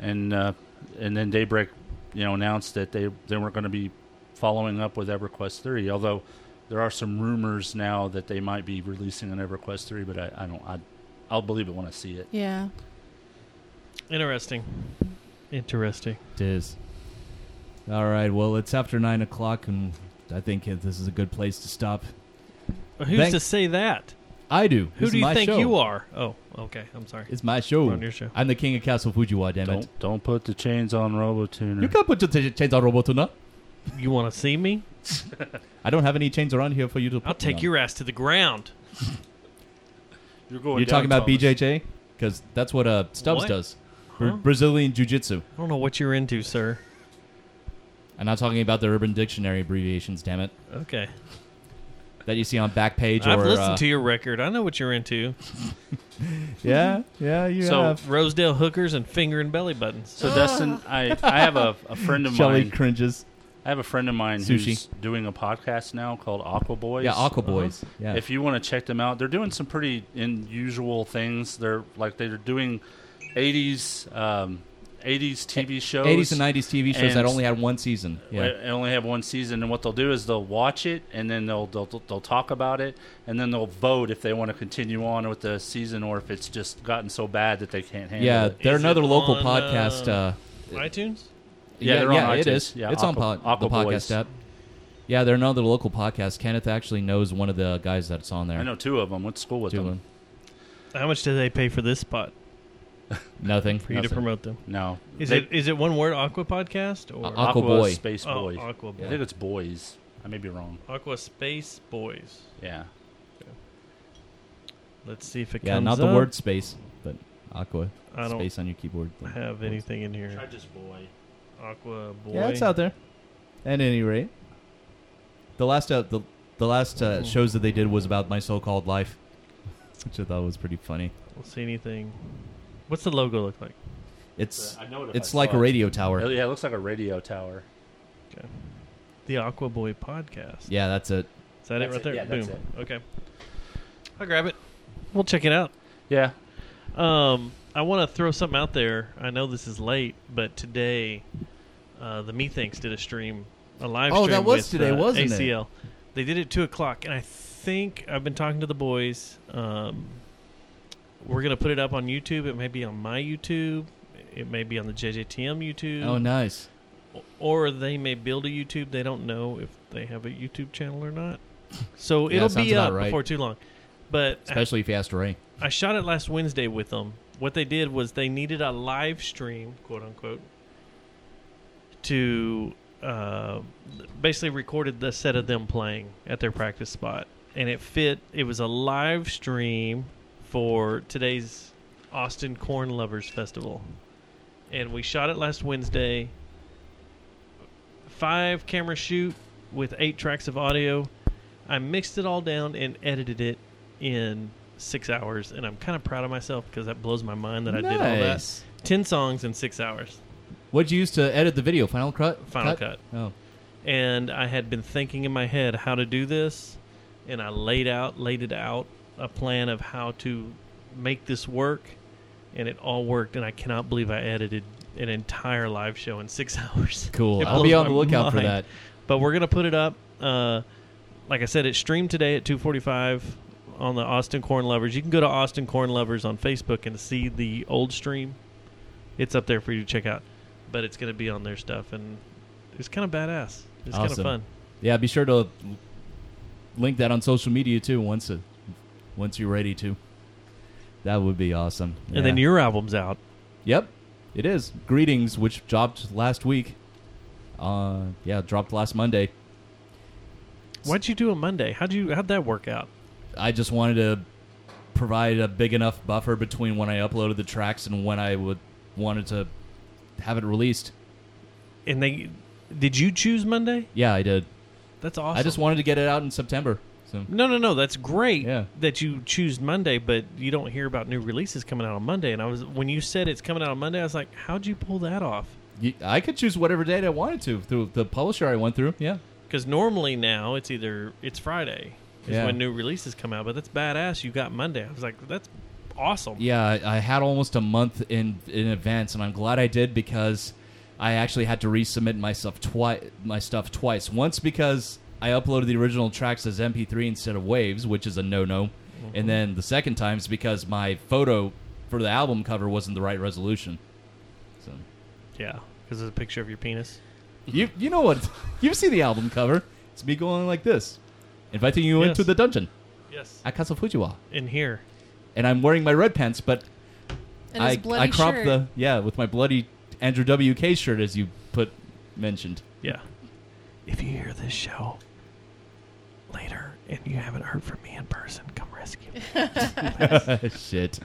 [SPEAKER 7] And uh, and then Daybreak, you know, announced that they they weren't going to be following up with EverQuest three. Although there are some rumors now that they might be releasing an EverQuest three, but I, I don't. I, I'll believe it when I see it.
[SPEAKER 12] yeah.
[SPEAKER 8] Interesting. Interesting.
[SPEAKER 10] It is. All right. Well, it's after nine o'clock, and I think this is a good place to stop.
[SPEAKER 8] Who's to say that?
[SPEAKER 10] I do.
[SPEAKER 8] Who
[SPEAKER 10] This is
[SPEAKER 8] do you
[SPEAKER 10] my
[SPEAKER 8] think
[SPEAKER 10] show.
[SPEAKER 8] you are? Oh, okay. I'm sorry.
[SPEAKER 10] It's my show.
[SPEAKER 8] On your show.
[SPEAKER 10] I'm the king of Castle Fujiwa. Damn it!
[SPEAKER 7] Don't don't put the chains on RoboTuner.
[SPEAKER 10] You can't put your t- chains on Robotuna.
[SPEAKER 8] You want to see me?
[SPEAKER 10] I don't have any chains around here for you to.
[SPEAKER 8] I'll
[SPEAKER 10] put me
[SPEAKER 8] take
[SPEAKER 10] on.
[SPEAKER 8] your ass to the ground.
[SPEAKER 7] You're
[SPEAKER 8] going.
[SPEAKER 10] You're talking about BJJ because that's what uh, Stubbs
[SPEAKER 8] What?
[SPEAKER 10] does. Bra-
[SPEAKER 8] Huh?
[SPEAKER 10] Brazilian Jiu-Jitsu.
[SPEAKER 8] I don't know what you're into, sir.
[SPEAKER 10] I'm not talking about the Urban Dictionary abbreviations. Damn it.
[SPEAKER 8] Okay.
[SPEAKER 10] That you see on Backpage
[SPEAKER 8] I've
[SPEAKER 10] or
[SPEAKER 8] listened
[SPEAKER 10] uh,
[SPEAKER 8] to your record. I know what you're into.
[SPEAKER 10] Yeah, yeah, you
[SPEAKER 8] so
[SPEAKER 10] have.
[SPEAKER 8] Rosedale hookers and finger and belly buttons.
[SPEAKER 7] So Dustin, I, I have a, a friend of
[SPEAKER 10] Shelley
[SPEAKER 7] mine.
[SPEAKER 10] cringes.
[SPEAKER 7] I have a friend of mine who's
[SPEAKER 10] Sushi.
[SPEAKER 7] doing a podcast now called Aqua Boys.
[SPEAKER 10] Yeah, Aqua Boys.
[SPEAKER 7] Uh-huh.
[SPEAKER 10] Yeah.
[SPEAKER 7] If you want to check them out, they're doing some pretty unusual things. They're like they're doing eighties um, eighties TV shows,
[SPEAKER 10] 80s E, and 90s TV shows that
[SPEAKER 7] and-
[SPEAKER 10] only had one season. Yeah.
[SPEAKER 7] I only have one season, and what they'll do is they'll watch it, and then they'll they'll, they'll talk about it, and then they'll vote if they want to continue on with the season or if it's just gotten so bad that they can't handle
[SPEAKER 10] Yeah,
[SPEAKER 7] it.
[SPEAKER 10] they're
[SPEAKER 8] Is
[SPEAKER 10] another
[SPEAKER 8] it
[SPEAKER 10] local
[SPEAKER 8] on,
[SPEAKER 10] podcast. Uh,
[SPEAKER 8] iTunes.
[SPEAKER 7] Yeah, they're on
[SPEAKER 10] yeah, it
[SPEAKER 7] iTunes.
[SPEAKER 10] is.
[SPEAKER 7] Yeah,
[SPEAKER 10] it's
[SPEAKER 7] Aqua-
[SPEAKER 10] on pod,
[SPEAKER 7] Aqua
[SPEAKER 10] the podcast
[SPEAKER 7] Boys.
[SPEAKER 10] app. Yeah, they're another local podcast. Kenneth actually knows one of the guys that's on there.
[SPEAKER 7] I know two of them. Went to school with
[SPEAKER 10] Two of
[SPEAKER 7] them.
[SPEAKER 10] them.
[SPEAKER 8] How much do they pay for this spot?
[SPEAKER 10] Nothing
[SPEAKER 8] for you to
[SPEAKER 10] Nothing.
[SPEAKER 8] promote them.
[SPEAKER 7] No.
[SPEAKER 8] Is
[SPEAKER 7] They-
[SPEAKER 8] it is it one word Aqua Podcast or
[SPEAKER 10] Uh, Aqua Boy.
[SPEAKER 7] Space
[SPEAKER 8] Oh,
[SPEAKER 7] Boy.
[SPEAKER 8] Aqua Boy.
[SPEAKER 7] I think it's boys. I may be wrong.
[SPEAKER 8] Aqua Space Boys?
[SPEAKER 7] Yeah.
[SPEAKER 8] Let's see if it
[SPEAKER 10] Yeah,
[SPEAKER 8] comes
[SPEAKER 10] not the
[SPEAKER 8] up.
[SPEAKER 10] word space, but Aqua
[SPEAKER 8] I don't
[SPEAKER 10] space on your keyboard.
[SPEAKER 8] have anything in here.
[SPEAKER 7] Try just boy.
[SPEAKER 8] Aqua Boy.
[SPEAKER 10] Yeah, it's out there. At any rate, the last uh, the the last uh,
[SPEAKER 8] Ooh.
[SPEAKER 10] shows that they did was about my so-called life, which I thought was pretty funny.
[SPEAKER 8] We'll see anything. What's the logo look like?
[SPEAKER 10] It's
[SPEAKER 7] I know it if
[SPEAKER 10] it's
[SPEAKER 7] I
[SPEAKER 10] like
[SPEAKER 7] saw
[SPEAKER 10] a
[SPEAKER 7] it.
[SPEAKER 10] radio tower.
[SPEAKER 7] Yeah, it looks like a radio tower.
[SPEAKER 8] Okay. The Aqua Boy Podcast.
[SPEAKER 10] Yeah, that's it.
[SPEAKER 8] Is that
[SPEAKER 7] That's
[SPEAKER 8] it right
[SPEAKER 7] it.
[SPEAKER 8] there?
[SPEAKER 7] Yeah,
[SPEAKER 8] Boom.
[SPEAKER 7] that's
[SPEAKER 8] Okay. I'll grab it. We'll check it out.
[SPEAKER 7] Yeah.
[SPEAKER 8] Um, I want to throw something out there. I know this is late, but today, uh, the Methinks did a stream, a live
[SPEAKER 13] Oh,
[SPEAKER 8] stream.
[SPEAKER 13] that was
[SPEAKER 8] with,
[SPEAKER 13] today,
[SPEAKER 8] uh,
[SPEAKER 13] wasn't it?
[SPEAKER 8] ACL. They did it two o'clock, and I think I've been talking to the boys. Um, we're gonna put it up on YouTube. It may be on my YouTube. It may be on the JJTM YouTube.
[SPEAKER 10] Oh, nice.
[SPEAKER 8] Or they may build a YouTube. They don't know if they have a YouTube channel or not. So
[SPEAKER 10] Yeah,
[SPEAKER 8] it'll
[SPEAKER 10] sounds
[SPEAKER 8] be
[SPEAKER 10] about
[SPEAKER 8] up
[SPEAKER 10] right.
[SPEAKER 8] before too long. But
[SPEAKER 10] Especially if you asked Ray.
[SPEAKER 8] I shot it last Wednesday with them. What they did was they needed a live stream, quote unquote, to uh, basically recorded the set of them playing at their practice spot, and it fit. It was a live stream for today's Austin Corn Lovers Festival, and we shot it last Wednesday. Five camera shoot with eight tracks of audio. I mixed it all down and edited it in six hours, and I'm kind of proud of myself because that blows my mind that I did all that.
[SPEAKER 10] Nice.
[SPEAKER 8] Ten songs in six hours.
[SPEAKER 10] What'd you use to edit the video? Final Cut.
[SPEAKER 8] Final Cut.
[SPEAKER 10] Oh.
[SPEAKER 8] And I had been thinking in my head how to do this, and I laid out laid it out a plan of how to make this work, and it all worked. And I cannot believe I edited an entire live show in six hours.
[SPEAKER 10] Cool.
[SPEAKER 8] It
[SPEAKER 10] I'll be
[SPEAKER 8] blows
[SPEAKER 10] on the
[SPEAKER 8] my
[SPEAKER 10] lookout for
[SPEAKER 8] mind.
[SPEAKER 10] that.
[SPEAKER 8] But we're gonna put it up. Uh, like I said, it streamed today at 2:45 on the Austin Corn Lovers. You can go to Austin Corn Lovers on Facebook and see the old stream. It's up there for you to check out, but it's gonna be on their stuff, and it's kind of badass. It's kind of
[SPEAKER 10] Awesome.
[SPEAKER 8] fun.
[SPEAKER 10] Yeah, be sure to link that on social media too once it, once you're ready to. That would be awesome.
[SPEAKER 8] And then your album's out.
[SPEAKER 10] Yep, it is. Greetings, which dropped last week. Uh, yeah, dropped last Monday.
[SPEAKER 8] Why'd you do a Monday? How'd you how'd that work out?
[SPEAKER 10] I just wanted to provide a big enough buffer between when I uploaded the tracks and when I would wanted to have it released.
[SPEAKER 8] And they, did you choose Monday?
[SPEAKER 10] Yeah, I did.
[SPEAKER 8] That's awesome.
[SPEAKER 10] I just wanted to get it out in September. So
[SPEAKER 8] No, no, no. That's great that you choose Monday, but you don't hear about new releases coming out on Monday. And I was when you said it's coming out on Monday, I was like, how'd you pull that off?
[SPEAKER 10] Y- I could choose whatever date I wanted to through the publisher I went through. Yeah.
[SPEAKER 8] Because normally now it's either it's Friday is
[SPEAKER 10] Yeah.
[SPEAKER 8] when new releases come out, but that's badass. You got Monday. I was like, that's awesome.
[SPEAKER 10] Yeah, I, I had almost a month in in advance, and I'm glad I did because I actually had to resubmit myself twice my stuff twice. Once because I uploaded the original tracks as MP3 instead of waves, which is a no no, and then the second time is because my photo for the album cover wasn't the right resolution. So
[SPEAKER 8] Yeah, because it's a picture of your penis.
[SPEAKER 10] you you know what? You've seen the album cover. It's me going like this, inviting you into
[SPEAKER 8] Yes.
[SPEAKER 10] the dungeon.
[SPEAKER 8] Yes.
[SPEAKER 10] At Castle Fujiwa.
[SPEAKER 8] In here.
[SPEAKER 10] And I'm wearing my red pants, but
[SPEAKER 8] And
[SPEAKER 10] I
[SPEAKER 8] his bloody
[SPEAKER 10] I cropped
[SPEAKER 8] shirt.
[SPEAKER 10] the yeah with my bloody Andrew WK shirt as you put mentioned.
[SPEAKER 8] Yeah. If you hear this show later and you haven't heard from me in person, come rescue me.
[SPEAKER 10] Shit.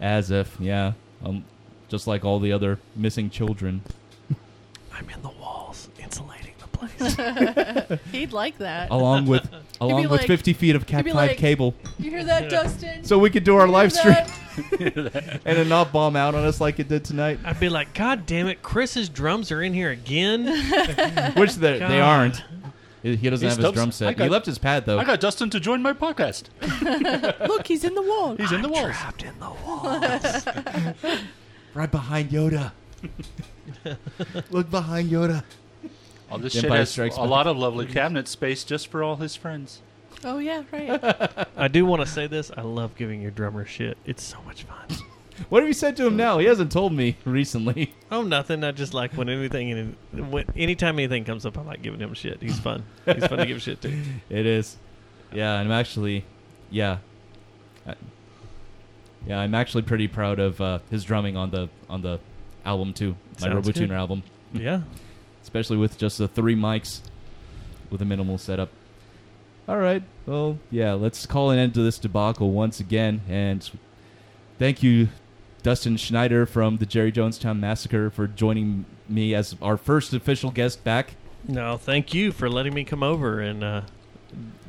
[SPEAKER 10] As if yeah, um, just like all the other missing children.
[SPEAKER 8] I'm in the walls, insulating the place.
[SPEAKER 12] He'd like that.
[SPEAKER 10] Along with-
[SPEAKER 12] He'd be
[SPEAKER 10] along with 50 feet of
[SPEAKER 12] he'd
[SPEAKER 10] Cat
[SPEAKER 12] be
[SPEAKER 10] five cable.
[SPEAKER 12] You hear that, Dustin?
[SPEAKER 10] So we could do our live stream and
[SPEAKER 8] that?
[SPEAKER 10] it not bomb out on us like it did tonight.
[SPEAKER 8] I'd be like, God damn it, Chris's drums are in here again.
[SPEAKER 10] Which they,
[SPEAKER 8] God.
[SPEAKER 10] they aren't. He he doesn't have his
[SPEAKER 7] These dubs-
[SPEAKER 10] drum
[SPEAKER 7] I
[SPEAKER 10] set.
[SPEAKER 7] got-
[SPEAKER 10] he left his pad though.
[SPEAKER 7] I got Dustin to join my podcast.
[SPEAKER 12] Look, he's in the wall.
[SPEAKER 7] He's in the walls.
[SPEAKER 8] Trapped in the
[SPEAKER 10] right behind Yoda. Look behind Yoda.
[SPEAKER 7] All Oh, this
[SPEAKER 10] Empire
[SPEAKER 7] shit has
[SPEAKER 10] Strikes
[SPEAKER 7] a
[SPEAKER 10] Back.
[SPEAKER 7] lot of lovely cabinet space just for all his friends.
[SPEAKER 12] Oh yeah, right.
[SPEAKER 8] I do want to say this. I love giving your drummer shit. It's so much fun.
[SPEAKER 10] What have you said to him now? He hasn't told me recently.
[SPEAKER 8] Oh, nothing. I just like when anything, when anytime anything comes up, I like giving him shit. He's fun. He's fun to give shit to.
[SPEAKER 10] It is. Yeah, and I'm actually, yeah, I- yeah, I'm actually pretty proud of uh, his drumming on the on the album too, my
[SPEAKER 8] Sounds
[SPEAKER 10] RoboTuner
[SPEAKER 8] good.
[SPEAKER 10] album.
[SPEAKER 8] Yeah.
[SPEAKER 10] especially with just the three mics, with a minimal setup. All right, well, yeah, let's call an end to this debacle once again, and thank you, Dustin Schneider from the Jerry Jonestown Massacre, for joining me as our first official guest back.
[SPEAKER 8] No, thank you for letting me come over and uh,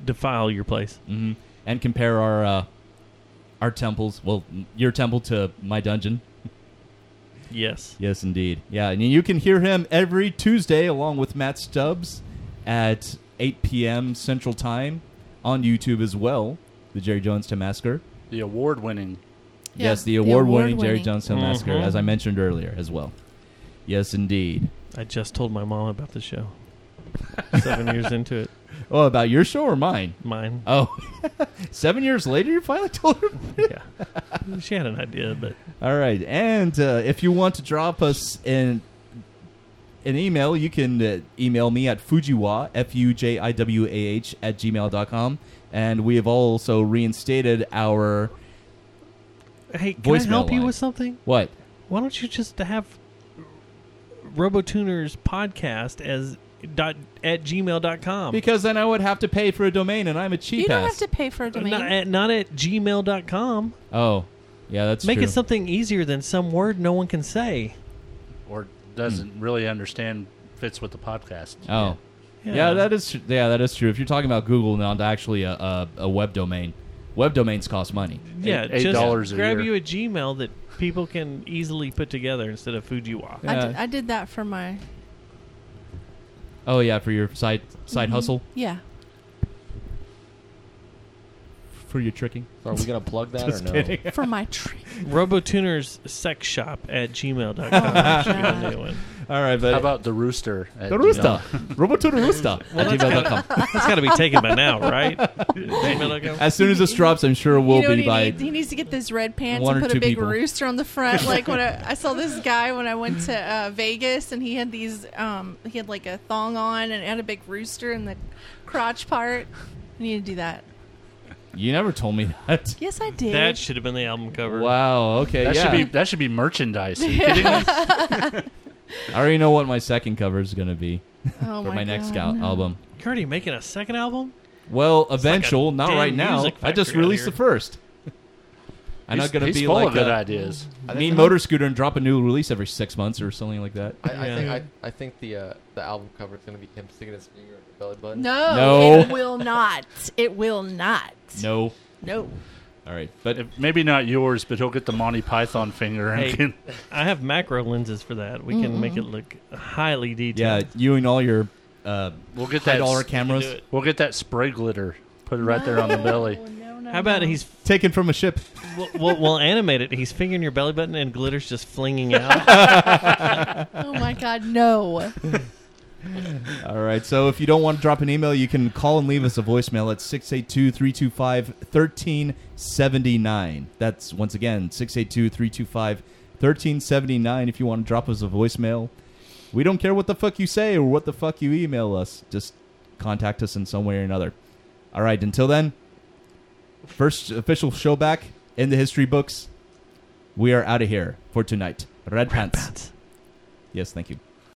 [SPEAKER 8] defile your place.
[SPEAKER 10] hmm and compare our uh, our temples. Well, m- your temple to my dungeon.
[SPEAKER 8] Yes.
[SPEAKER 10] Yes, indeed. Yeah, and you can hear him every Tuesday along with Matt Stubbs at 8 p.m. Central Time on YouTube as well. The Jerry Jones to Massacre.
[SPEAKER 7] The award-winning.
[SPEAKER 12] Yeah,
[SPEAKER 10] yes, the
[SPEAKER 12] the
[SPEAKER 10] award-winning Jerry
[SPEAKER 12] award-winning.
[SPEAKER 10] Jones to Massacre,
[SPEAKER 8] Mhm.
[SPEAKER 10] as I mentioned earlier, as well. Yes, indeed.
[SPEAKER 8] I just told my mom about the show. Seven years into it.
[SPEAKER 10] Oh, about your show or mine?
[SPEAKER 8] Mine.
[SPEAKER 10] Oh, seven years later, you finally told her.
[SPEAKER 8] yeah, she had an idea, but
[SPEAKER 10] All right, and uh, if you want to drop us an an email, you can uh, email me at fujiwa f u j i w a h at gmail.com. and we have also reinstated our
[SPEAKER 8] hey, can
[SPEAKER 10] voicemail
[SPEAKER 8] I help you
[SPEAKER 10] line.
[SPEAKER 8] with something?
[SPEAKER 10] What?
[SPEAKER 8] Why don't you just have Robotuners podcast as dot at gmail.com?
[SPEAKER 10] Because then I would have to pay for a domain, and I'm a cheap
[SPEAKER 12] you don't have
[SPEAKER 10] ass.
[SPEAKER 12] to pay for a domain.
[SPEAKER 8] not at, not at gmail.com.
[SPEAKER 10] oh, yeah, that's
[SPEAKER 8] Make
[SPEAKER 10] true.
[SPEAKER 8] it something easier than some word no one can say.
[SPEAKER 7] Or doesn't really understand fits with the podcast.
[SPEAKER 10] Hmm. Oh,
[SPEAKER 8] Yeah.
[SPEAKER 10] yeah. that is tr- yeah, that is true. If you're talking about Google, not actually a, a, a web domain, Web domains cost money.
[SPEAKER 8] Yeah,
[SPEAKER 10] eight
[SPEAKER 8] just
[SPEAKER 10] dollars a
[SPEAKER 8] grab
[SPEAKER 10] year.
[SPEAKER 8] you a Gmail that people can easily put together instead of Fujiwa.
[SPEAKER 12] I d-
[SPEAKER 10] Uh,
[SPEAKER 12] I did that for my
[SPEAKER 10] Oh yeah, for your side side
[SPEAKER 12] Mhm.
[SPEAKER 10] hustle,
[SPEAKER 12] Yeah.
[SPEAKER 10] for your tricking.
[SPEAKER 15] are we gonna plug that or
[SPEAKER 8] Just
[SPEAKER 15] no?
[SPEAKER 8] kidding.
[SPEAKER 12] For my trick.
[SPEAKER 8] Robotuners sex shop at gmail.com.
[SPEAKER 10] All right, but
[SPEAKER 7] how about the rooster? at
[SPEAKER 10] The rooster.
[SPEAKER 7] Gmail?
[SPEAKER 10] Robotuner rooster
[SPEAKER 7] Well,
[SPEAKER 10] at
[SPEAKER 7] that's gotta-
[SPEAKER 10] gmail.com.
[SPEAKER 8] that's gotta be taken by now, right? Gmail.com?
[SPEAKER 10] As soon as this drops, I'm sure
[SPEAKER 12] You
[SPEAKER 10] we'll
[SPEAKER 12] know what
[SPEAKER 10] be
[SPEAKER 12] he
[SPEAKER 10] by.
[SPEAKER 12] needs? He needs to get those red pants
[SPEAKER 10] one
[SPEAKER 12] and
[SPEAKER 10] or
[SPEAKER 12] put
[SPEAKER 10] two
[SPEAKER 12] a big
[SPEAKER 10] people.
[SPEAKER 12] rooster on the front. Like when I, I saw this guy when I went to uh, Vegas, and he had these, um, he had like a thong on and had a big rooster in the crotch part. I need to do that.
[SPEAKER 10] You never told me that.
[SPEAKER 12] Yes, I did.
[SPEAKER 8] That should have been the album cover.
[SPEAKER 10] Wow. Okay.
[SPEAKER 7] That
[SPEAKER 10] yeah.
[SPEAKER 7] should be that should be merchandise. Are you kidding me?
[SPEAKER 12] Yeah.
[SPEAKER 10] I already know what my second cover is going to be
[SPEAKER 12] Oh
[SPEAKER 10] for
[SPEAKER 12] my
[SPEAKER 10] my, next
[SPEAKER 12] God,
[SPEAKER 10] scout
[SPEAKER 12] no.
[SPEAKER 10] album.
[SPEAKER 8] You're already making a second album?
[SPEAKER 10] Well, eventual, not
[SPEAKER 8] damn
[SPEAKER 10] right now.
[SPEAKER 8] music
[SPEAKER 10] I just
[SPEAKER 8] factory out
[SPEAKER 10] released
[SPEAKER 8] here.
[SPEAKER 10] the first. I'm
[SPEAKER 7] He's-
[SPEAKER 10] not going to
[SPEAKER 7] he's
[SPEAKER 10] be
[SPEAKER 7] full
[SPEAKER 10] like
[SPEAKER 7] of good
[SPEAKER 10] a
[SPEAKER 7] ideas.
[SPEAKER 15] I
[SPEAKER 10] Mean
[SPEAKER 15] think-
[SPEAKER 10] Motor Scooter and drop a new release every six months or something like that.
[SPEAKER 15] I, I
[SPEAKER 10] Yeah.
[SPEAKER 15] think I, I think the uh, the album cover is gonna be him sticking his finger in your belly button.
[SPEAKER 12] No,
[SPEAKER 10] No.
[SPEAKER 12] it will not. It will not.
[SPEAKER 10] No.
[SPEAKER 12] No.
[SPEAKER 10] All right, but
[SPEAKER 7] maybe not yours, but he'll get the Monty Python finger. And
[SPEAKER 8] Hey,
[SPEAKER 7] can,
[SPEAKER 8] I have macro lenses for that. We can make it look highly
[SPEAKER 10] Yeah,
[SPEAKER 8] detailed.
[SPEAKER 10] you and all your uh,
[SPEAKER 7] we'll get
[SPEAKER 10] high
[SPEAKER 7] that
[SPEAKER 10] dollar
[SPEAKER 7] s-
[SPEAKER 10] cameras
[SPEAKER 7] We'll get that spray glitter. Put it right there on the belly.
[SPEAKER 8] How about he's
[SPEAKER 10] taken from a ship?
[SPEAKER 8] we'll, we'll, we'll animate it. He's fingering your belly button and glitter's just flinging out.
[SPEAKER 12] Oh my God, no.
[SPEAKER 10] All right. So if you don't want to drop an email, you can call and leave us a voicemail at 682 325 1379. That's once again 682 325 1379. If you want to drop us a voicemail, we don't care what the fuck you say or what the fuck you email us. Just contact us in some way or another. All right. Until then, first official show back in the history books. We are out of here for tonight. Red, pants. Yes, thank you.